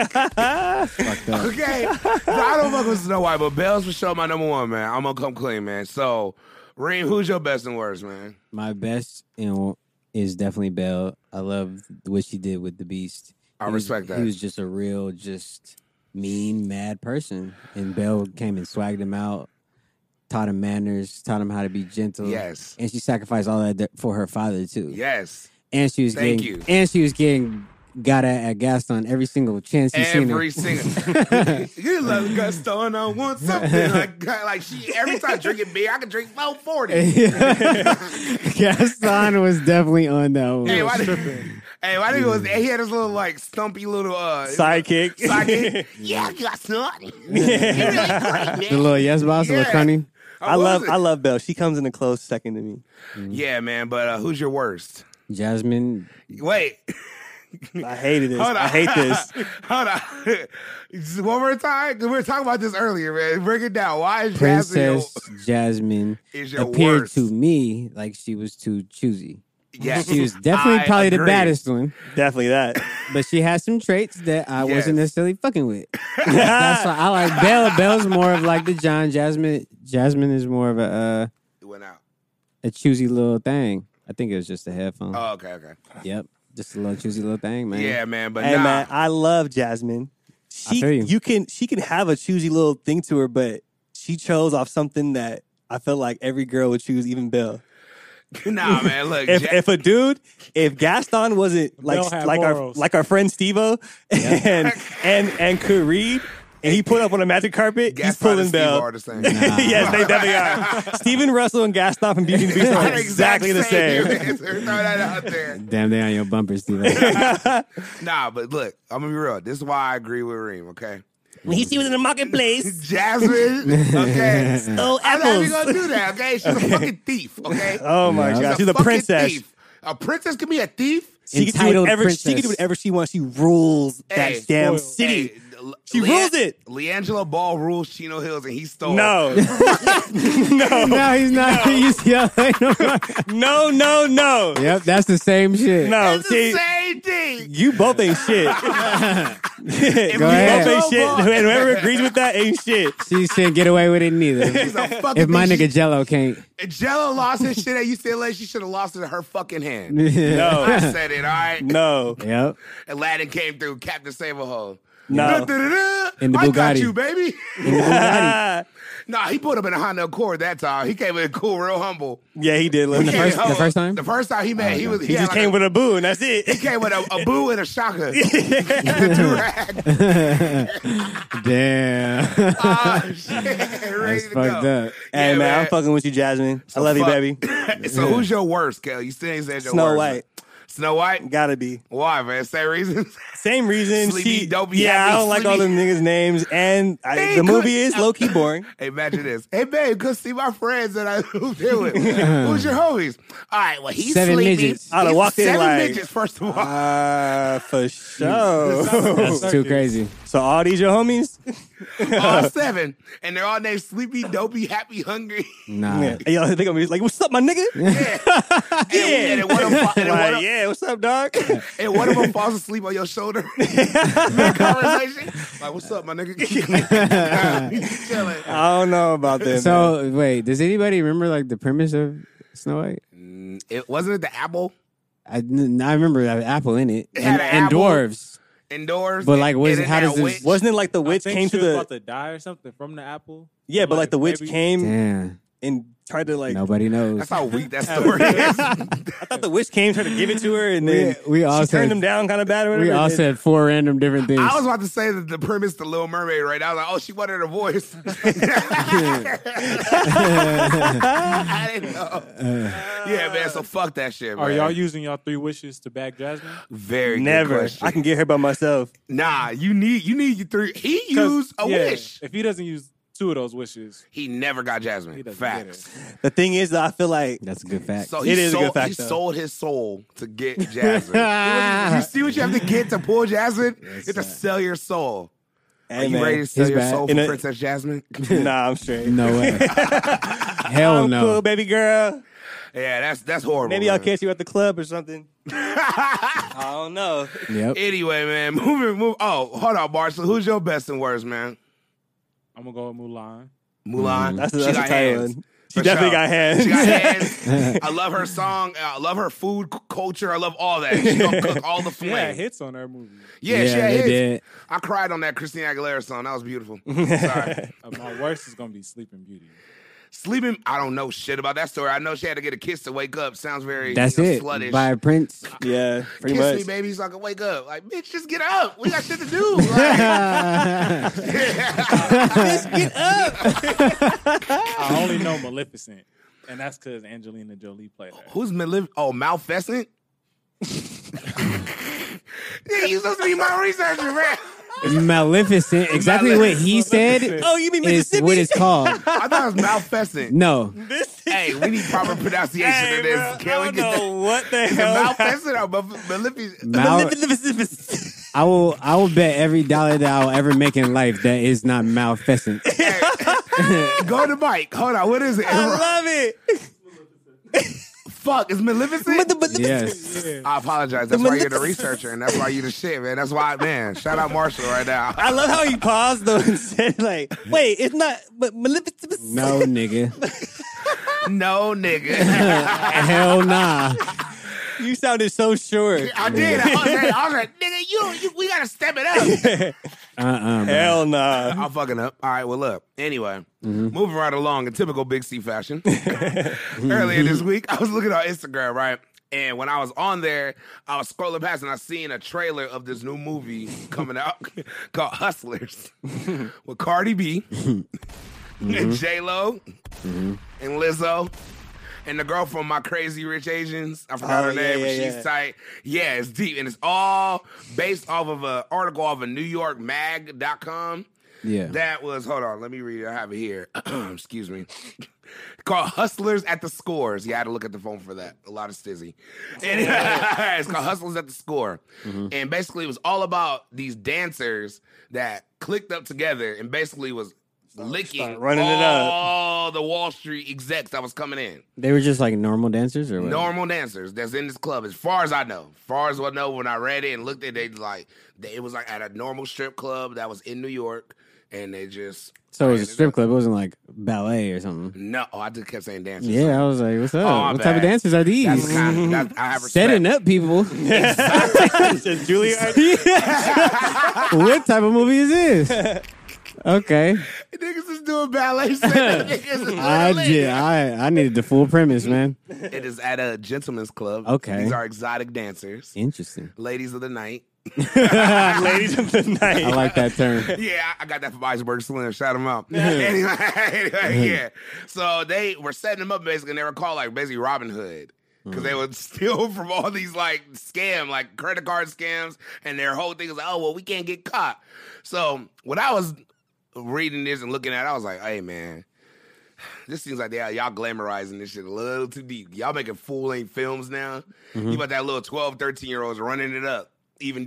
B: Fucked up.
E: Okay. So I don't fuck with Snow White, but Belle's for sure my number one, man. I'm gonna come clean, man. So, Reem, who's your best and worst, man?
B: My best and is definitely Belle. I love what she did with the Beast.
E: I
B: He was-
E: respect that.
B: He was just a real, just mean, mad person, and Belle came and swagged him out, taught him manners, taught him how to be gentle.
E: Yes.
B: and she sacrificed all that for her father too.
E: Yes.
B: and she was
E: Thank
B: getting,
E: you.
B: and she was getting got at, at Gaston every single chance he seen her.
E: Every single you love Gusto and I want something like like she every time drinking beer I can drink low forty.
B: Gaston was definitely on that one.
E: Hey, why did, hey, why did he was he had his little like stumpy little uh
C: Sidekick.
E: sidekick. yeah, Gusto. You really great,
B: the
E: man.
B: little yes boss, the
E: Yeah.
B: little cunning.
E: Oh,
C: I
E: what
C: love
E: was it?
C: I love Belle. She comes in a close second to me.
E: Yeah, man, but uh, who's your worst?
B: Jasmine,
E: Wait.
C: I hated this.
E: Hold on.
C: I hate this.
E: Hold on. Just one more time. 'cause We were talking about this earlier, man. Break it down. Why is
B: Princess
E: Jasmine
B: Jasmine
E: your, is your
B: appeared
E: worst?
B: to me like she was too choosy.
E: Yes.
B: She was definitely
E: I
B: probably the
E: agree.
B: baddest one,
C: Definitely that.
B: but she had some traits that I
E: Yes.
B: wasn't necessarily fucking with. That's why I like Belle. Belle's more of like the John Jasmine. Jasmine is more of a uh,
E: It went out.
B: a choosy little thing. I think it was just a headphone.
E: Oh, okay, okay.
B: Yep, just a little choosy little thing, man.
E: Yeah, man, but
C: hey
E: nah.
C: man, I love Jasmine. She
B: feel
C: you.
B: you.
C: can she can have a choosy little thing to her, but she chose off something that I felt like every girl would choose, even Belle.
E: nah, man, look.
C: If,
E: Ja-
C: if a dude, if Gaston wasn't
D: Belle
C: like
D: had
C: like our
D: morals.
C: like our friend Stevo and and and could read and he put up on a magic carpet, he's
E: Gaston
C: pulling
E: and Steve
C: Belle.
E: are the same.
C: yes, they definitely are. Steven Russell and Gaston from Beauty and the Beast
E: They're
C: are exactly the same.
E: dudes. Throw that out there.
B: Damn, they on your bumper, Steve. yeah,
E: Nah, but look, I'm gonna be real. This is why I agree with Reem, okay?
C: When he see was in the marketplace,
E: Jasmine, okay.
C: oh
E: I'm not even
C: apples.
E: gonna do that, okay? She's a fucking thief, okay?
C: Oh my
E: She's
C: god, she's a
E: fucking
C: princess.
E: Thief. A princess can be a thief.
C: She can, do
B: Entitled
C: whatever, she can do
B: princess.
C: whatever she wants. She rules that
E: Hey,
C: damn
D: spoiled.
C: city.
E: Hey, Le-
C: She
E: Le-
C: rules it.
E: Leangelo Ball rules Chino Hills, and he stole.
C: No.
B: no, he's not UCLA.
C: no, no, no.
B: yep, that's the same shit.
C: No.
E: it's the
C: See,
E: same thing.
C: you both ain't shit. you
B: ahead.
C: both ain't shit.
E: Ball-
C: And whoever agrees with that ain't shit.
B: She shouldn't get away with it neither.
E: She's a fucking
B: if my
E: thief.
B: nigga Jello can't,
E: She- Jello lost his shit at UCLA, she should have lost it in her fucking hand. I
C: No.
E: said it. All right.
C: No.
B: yep.
E: Aladdin came through. Captain Save a Hole.
C: No.
B: In the
E: I got
B: Bugatti.
E: you, baby.
C: yeah,
E: nah, he put up in a Honda Accord that time. He came in cool, real humble.
C: he did. Look, he
E: He came
B: first- the
E: in humble.
B: first time?
E: The first time he met, he was. He,
C: Oh,
E: had
C: just
E: like a-
C: came with a boo, and that's it.
E: came with a, a boo and a shocker. Durag.
B: Damn.
E: Ah, shit. Ready
B: That's
E: to
B: fucked
E: go.
B: up.
C: Hey,
E: Yeah,
C: man,
E: man.
C: I'm fucking with you, Jasmine. I love you,
E: Fuck.
C: baby.
E: so who's your worst, Kel? You still ain't said your
C: Snow White.
E: worst. Snow White?
C: Gotta be.
E: Why, man? Same reasons?
C: Same reason.
E: Sleepy,
C: she,
E: dopey,
C: yeah, I
E: happy,
C: don't like all
E: sleepy.
C: them niggas' names. And I,
E: They
C: the
E: could-
C: movie is low key boring.
E: Hey, imagine this. Hey, babe, go see my friends that I moved in with. Who's your homies? All right, well, he's
B: Seven
E: sleepy.
B: midgets.
C: I'd've
E: He's
C: walked in
E: seven
C: like,
E: midgets, first of all.
C: Uh, for sure.
B: That's too crazy.
C: so all these your homies?
E: all seven. And they're all named Sleepy, Dopey, Happy, Hungry.
B: Nah.
C: Yeah. Yo, they gonna be like, what's up, my nigga? Yeah.
E: And, and then one of them, and one
C: Like,
E: of-
C: yeah, what's up, dog?
E: and one of them falls asleep on your shoulder. Conversation. Like, what's up, my nigga? He's chilling.
C: I don't know about that. man.
B: So wait, does anybody remember like the premise of Snow White?
E: It wasn't it the apple
B: I, n- I remember that apple in it,
E: It
B: and,
E: had an
B: and
E: apple.
B: dwarves.
E: indoors.
B: But, like, what is-
E: And then
B: how does
E: that
B: this-
E: witch-
C: wasn't it like the witch
D: I think
C: came
D: she
C: to
D: was
C: the
D: about to die or something from the apple.
C: yeah, but like the witch
D: maybe-
C: came
B: Damn,
C: and tried to like
B: nobody knows.
E: That's how weak that story is.
C: I thought the witch came tried to give it to her and
B: We-
C: then
B: we all
C: she
B: said-
C: turned him down kind of bad or whatever.
B: We all
C: and-
B: said four random different things.
E: I was about to say that the premise to Little Mermaid right now. I was like, oh, she wanted a voice. I didn't know. yeah, man. So fuck that shit.
D: Are
E: man.
D: y'all using y'all three wishes to bag Jasmine?
E: very Good
C: never.
E: question.
C: I can get her by myself.
E: Nah, you need you need your three. He
D: 'Cause,
E: used a
D: yeah,
E: wish.
D: If he doesn't use two of those wishes,
E: He never got
D: he
E: Jasmine.
D: doesn't
E: Facts.
D: get
C: The thing is that I feel like
B: That's a good fact.
E: So he
C: It is a
E: sold,
C: good fact,
E: he
C: though.
E: sold his soul to get
B: Ah,
E: Jasmine. you see what you have to get to pull Jasmine? You have to sell your soul. Are
C: hey,
E: you
C: man,
E: ready to sell
B: It's
E: your
B: bad.
E: soul for
C: In a-
E: Princess Jasmine?
C: Nah, I'm straight.
B: no way. Hell
C: I'm cool,
B: no.
C: baby girl.
E: yeah, that's that's horrible.
C: Maybe I'll
E: man.
C: catch you at the club or something. I don't know.
B: Yep.
E: Anyway, man, moving, move. Oh, hold on, Marshall. Who's your best and worst, man?
D: it. I'm gonna go with Mulan.
E: Mulan.
C: Mm, That's, a-
E: she
C: that's a
E: got
C: tight
E: hands.
C: one. She
E: For
C: definitely
E: sure.
C: got hands.
E: She got hands. I love her song. I love her food c- culture. I love all that. She gonna cook all the
D: She had
E: flame.
D: hits on her movie.
E: Yeah, she had
B: they
E: hits.
B: did.
E: I cried on that Christina Aguilera song. That was beautiful. Sorry.
D: Uh, my worst is gonna be Sleeping Beauty.
E: Sleeping. I don't know shit about that story. I know she had to get a kiss to wake up. Sounds very
B: That's
E: you know,
B: it.
E: sluttish.
B: By Prince.
C: yeah, pretty
E: Kiss
C: much.
E: me, baby, so I can wake up. Like, bitch, just get up. We got shit to do. Like,
D: I only know Maleficent, and that's because Angelina Jolie played her.
E: Who's Malif- Oh, Malfescent? yeah, you supposed to be my researcher, man.
B: Maleficent. Exactly what he said
C: oh, you mean
B: is
C: Mississippi?
B: what it's called.
E: I thought it was Malfescent.
B: No.
E: Hey, we need proper pronunciation
C: Hey,
E: of
C: bro,
E: this.
C: I
E: Can we
C: don't
E: get
C: know what the
E: that?
C: hell.
E: Malfescent or Malif- Maleficent?
B: Mal-
C: Mississippi.
B: I will I will bet every dollar that I'll ever make in life that is not Maleficent.
E: Hey, Go to Mike. Hold on. What is it?
C: I love it.
E: Fuck, it's Maleficent?
B: Yes.
E: I apologize. That's why you're the researcher and that's why you the shit, man. That's why, man. Shout out Marshall right now.
C: I love how he paused though and said, like, wait, it's not but Maleficent.
B: No nigga.
E: No, nigga.
B: Hell nah.
C: You sounded so sure.
E: I did. I was like, I was like nigga, you, you, we gotta step it up.
B: Uh uh
C: Hell nah.
E: I'm fucking up. All right, well, look. Anyway,
C: Mm-hmm.
E: moving right along in typical Big C fashion. Earlier this
C: Mm-hmm.
E: week, I was looking on Instagram, right? And when I was on there, I was scrolling past and I seen a trailer of this new movie coming out called Hustlers with Cardi B
C: Mm-hmm.
E: and J Lo and Lizzo. And the girl from My Crazy Rich Asians, I forgot
C: Oh,
E: her
C: yeah,
E: name, but
C: yeah,
E: she's
C: yeah.
E: tight. Yeah, it's deep. And it's all based off of an article off of NewYorkMag.com.
B: Yeah.
E: That was hold on, let me read it. I have it here. Excuse me. called Hustlers at the Scores. Yeah, I had to look at the phone for that. A lot of stizzy. And- it's called Hustlers at the Score.
C: Mm-hmm.
E: And basically it was all about these dancers that clicked up together and basically was licking
C: running it up.
E: all the Wall Street execs that was coming in.
B: They were just like normal dancers or what?
E: Normal dancers that's in this club, as far as I know, far as I know, when I read it and looked at it, like they, it was like at a normal strip club that was in New York, and they just
B: So it was a strip club. It wasn't like ballet or something.
E: No, oh, I just kept saying dancers.
B: Yeah, I was like, what's up?
E: Oh, my
B: what type of
E: bad.
B: dancers are
E: That's
B: these?
E: kind of- that- I have respect.
B: Setting up people.
C: Says Julia.
B: what type of movie is this? Okay.
E: Niggas is doing ballet. setup. Niggas is
B: I, ju-
E: ballet.
B: I I needed the full premise, man.
E: It is at a gentleman's club.
B: Okay.
E: These are exotic dancers,
B: Interesting.
E: ladies of the night.
C: Ladies of the night.
B: I like that term.
E: Yeah, I I got that from Iceberg Slim. Shout him out. anyway, anyway, yeah. So they were setting them up basically, and they were called like basically Robin Hood. because they would steal from all these like scam, like credit card scams, and their whole thing is, oh well, we can't get caught. So when I was reading this and looking at, it, I was like, hey man, this seems like they, y'all glamorizing this shit a little too deep. Y'all making full length films now. You about that little 12, 13 year olds running it up even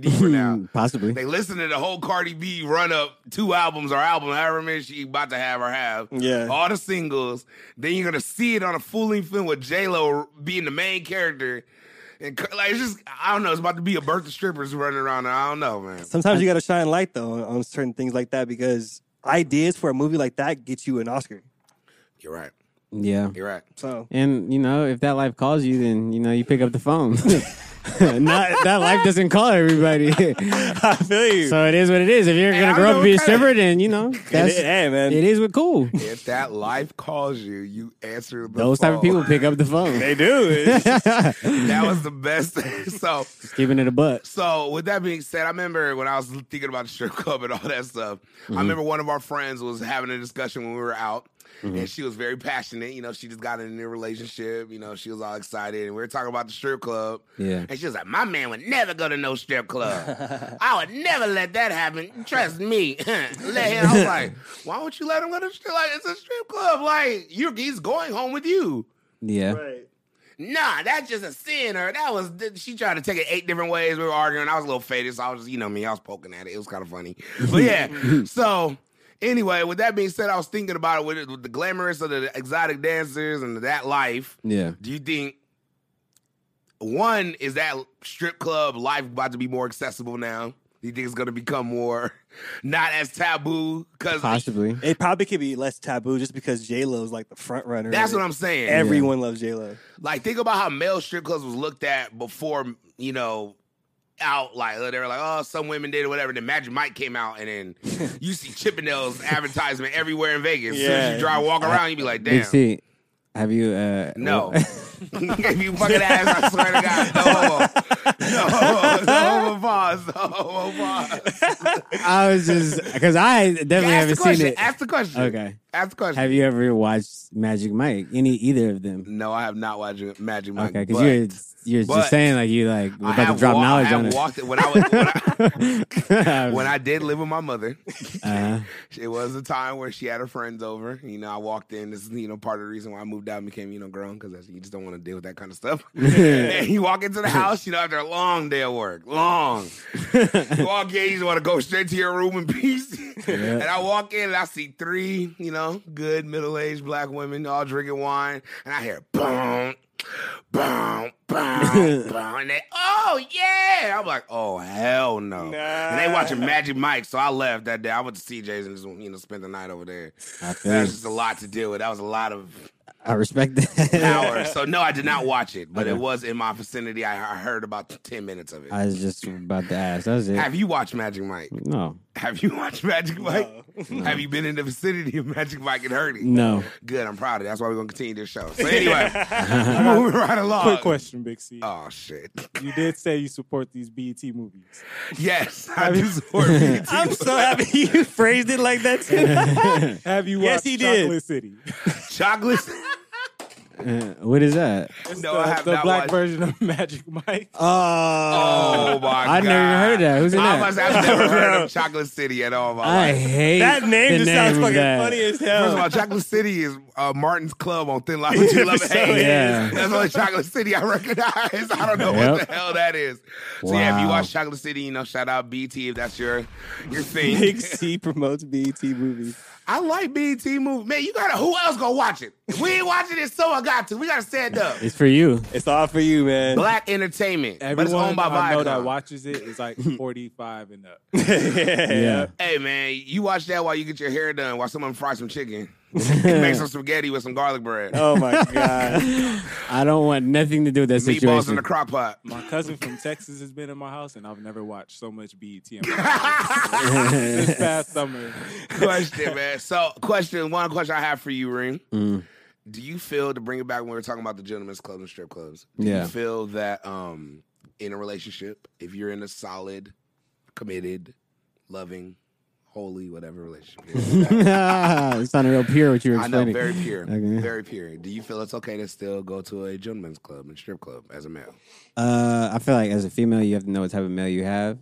E: deeper now.
B: Possibly.
E: They listen to the whole Cardi B run up two albums or album, however many she about to have or have.
C: Yeah.
E: All the singles. Then you're gonna see it on a full length film with J Lo being the main character. And c- like it's just I don't know, it's about to be a birth of strippers running around. I don't know, man.
C: Sometimes you got to shine light though on, on certain things like that because ideas for a movie like that get you an Oscar.
E: You're right.
B: Yeah.
E: You're right.
C: So
B: And you know, if that life calls you, then you know you pick up the phone. Not that life doesn't call everybody. so
C: I feel you.
B: it is what it is. If you're
E: I
B: gonna grow up
E: know
B: and be a
E: what kinda-
B: stripper, then you know that's it,
C: hey man,
B: it is what cool.
E: If that life calls you, you answer the
B: Those type of
E: phone.
B: people pick up the phone.
C: they do. It's-
E: that was the best. so
B: Just giving it a butt.
E: So with that being said, I remember when I was thinking about the strip club and all that stuff. I remember one of our friends was having a discussion when we were out, and she was very passionate. You know, she just got in a new relationship. You know, she was all excited, and we were talking about the strip club.
B: Yeah.
E: and she was like, "My man would never go to no strip club. I would never let that happen. Trust me. let him." I was like, "Why would you let him go to strip? Like, it's a strip club. Like, you're he's going home with you."
B: Yeah.
E: Nah, that's just a sin. Or that was she tried to take it eight different ways. We were arguing. I was a little faded, so I was just, you know me. I was poking at it. It was kind of funny, but yeah. so anyway, with that being said, I was thinking about it with, with the glamorous of the exotic dancers and that life.
B: Yeah.
E: Do you think one is that strip club life about to be more accessible now? Do you think it's going to become more not as taboo? Because
B: Possibly.
C: It probably could be less taboo just because J Lo's like the front runner.
E: that's what I'm saying.
C: Everyone loves J Lo.
E: Like, think about how male strip clubs was looked at before, you know, out. Like, they were like, oh, some women did or whatever. Then Magic Mike came out, and then you see Chippendales advertisement everywhere in Vegas. As soon as
C: Yeah.
E: you drive, walk around, you be like, damn.
B: Big C, have you? uh
E: No. if you fucking ass, I swear to God. No homo. No homo. No homo pause. No homo pause.
B: I was just because I definitely
E: Ask the
B: haven't
E: question.
B: seen it.
E: Ask the question.
B: Okay.
E: Ask the question.
B: Have you ever watched Magic Mike? Any either of them?
E: no, I have not watched Magic Mike.
B: Okay,
E: but-
B: because you're you're
E: but-
B: just saying like you like
E: I
B: we're about to
E: have
B: drop
E: wa-
B: knowledge
E: I have
B: on it.
E: walked it. When I, was, when, I, when
B: when
E: I did live with my mother,
B: uh,
E: it was a time where she had her friends over. You know, I walked in. This is you know part of the reason why I moved out and became you know grown because you just don't want to deal with that kind of stuff. and you walk into the house, you know, after a long day of work, long. you walk in, you just want to go straight to your room in peace. and I walk in and I see three, you know, good middle aged black women all drinking wine, and I hear boom. Boom, boom, boom, and they, oh yeah! I'm like, oh hell no! And they watching Magic Mike, so I left that day. I went to CJ's and just you know spent the night over there.
B: I,
E: That
B: feel
E: was
B: you.
E: just a lot to deal with. That was a lot of
B: I respect that.
E: power. so no, I did not watch it, but it
B: Okay.
E: was in my vicinity. I I heard about ten minutes of it.
B: I was just about to ask. That was it.
E: Have you watched Magic Mike?
B: no,
E: Have you watched Magic Mike? Have you been in the vicinity of Magic Mike and heard it?
B: no.
E: Good, I'm proud of it. That's why we're gonna continue this show. So anyway, moving right along.
D: Quick question, Big C.
E: Oh shit.
D: You did say you support these BET movies.
E: Yes, I do support BT.
C: I'm so happy you phrased it like that too.
D: Have you
C: Yes,
D: watched
C: he did.
D: Chocolate City?
E: Chocolate.
B: Uh, what is that?
E: No,
D: the,
E: Oh, I have
D: Uh, the
E: not
D: black
E: watched-
D: version of Magic Mike.
E: Oh my god.
B: I've never even heard of that. Who's in
E: I
B: that?
E: must have never heard of Chocolate City at all. in My
B: I
E: life.
B: hate
C: that
B: the
C: name just sounds
B: of
C: fucking
B: that.
C: funny as
E: First of
C: hell.
E: all, Chocolate City is uh, Martin's Club on Thin Line with You Love and Hate.
B: Yeah.
E: That's the only Chocolate City I recognize. I don't know what
B: Yep.
E: the hell that is. So yeah, if you
B: Wow.
E: watch Chocolate City, you know, shout out BT if that's your your thing.
C: Big C promotes BET movies.
E: I like BT movie. Man, you gotta who else gonna watch it? If we ain't watching it, someone got to. We gotta stand up.
B: It's for you.
C: It's all for you, man.
E: Black entertainment. but it's
D: Everyone
E: owned by
D: I know
E: Viacom.
D: that watches it is like 45 and up.
B: Yeah.
E: Hey man, you watch that while you get your hair done, while someone fry some chicken. Make some spaghetti with some garlic bread.
C: Oh my god.
B: I don't want nothing to do with that
E: Meatballs in
B: situation.
E: the crock pot.
D: My cousin from Texas has been in my house, and I've never watched so much BET in my house. this past summer.
E: question, man. So, question one question I have for you, Ring. Do you feel to bring it back when we were talking about the gentlemen's club and strip clubs? Do
B: Yeah.
E: you feel that um in a relationship, if you're in a solid, committed, loving, holy whatever relationship it is.
B: Mm. it's not real pure what you were
E: I know,
B: explaining.
E: very pure.
B: Okay.
E: Very pure. Do you feel it's okay to still go to a gentleman's club and strip club as a male?
B: Uh, I feel like as a female, you have to know what type of male you have.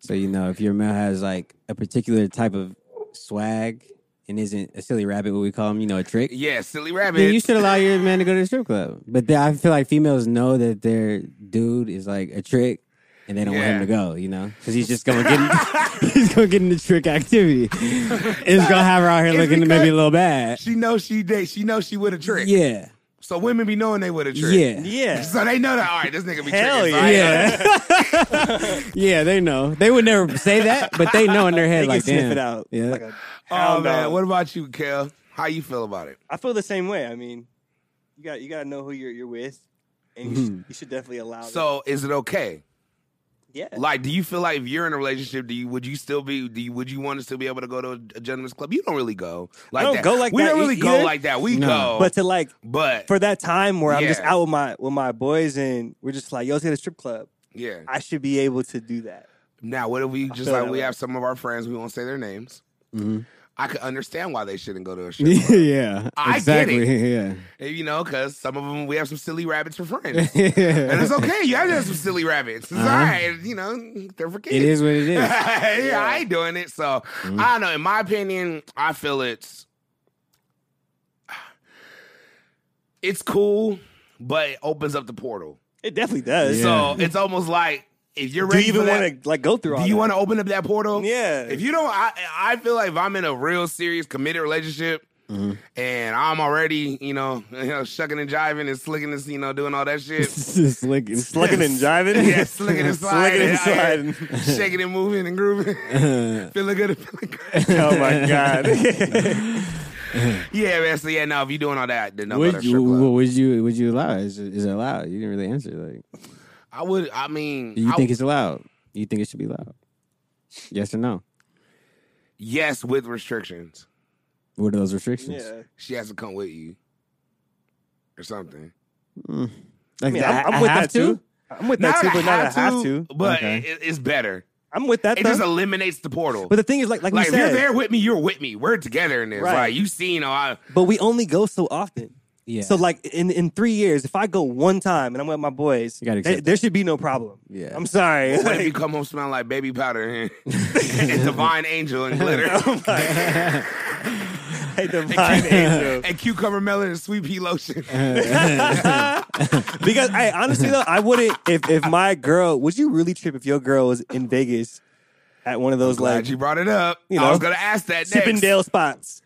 B: So you know, if your male has like a particular type of swag and isn't a silly rabbit, what we call him, you know, a trick.
E: Yeah, silly
B: Then
E: rabbit.
B: you should allow your man to go to the strip club. But then I feel like females know that their dude is like a trick, and they don't want him
E: Yeah.
B: to go. You know, because he's just gonna get in, he's gonna get into trick activity. It's gonna have her out here
E: It's
B: looking maybe
E: because-
B: a little bad.
E: she knows she date. She knows she with a trick.
B: Yeah,
E: So women be knowing they with a trick.
B: yeah,
C: Yeah.
E: So they know that. All right, this nigga be
C: Hell
E: tricking. so
C: yeah.
E: I-
B: Yeah. yeah, they know. They would never say that, but they know in their head,
C: They can
B: like,
C: sniff
B: damn.
C: it out.
B: Yeah.
C: Like a
E: Oh
C: hound
E: man,
C: dog.
E: what about you, Kel? How you feel about it?
C: I feel the same way. I mean, you got you got to know who you're you're with, and you, should, you should definitely allow. that.
E: So is it okay?
C: yeah,
E: Like, do you feel like if you're in a relationship, do you would you still be? Do you would you want to still be able to go to a gentleman's club? You don't really go like
C: don't
E: that.
C: go like
E: we
C: that
E: don't
C: e-
E: really go
C: either.
E: like that. We
B: No.
E: go,
C: but to like
E: but
C: for that time where I'm just
E: Yeah.
C: out with my with my boys and we're just like, yo, let's hit a strip club.
E: yeah.
C: I should be able to do that.
E: Now, what if we just
C: feel
E: like
C: that
E: we
C: way.
E: have some of our friends? We won't say their names.
B: Mhm.
E: I could understand why they shouldn't go to a strip club.
B: yeah.
E: I get
B: Exactly. Yeah.
E: you know, because some of them we have some silly rabbits for friends. And
B: yeah.
E: it's okay. You have to have some silly rabbits. It's
B: Uh-huh.
E: all right. You know, they're for kids.
B: It is Mm-hmm. what it is.
E: yeah, I ain't doing it. So I don't know. In my opinion, I feel it's it's cool, but it opens up the portal.
C: It definitely does.
B: Yeah.
E: So it's almost like if you're
C: Do
E: ready
C: you even
E: for that-
C: want to like go through? all
E: do you
C: that?
E: want to open up that portal?
C: Yeah.
E: If you don't, I I feel like if I'm in a real serious committed relationship
B: Mm-hmm.
E: and I'm already, you know, you know, shucking and jiving and slicking and you know doing all that shit.
B: Just licking.
C: Slugging and jiving.
E: Yeah, slicking and sliding,
C: Slicking and
E: and
C: sliding.
E: shaking and moving and grooving, feeling good, feeling good.
C: oh my god.
E: Yeah, man. So yeah, no, if you're doing all that, then no go to
B: Would
E: a strip
B: you,
E: club.
B: would you would you allow it? Is, it- is it allowed? You didn't really answer. Like,
E: I would. I mean,
B: do you
E: I
B: think
E: w-
B: it's allowed? You think it should be allowed? Yes or no?
E: yes with restrictions.
B: What are those restrictions?
C: yeah.
E: She has to come with you or something.
B: Mm. Like,
C: I mean,
B: I-
C: I'm, I'm
B: I
C: with
B: have
C: that too. I'm with that
E: Not
C: too,
E: that
C: but not I have to.
E: But
B: Okay.
E: it, it's better.
C: I'm with that
E: It
C: though.
E: just eliminates the portal.
C: but the thing is, like, like, we
E: like if you're
C: said,
E: there with me, you're with me. We're together in this.
C: Right.
E: Like you see, you know, I,
C: but we only go so often.
B: Yeah.
C: So like in, in three years, if I go one time and I'm with my boys,
B: You gotta accept
C: there, there should be no problem.
B: Yeah.
C: I'm sorry.
E: what if you come home smelling like baby powder and divine angel and glitter
C: Hey, Divine Angel.
E: and cucumber melon and sweet pea lotion?
C: because I honestly though, I wouldn't if if my girl. Would you really trip if your girl was in Vegas at one of those
E: Glad
C: like
E: you brought it up.
C: you
E: I
C: know,
E: was gonna ask that next.
C: Chippendale spots?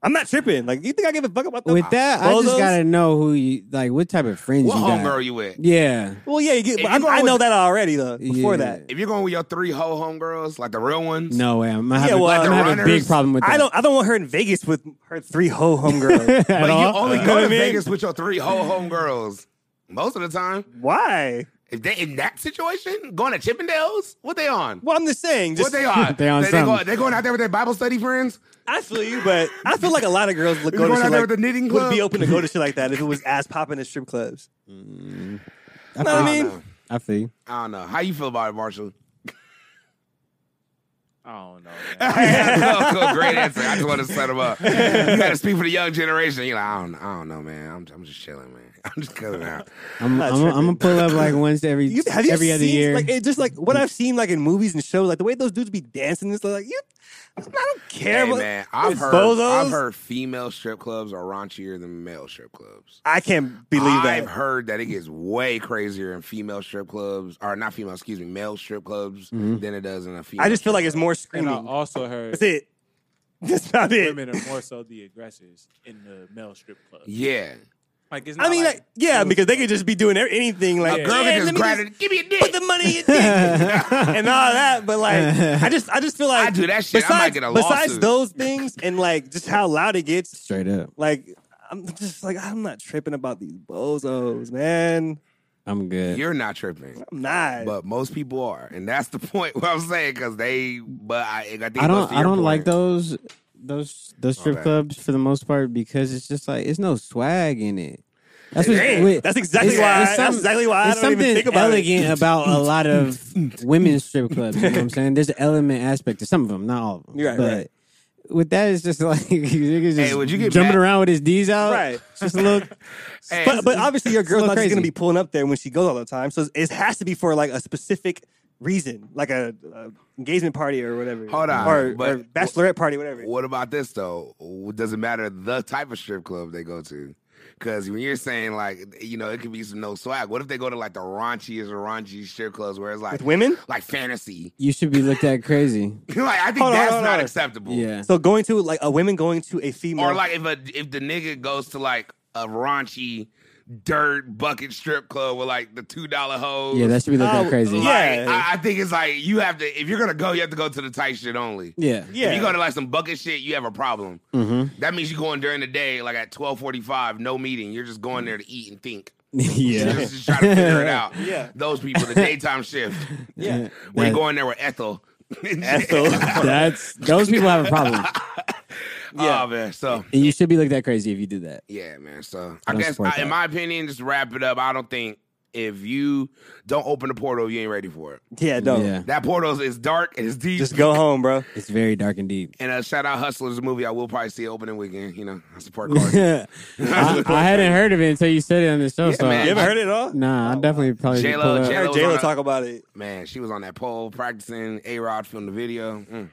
C: I'm not tripping. Like you think I give a fuck about that?
B: With that, I just gotta know who you like. What type of friends
E: What
B: you got?
E: homegirl you with?
B: Yeah.
C: Well, yeah, you get,
E: If
C: I,
E: you going
C: I know
E: with-
C: that already though. Before
B: Yeah.
C: that,
E: If you're going with your three hoe homegirls, like the real ones,
B: No way. I'm gonna have,
C: Yeah,
B: a-
C: well,
B: I'm gonna have a big
E: runners,
B: problem with that.
C: I don't. I don't want her in Vegas with her three ho homegirls.
E: but you only
C: know
E: go
C: what
E: to
C: I mean?
E: Vegas with your three hoe homegirls. Most of the time,
C: Why?
E: if they in that situation, going to Chippendales, what they on?
C: Well, I'm just saying. Just,
E: what they on?
B: They on
E: they, they, go,
B: something.
E: they going out there with their Bible study friends?
C: I feel you, but I feel like a lot of girls look
E: You
C: go to
E: going
C: shit
E: out there
C: like-
E: with the knitting
C: would
E: club?
C: be open to go to shit like that if it was ass popping at strip clubs.
B: I
C: know what I
B: feel you.
C: mean?
B: I feel you.
E: I don't know. How you feel about it, Marshall?
D: I don't know. man.
E: Cool, cool, Great answer. I just want to set him up. You got to speak for the young generation. You're like, I don't, I don't know, man. I'm, I'm just chilling, man. I'm just chilling out.
B: I'm,
C: not
B: I'm, I'm gonna
C: tripping.
B: pull up like once every
C: You, have you
B: every
C: seen
B: other year.
C: like it's just like what I've seen like in movies and shows, like the way those dudes be dancing this like you. I don't care.
E: Hey,
C: but-
E: man, I've
C: it's
E: heard,
C: bozos.
E: I've heard female strip clubs are raunchier than male strip clubs.
C: I can't believe
E: I've
C: that.
E: heard that it gets way crazier in female strip clubs, or not female, excuse me, male strip clubs than it does in a female.
C: Mm-hmm. I just feel
E: strip
C: like it's more
D: and I
C: screaming.
D: also heard
C: That's it. That's about it.
D: women are more so the aggressors in the male strip club.
E: club. Yeah.
D: Like it's not
C: I mean, like, yeah, because they could just be doing every- anything. Like,
E: A girl
C: yeah, let
E: can just
C: me
E: grab
C: just
E: it. Give me a
C: put
E: dick.
C: the money in your dick and all that. But like, I just, I just feel like
E: I do that shit, I might get a
C: besides
E: lawsuit.
C: those things and like just how loud it gets,
B: Straight up,
C: like I'm just like I'm not tripping about these bozos, man.
B: I'm good.
E: You're not tripping.
C: I'm not.
E: But most people are, and that's the point. What I'm saying, because they, but I, I think it
B: I
E: goes
B: don't
E: to
B: I
E: your
B: don't
E: point.
B: like those those those strip
E: bad.
B: clubs for the most part because it's just like it's no swag in it. That's what,
C: Dang,
B: wait,
C: that's exactly
B: it's-
C: why.
B: it's some-
C: that's exactly why I
B: There's
C: don't even
B: something
C: think about it.
B: elegant about a lot of women's strip clubs. You know what I'm saying? There's an element aspect to some of them, not all of them.
C: Right,
B: but
C: right.
B: with that, it's just like niggas just
E: would you get
B: jumping
E: mad-
B: around with his D's out.
C: Right.
B: It's Just a little.
E: Hey,
C: But but obviously your girl's
B: little
C: not just gonna
B: crazy.
C: be pulling up there when she goes all the time. So it has to be for like a specific reason, like a, a engagement party or whatever.
E: Hold on,
C: or,
E: but-
C: or bachelorette party, whatever.
E: What about this though? Does it matter the type of strip club they go to? Because when you're saying like, you know, it could be some no swag. What if they go to like the raunchiest, raunchy strip clubs where it's like
C: With women?
E: like fantasy?
B: You should be looked at crazy.
E: like I think
C: Hold on,
E: that's
C: hold on,
E: not
C: hold on.
E: acceptable.
B: Yeah.
C: So going to like a women going to a female
E: Or like if a if the nigga goes to like a raunchy dirt bucket strip club with like the two dollar hoes.
B: Yeah, that should be looked at
C: Oh,
B: crazy.
E: like,
C: yeah.
E: I, I think it's like you have to if you're gonna go, you have to go to the tight shit only.
B: Yeah.
C: yeah. Mm-hmm.
E: If you go to like some bucket shit, you have a problem.
B: Mhm.
E: That means you're going during the day, like at twelve forty five, no meeting. You're just going there to eat and think.
B: yeah.
E: Just, just try to figure it out.
C: Yeah.
E: Those people, the daytime shift.
C: yeah.
E: We're
B: That-
E: going there with Ethel.
C: Ethel.
B: That's those people have a problem,
E: Oh man. So
B: and you should be looked at crazy if you do that.
E: yeah, man. So I
B: don't
E: guess
B: support
E: I, in
B: that.
E: my opinion, just to wrap it up. I don't think if you don't open the portal, you ain't ready for it.
C: yeah, no.
B: Yeah.
E: That portal is dark and it's deep.
C: Just go home, bro.
B: It's very dark and deep.
E: and uh, shout out Hustlers movie. I will probably see it opening weekend. You know, I support Cardi.
B: I, I hadn't heard of it until you said it on the show. so
E: man.
C: You ever heard it at all?
B: Nah, I definitely probably
E: J-Lo,
B: pull up.
C: I
E: J-Lo
C: heard
E: was
C: J-Lo
E: on a-
C: talk about it.
E: Man, she was on that pole practicing. A Rod filmed the video. Mm,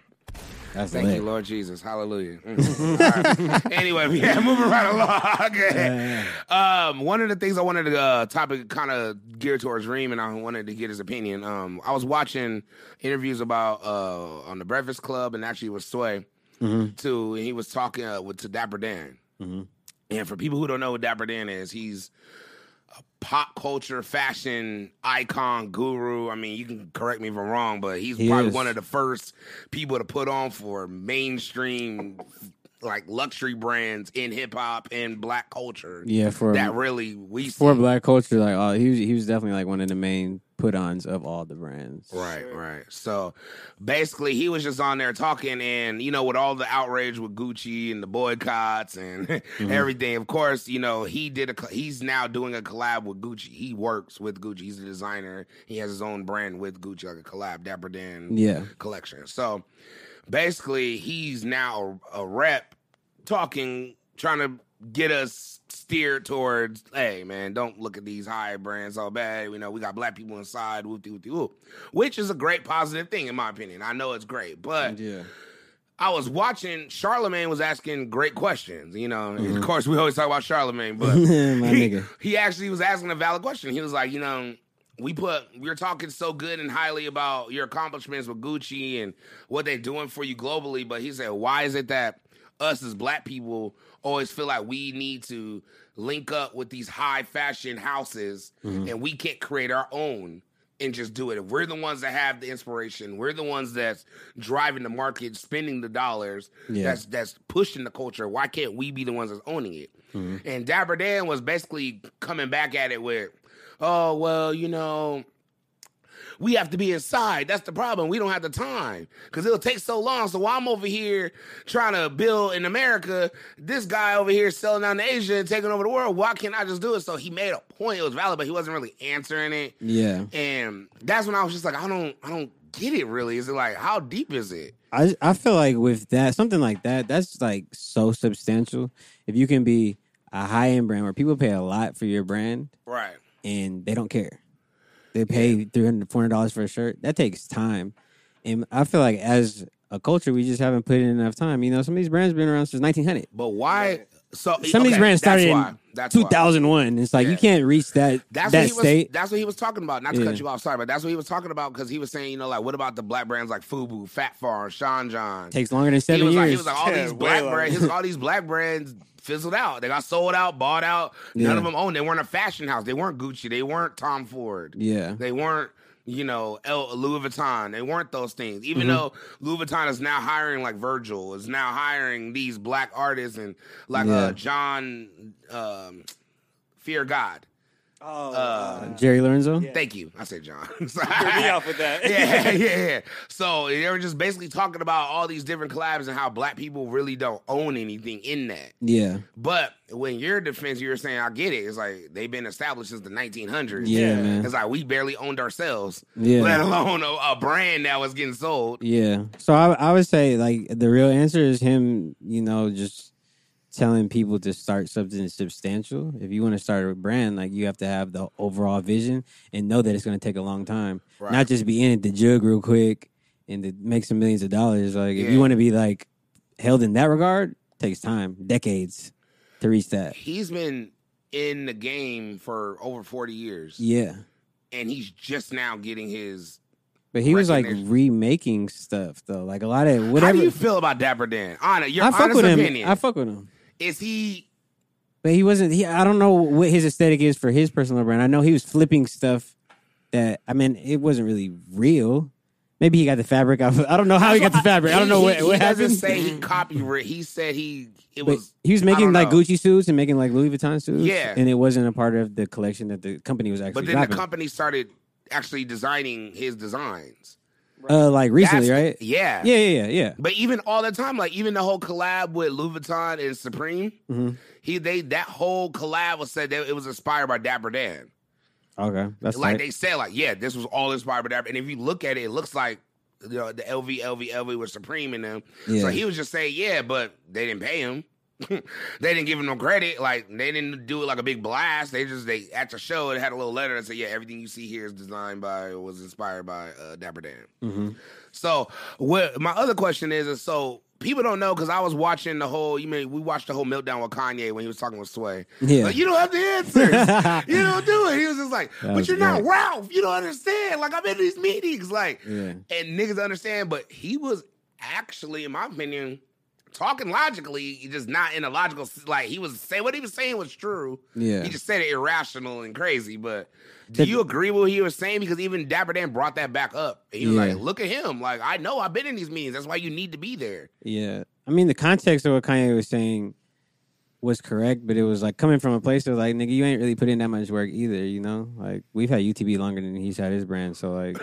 B: That's
E: thank
B: lit.
E: you, Lord Jesus. Hallelujah. Mm. All right. Anyway, yeah, moving right along. Okay. Um, one of the things I wanted to uh, topic kind of geared towards Reem, and I wanted to get his opinion. Um, I was watching interviews about uh, on the Breakfast Club, and actually with Sway
B: Mm-hmm.
E: too. And he was talking uh, with to Dapper Dan. And for people who don't know what Dapper Dan is, he's pop culture fashion icon guru. I mean, you can correct me if I'm wrong, but he's
B: He
E: probably
B: is.
E: one of the first people to put on for mainstream like luxury brands in hip hop and black culture.
B: Yeah, for
E: That really we
B: for
E: see.
B: black culture, like oh, he was he was definitely like one of the main put-ons of all the brands.
E: Right, right. So basically, he was just on there talking, and you know, with all the outrage with Gucci and the boycotts and
B: Mm-hmm.
E: everything. Of course, you know, he did a. co- He's now doing a collab with Gucci. He works with Gucci. He's a designer. He has his own brand with Gucci, like a collab, Dapper Dan
B: Yeah.
E: collection. So basically, he's now a, a rep talking, trying to get us steered towards, hey man, don't look at these high brands all bad. You know, we got black people inside, whoop, whoop, whoop, which is a great positive thing in my opinion. I know it's great, but
B: Yeah.
E: I was watching. Charlemagne was asking great questions. You know, And of course, we always talk about Charlemagne, but
B: Mm-hmm. My
E: he,
B: nigga.
E: he actually was asking a valid question. He was like, you know, we put we're talking so good and highly about your accomplishments with Gucci and what they're doing for you globally, but he said, why is it that us as black people always feel like we need to link up with these high fashion houses and we can't create our own? and just do it. If we're the ones that have the inspiration, we're the ones that's driving the market, spending the dollars,
B: Yeah.
E: that's that's pushing the culture. Why can't we be the ones that's owning it? And Dapper Dan was basically coming back at it with, oh well, you know, we have to be inside. That's the problem. We don't have the time because it'll take so long. So while I'm over here trying to build in America, this guy over here selling out in Asia and taking over the world. Why can't I just do it? So he made a point. It was valid, but he wasn't really answering it.
B: Yeah.
E: And that's when I was just like, I don't, I don't get it. Really, is it like how deep is it?
B: I I feel like with that something like that, that's like so substantial. If you can be a high-end brand where people pay a lot for your brand
E: Right.
B: and they don't care. They pay three hundred, four hundred dollars for a shirt. That takes time, and I feel like as a culture, we just haven't put in enough time. You know, some of these brands been around since 1900.
E: But why? So
B: Some of
E: okay,
B: these brands
E: that's
B: started
E: why.
B: in
E: That's why.
B: 2001. It's like
E: Yeah.
B: you can't reach that
E: That's
B: that
E: what he was.
B: state.
E: That's what he was talking about. Not to
B: Yeah.
E: cut you off, sorry, but that's what he was talking about because he was saying, you know, like what about the black brands like Fubu, Fat Farm, Sean John?
B: takes longer than
E: he
B: seven
E: was
B: years.
E: like, he was like, oh, all
C: Yeah,
E: these
C: way
E: black
C: longer.
E: brands, his, all these black brands fizzled out. They got sold out, bought out. None
B: Yeah.
E: of them owned. They weren't a fashion house. They weren't Gucci. They weren't Tom Ford.
B: yeah,
E: They weren't, you know, El, Louis Vuitton. They weren't those things. Even
B: Mm-hmm.
E: though Louis Vuitton is now hiring like Virgil, is now hiring these black artists and like
B: Yeah.
E: uh, John um, Fear God.
C: Oh,
E: Uh,
B: Jerry Lorenzo.
E: Thank you. I said John.
C: threw me off with that.
E: yeah, yeah, yeah. So they were just basically talking about all these different collabs and how black people really don't own anything in that.
B: Yeah.
E: But when your defense, you were saying, I get it. It's like they've been established since the 1900s.
B: Yeah, man.
E: It's like we barely owned ourselves,
B: Yeah.
E: let alone a, a brand that was getting sold.
B: Yeah. So I I would say like the real answer is him, you know, just telling people to start something substantial. If you want to start a brand, like you have to have the overall vision and know that it's going to take a long time.
E: Right.
B: Not just be in it to jug real quick and to make some millions of dollars. Like if
E: Yeah.
B: you want to be like held in that regard, takes time, decades to reach that.
E: He's been in the game for over 40 years,
B: Yeah.
E: and he's just now getting his.
B: But he was like
E: Recognition.
B: remaking stuff though. Like a lot of
E: How
B: whatever
E: do you feel about Dapper Dan? Honor, your
B: I fuck
E: honest
B: with him.
E: opinion.
B: I fuck with him.
E: Is he
B: But he wasn't. He, I don't know what his aesthetic is for his personal brand. I know he was flipping stuff that I mean, it wasn't really real. Maybe he got the fabric. Off, I don't know how he got the fabric. I don't know
E: He-
B: what,
E: he,
B: what
E: he doesn't
B: happened.
E: say he copyright. He said he it
B: But
E: was
B: he was
E: I don't
B: making like
E: know.
B: Gucci suits and making like Louis Vuitton suits.
E: Yeah.
B: and it wasn't a part of the collection that the company was actually
E: But then the
B: dropping.
E: company started actually designing his designs
B: uh, like recently,
E: That's-
B: right?
E: Yeah.
B: Yeah, yeah, yeah, yeah.
E: But even all the time, like even the whole collab with Louis Vuitton and Supreme,
B: Mhm.
E: he they that whole collab was said that it was inspired by Dapper Dan.
B: Okay, that's tight.
E: like they said, like yeah, this was all inspired by Dapper. And if you look at it, it looks like you know, the LV, LV, LV with Supreme in them.
B: yeah.
E: So he was just saying, yeah, but they didn't pay him. they didn't give him no credit. Like they didn't do it like a big blast. They just they at the show it had a little letter that said, yeah, everything you see here is designed by or was inspired by uh, Dapper Dan.
B: Mhm.
E: So what my other question is is so people don't know because I was watching the whole. You mean we watched the whole meltdown with Kanye when he was talking with Sway.
B: Yeah.
E: Like, you don't have the answers. you don't do it. He was just like,
B: That
E: but
B: was
E: you're not
B: great.
E: Ralph. You don't understand. Like I'm in these meetings. Like
B: yeah.
E: and niggas understand, but he was actually, in my opinion, talking logically, he just not in a logical s- like he was saying what he was saying was true.
B: Yeah.
E: He just said it irrational and crazy. But do
B: That-
E: you agree with what he was saying? Because even Dapper Dan brought that back up. He was
B: Yeah.
E: like, look at him. Like, I know I've been in these meetings. That's why you need to be there.
B: Yeah. I mean, the context of what Kanye was saying was correct, but it was like coming from a place of like, nigga, you ain't really put in that much work either, you know? Like, we've had UTB longer than he's had his brand. So, like,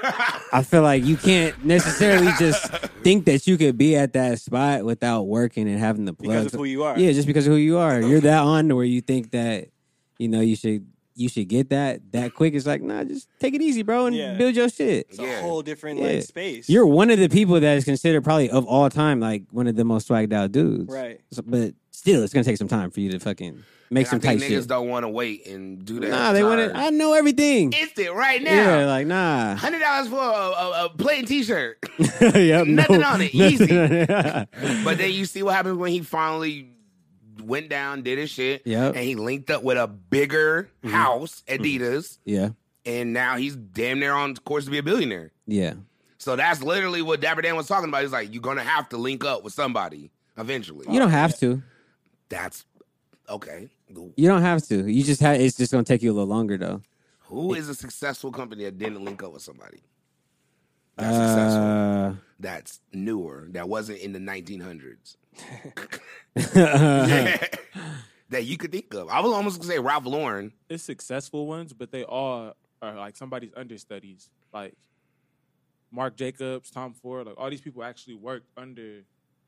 B: I feel like you can't necessarily just think that you could be at that spot without working and having the
C: because
B: plug.
C: of who you are.
B: Yeah, just because of who you are. You're that on to where you think that, you know, you should. You should get that that quick. It's like, nah, just take it easy, bro, and
C: Yeah.
B: build your shit.
C: It's a
E: Yeah.
C: whole different
B: Yeah.
C: like space.
B: You're one of the people that is considered probably of all time like one of the most swagged out dudes.
C: right.
B: So- but still, it's gonna take some time for you to fucking make
E: And
B: some
E: I think
B: tight
E: niggas
B: shit.
E: don't want to wait and do that.
B: Nah, they want
E: want
B: to. I know everything.
E: instant right
B: Yeah,
E: now.
B: like nah.
E: Hundred dollars for a, a, a plain T-shirt.
B: Yep,
E: Nothing
B: no,
E: on it,
B: nothing
E: easy.
B: on it.
E: But then you see what happens when he finally went down, did his shit,
B: Yep.
E: and he linked up with a bigger
B: Mm-hmm.
E: house, Adidas,
B: yeah,
E: and now he's damn near on course to be a billionaire.
B: yeah,
E: So that's literally what Dapper Dan was talking about. He's like, you're gonna have to link up with somebody eventually.
B: you don't have to.
E: That's okay.
B: You don't have to. You just have. It's just gonna take you a little longer though.
E: Who is a successful company that didn't link up with somebody? That's successful.
B: Uh,
E: That's newer. That wasn't in the 1900s.
B: Uh-huh.
E: that you could think of. I was almost gonna say Ralph Lauren.
D: It's successful ones, but they all are like somebody's understudies. Like Mark Jacobs, Tom Ford, like all these people actually worked under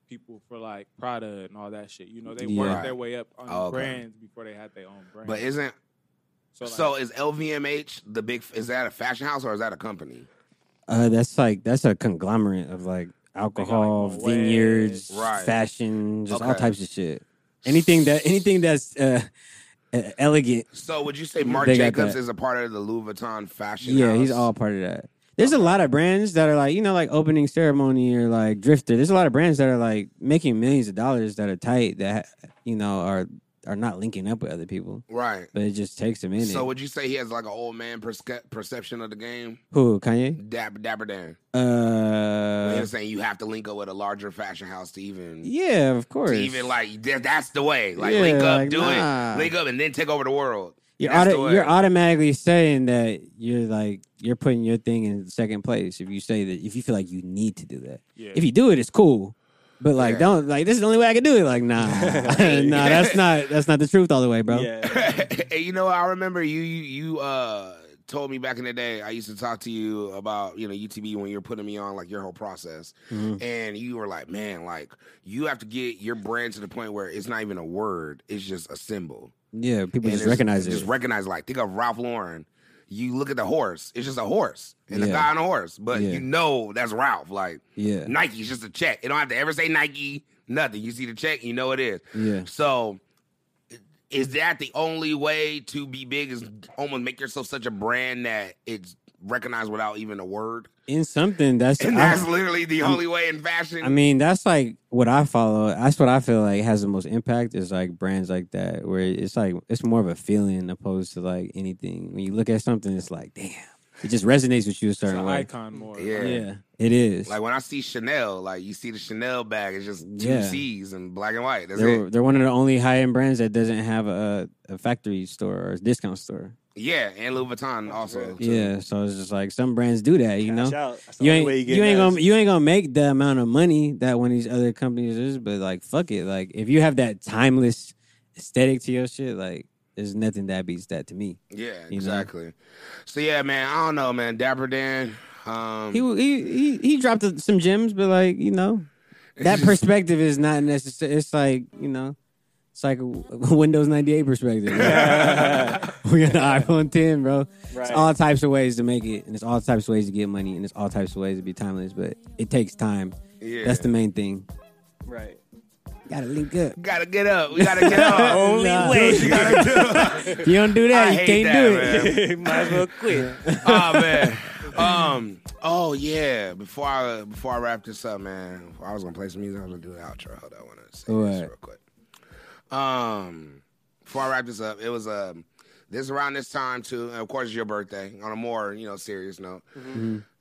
D: people for like Prada and all that shit. You know, they
B: Yeah.
D: worked their way up on
E: Oh, okay.
D: brands before they had their own brand.
E: But isn't
D: so, like,
E: So is LVMH the big? Is that a fashion house or is that a company?
B: uh, that's like that's a conglomerate of like alcohol,
D: Moet,
B: vineyards,
E: right.
B: fashion, just all
E: Okay.
B: types of shit. Anything that anything that's uh, uh, elegant
E: So would you say Marc
B: They got
E: Jacobs
B: that.
E: is a part of the Louis Vuitton fashion?
B: Yeah,
E: house?
B: he's all part of that. There's a lot of brands that are like, you know, like opening ceremony or like Drifter. There's a lot of brands that are like making millions of dollars that are tight that you know are are not linking up with other people,
E: right.
B: but it just takes a minute.
E: So would you say he has like an old man persca- perception of the game?
B: Who Kanye?
E: Dab- Dapper Dan.
B: Uh,
E: You're saying you have to link up with a larger fashion house to even.
B: yeah, of course.
E: to even like that, that's the way. Like
B: Yeah,
E: link up,
B: like,
E: do
B: nah.
E: it, link up, and then take over the world.
B: you're
E: That's
B: auto-
E: the way.
B: you're automatically saying that you're like you're putting your thing in second place if you say that if you feel like you need to do that.
D: yeah.
B: If you do it, it's cool. But like,
E: Yeah.
B: don't like. This is the only way I can do it. Like, nah, nah. That's not that's not the truth all the way, bro.
C: Yeah.
E: hey, you know, I remember you you you uh told me back in the day. I used to talk to you about you know UTB when you were putting me on like your whole process,
B: Mm-hmm.
E: and you were like, man, like you have to get your brand to the point where it's not even a word; it's just a symbol.
B: Yeah, people
E: And
B: just
E: it's-
B: recognize it.
E: Just recognize, like, think of Ralph Lauren. You look at the horse; it's just a horse and the
B: Yeah.
E: guy on a horse, but
B: Yeah.
E: you know that's Ralph. Like,
B: yeah,
E: Nike's just a check. It don't have to ever say Nike. Nothing. You see the check, you know it is.
B: yeah.
E: So, is that the only way to be big? Is almost make yourself such a brand that it's recognized without even a word?
B: In something that's
E: And that's
B: I-
E: literally the only way in fashion.
B: I mean, that's like what I follow. That's what I feel like has the most impact is like brands like that, where it's like it's more of a feeling opposed to like anything. When you look at something, it's like, damn, it just resonates with you a
D: It's
B: certain
D: an
B: way.
D: icon more.
E: Yeah.
B: Yeah, it is.
E: like when I see Chanel, like you see the Chanel bag, it's just two
B: Yeah.
E: C's and black and white. That's
B: they're
E: it.
B: they're one of the only high end brands that doesn't have a, a factory store or a discount store.
E: Yeah, and Louis Vuitton also. too.
B: Yeah, so it's just like some brands do that, you know.
C: Cash out. That's the
B: You
C: only
B: ain't
C: way
B: you,
C: get
B: ain't
C: noticed.
B: gonna you ain't gonna make the amount of money that one of these other companies is, but like fuck it, like if you have that timeless aesthetic to your shit, like there's nothing that beats that to me.
E: Yeah,
B: know?
E: exactly. So yeah, man, I don't know, man. Dapper Dan. Um,
B: He he he, he dropped some gems, but like you know, that perspective is not necessary. It's like you know, it's like a Windows ninety eight perspective. we got an iPhone ten, bro. It's
C: Right.
B: all types of ways to make it, and it's all types of ways to get money, and it's all types of ways to be timeless. But it takes time.
E: yeah.
B: That's the main thing.
C: Right.
B: Gotta link up.
E: gotta get up. We gotta get up.
B: Only way.
E: You gotta do it.
B: If Oh, you don't do that,
E: I
B: you
E: hate
B: can't
E: that,
B: do it.
E: man.
C: Might as well quit.
E: oh man. Um. Oh yeah. Before I before I wrap this up, man. I was gonna play some music. I was gonna do an outro. Hold on. I wanna say this
B: Alright.
E: real quick. Um. Before I wrap this up, it was um. This is around this time too, and of course it's your birthday. On a more you know serious note,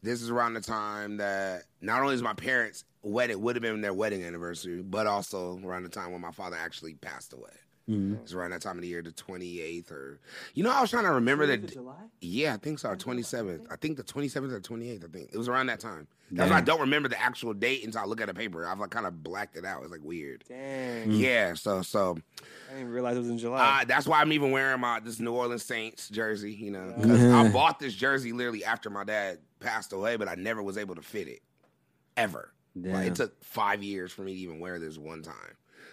E: this is around the time that not only is my parents' wedding would have been their wedding anniversary, but also around the time when my father actually passed away. It's around that time of the year, the twenty eighth, or you know, I was trying to remember the yeah, I think so. Twenty seventh. I think the twenty seventh or twenty eighth. I think it was around that time. That's why I don't remember the actual date until I look at the paper. I've like kind of blacked it out. It's like weird.
C: Dang.
B: Mm.
E: Yeah. So so
C: I didn't even realize it was in July.
E: uh, that's why I'm even wearing my this New Orleans Saints jersey. You know, 'cause I bought this jersey literally after my dad passed away, but I never was able to fit it ever. Like,
B: Damn.
E: it took five years for me to even wear this one time.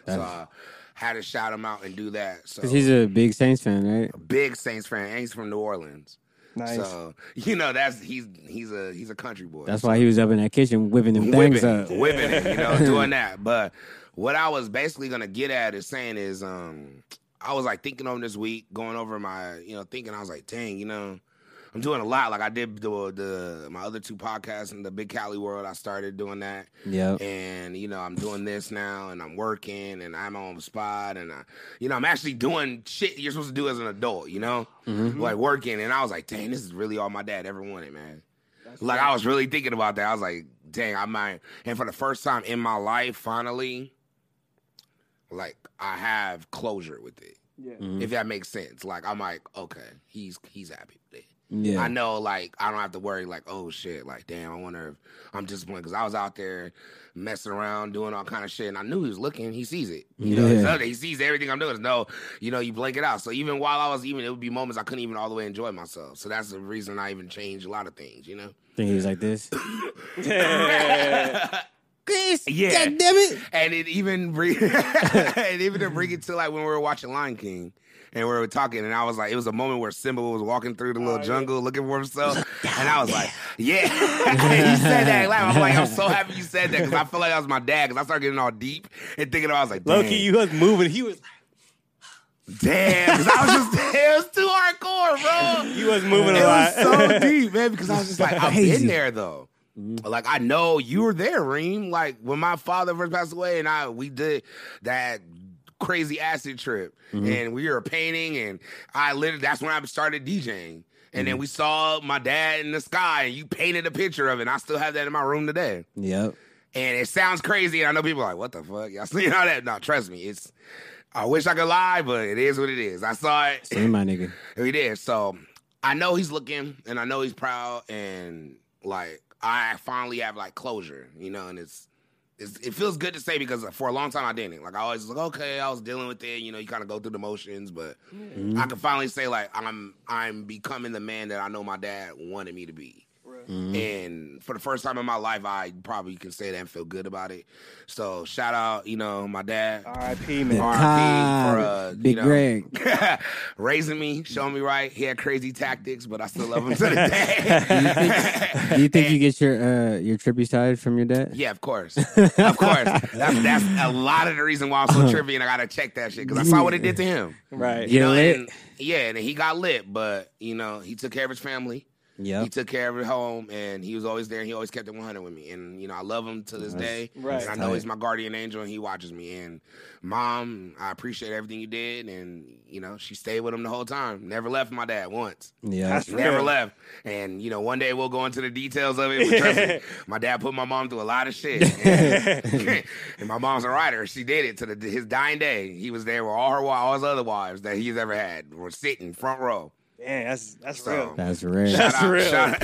E: so
B: That's-
E: I had to shout him out and do that. So
B: Cause he's a big Saints fan, right?
E: big Saints fan. And he's from New Orleans.
C: nice.
E: So you know that's he's he's a he's a country boy.
B: That's why he was up in that kitchen whipping them things
E: whipping,
B: up.
E: whipping it, you know, doing that. But what I was basically gonna get at is saying is, um, I was like thinking over this week, going over my, you know, thinking I was like, dang, you know, I'm doing a lot. Like I did the, the my other two podcasts in the Big Cali World. I started doing that
B: Yep.
E: and you know I'm doing this now, and I'm working, and I'm on the spot, and I, you know I'm actually doing shit you're supposed to do as an adult, you know, like working. And I was like, dang, this is really all my dad ever wanted, man. like I was really thinking about that. I was like, dang, I might. And for the first time in my life, finally, like I have closure with it.
D: Yeah.
B: Mhm.
E: If that makes sense, like I'm like, okay, he's he's happy with it.
B: Yeah.
E: I know, like, I don't have to worry, like, oh shit, like, damn, I wonder if I'm disappointed because I was out there messing around, doing all kind of shit, and I knew he was looking. He sees it, you know.
B: Yeah.
E: it's up there, He sees everything I'm doing. No, you know, you blank it out. So even while I was even, it would be moments I couldn't even all the way enjoy myself. So that's the reason I even changed a lot of things, you know.
B: think he was like this.
E: Yeah. God damn it. And it even bring and even to bring it to like when we were watching Lion King and we were talking and I was like, it was a moment where Simba was walking through the
C: Oh,
E: little jungle looking for himself. and I was like, yeah. he said that loud. I'm like, I'm so happy you said that because I feel like that was my dad because I started getting all deep and thinking I was like,
C: Loki,
E: damn.
C: you was moving. He was
E: Damn, 'cause I was just it was too hardcore, bro.
C: he was moving a
E: It
C: lot.
E: was so deep, man, because I was just like, I've been there though. Like I know you were there, Reem. Like when my father first passed away, and I we did that crazy acid trip, and we were painting, and I literally that's when I started DJing. And then we saw my dad in the sky, and you painted a picture of it. And I still have that in my room today.
B: Yep.
E: And it sounds crazy, and I know people are like, "What the fuck?" Y'all seen all that? No, trust me, it's. I wish I could lie, but it is what it is. I saw it.
B: See my nigga.
E: And He did. So I know he's looking and I know he's proud and like I finally have like closure, you know, and it's it's, it feels good to say because for a long time I didn't. Like I always was like, okay, I was dealing with it. You know, you kind of go through the motions, but
B: Mm-hmm.
E: I can finally say like I'm I'm becoming the man that I know my dad wanted me to be.
B: Mm-hmm.
E: And for the first time in my life, I probably can say that and feel good about it. So shout out, you know, my dad.
C: R.I.P. Man.
E: R.I.P.
B: Ah,
E: for uh,
B: Big
E: you know,
B: Greg.
E: raising me, showing me right. He had crazy tactics, but I still love him to the day.
B: Do you think you get your uh, your trippies tied from your dad?
E: Yeah, of course, of course. That's, that's a lot of the reason why I'm so trippy, and I gotta check that shit because I saw what it did to him.
C: Right.
E: You
B: Get
E: know,
B: lit.
E: and- yeah, and he got lit, but you know, he took care of his family.
B: Yep.
E: He took care of his home, and he was always there. And he always kept it 100 with me, and you know I love him to this day.
C: Right.
E: And I know he's my guardian angel, and he watches me. And mom, I appreciate everything you did, and you know she stayed with him the whole time. Never left my dad once.
B: Yeah.
E: Never left. And you know, one day we'll go into the details of it. But trust me, my dad put my mom through a lot of shit. And, my mom's a writer. She did it to the, his dying day. He was there with all her wi- all his other wives that he's ever had were sitting front row.
C: Man, that's that's
E: So-
C: real.
B: That's rare.
E: Shout
C: That's
E: out,
C: real.
E: shout out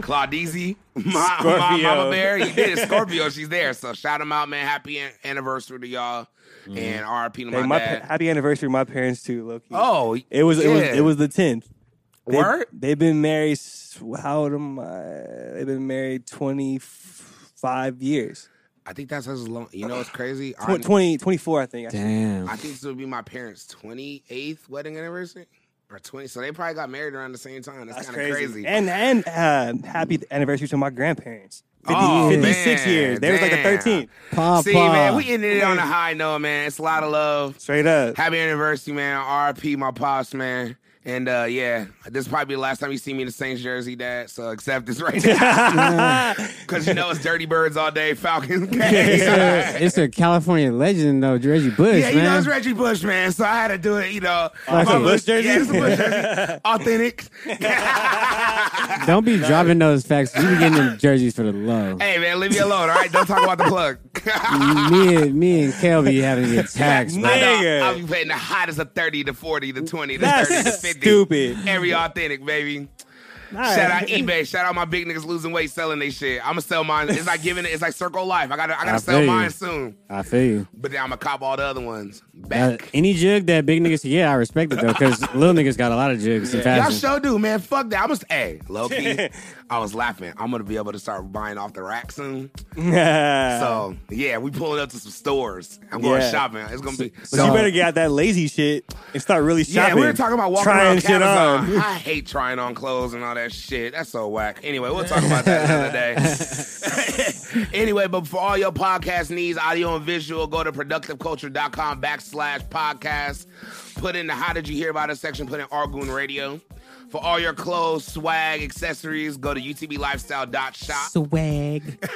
E: Claudizzi, my, my
C: Scorpio.
E: mama bear. He did it. Scorpio, she's there. So shout him out, man. Happy an- anniversary to y'all. And RIP to
C: Mm-hmm. Hey,
E: my,
C: my
E: dad.
C: pa- happy anniversary to my parents too, Loki.
E: oh,
C: It was it was
E: yeah.
C: it was the tenth. They,
E: Word?
C: They've been married. s- How old am I? They've been married twenty five years.
E: I think that's as long. You know, what's crazy.
C: Tw- 20, 24, I think. I should-
B: Damn.
E: I think this would be my parents' 28th wedding anniversary or 20. So they probably got married around the same time. That's,
C: That's
E: kind of
C: crazy.
E: crazy.
C: And and uh, happy anniversary to my grandparents. 50,
E: Oh,
C: 56
E: man,
C: years. They was like the
E: damn.
C: thirteenth.
B: Papa.
E: See, man, we ended it on a high note, man. It's a lot of love.
C: Straight up.
E: Happy anniversary, man. RP, my pops, man. And uh, yeah, this probably be the last time you see me in the Saints jersey, Dad. So accept this right now. Because you know it's Dirty Birds all day, Falcons.
B: it's,
E: game.
B: a, it's a California legend though, Reggie Bush,
E: Yeah, you know
B: man.
E: it's Reggie Bush, man. So I had to do it, you know.
B: it's a
E: My-
C: Bush jersey?
E: Yeah, it's a Bush jersey. Authentic.
B: Don't be dropping those facts. You be getting them jerseys for the low.
E: Hey man, leave me alone. All right, don't talk about the plug.
B: me and me and Kale be having to get taxed, bro.
C: Nah. Nigga.
E: I'll be playing the hottest of thirty to forty to twenty to
C: That's
E: thirty to fifty.
C: stupid.
E: Every authentic baby.
C: All
E: Shout
C: right.
E: out eBay. Shout out my big niggas losing weight selling they shit. I'ma sell mine. It's like giving it. It's like circle life. I gotta I gotta
B: I
E: sell
B: feel you.
E: mine soon.
B: I feel you.
E: But then I'ma cop all the other ones
B: Uh,
E: back.
B: any jig that big niggas, yeah, I respect it though, because little niggas got a lot of jigs in
E: Y'all
B: fashion.
E: sure do, man. Fuck that. I must. Hey, low key, I was laughing. I'm gonna be able to start buying off the rack soon. So yeah, we pulling up to some stores. I'm going
C: Uh-huh. Yeah.
E: shopping. It's gonna be.
C: But you better get out that lazy shit and start really shopping.
E: Yeah, we were talking about walking
C: trying
E: around
C: shit on.
E: Amazon. I hate trying on clothes and all that shit. That's so whack. Anyway, we'll talk about that another day. anyway, but for all your podcast needs, audio and visual, go to productiveculture.com backslash podcast. Put in the how did you hear about us section, put in Argoon Radio. For all your clothes, swag, accessories, go to utblifestyle.shop.
B: Swag.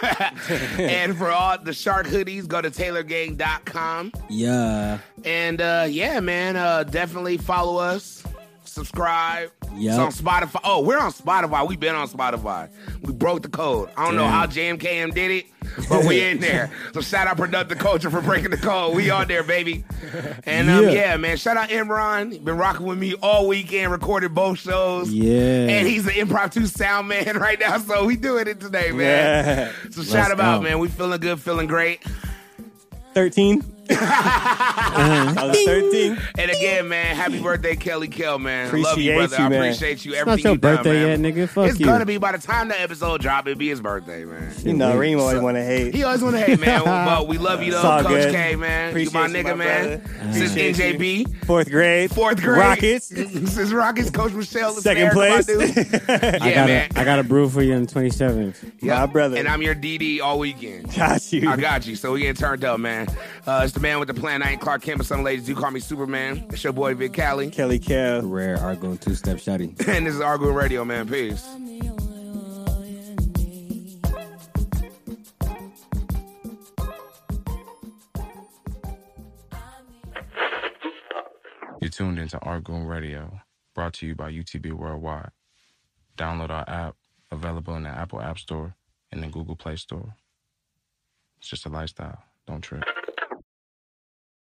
E: and for all the shark hoodies, go to taylorgang.com.
B: Yeah.
E: And uh, yeah, man, uh, definitely follow us, subscribe.
B: Yep.
E: It's on Spotify. Oh, we're on Spotify. We've been on Spotify. We broke the code. I don't know how JMKM did it, but we in there. So shout out Productive Culture for breaking the code. We on there, baby. And um,
B: Yeah.
E: yeah. man, shout out Imran. He Been rocking with me all weekend, recorded both shows.
B: Yeah.
E: And he's an impromptu sound man right now, so we doing it today, man. So shout him out,
B: go.
E: man. We feeling good, feeling great.
C: 13. I was 13.
E: And again, man, happy birthday, Kelly Kell, man. Love you,
C: Appreciate
E: brother.
C: you,
E: I
C: man.
E: appreciate you.
B: It's
E: Everything
B: not your
E: you done,
B: birthday
E: man.
B: yet, nigga. Fuck
E: it's
B: you.
E: gonna be by the time the episode drop, it'll be his birthday, man.
C: You know, Reem always want to hate.
E: He always wanna hate, man. but we love you though,
C: It's all
E: Coach
C: good.
E: K, man.
C: Appreciate
E: you my
C: you,
E: nigga,
C: my
E: man.
C: brother.
E: Since
C: Appreciate
E: NJB.
C: Fourth grade.
E: Fourth grade.
C: Rockets.
E: Since Rockets, Coach Michelle is
C: Second
E: there,
C: place.
E: my dude.
B: I
E: Yeah,
B: got
E: man.
B: a I got a brew for you on the 27th.
C: My brother.
E: And I'm your DD all weekend.
C: Got you.
E: I got you. So we getting turned up, man. Uh, it's the man with the plan. I ain't Clark Kent, but some ladies do call me Superman. It's your boy Vic Cali.
C: Kelly Kell.
B: Rare Argo two step shotty.
E: And this is Argo Radio, man. Peace.
A: You're tuned into Argoon Radio, brought to you by UTB Worldwide. Download our app, available in the Apple App Store and the Google Play Store. It's just a lifestyle. Don't trip.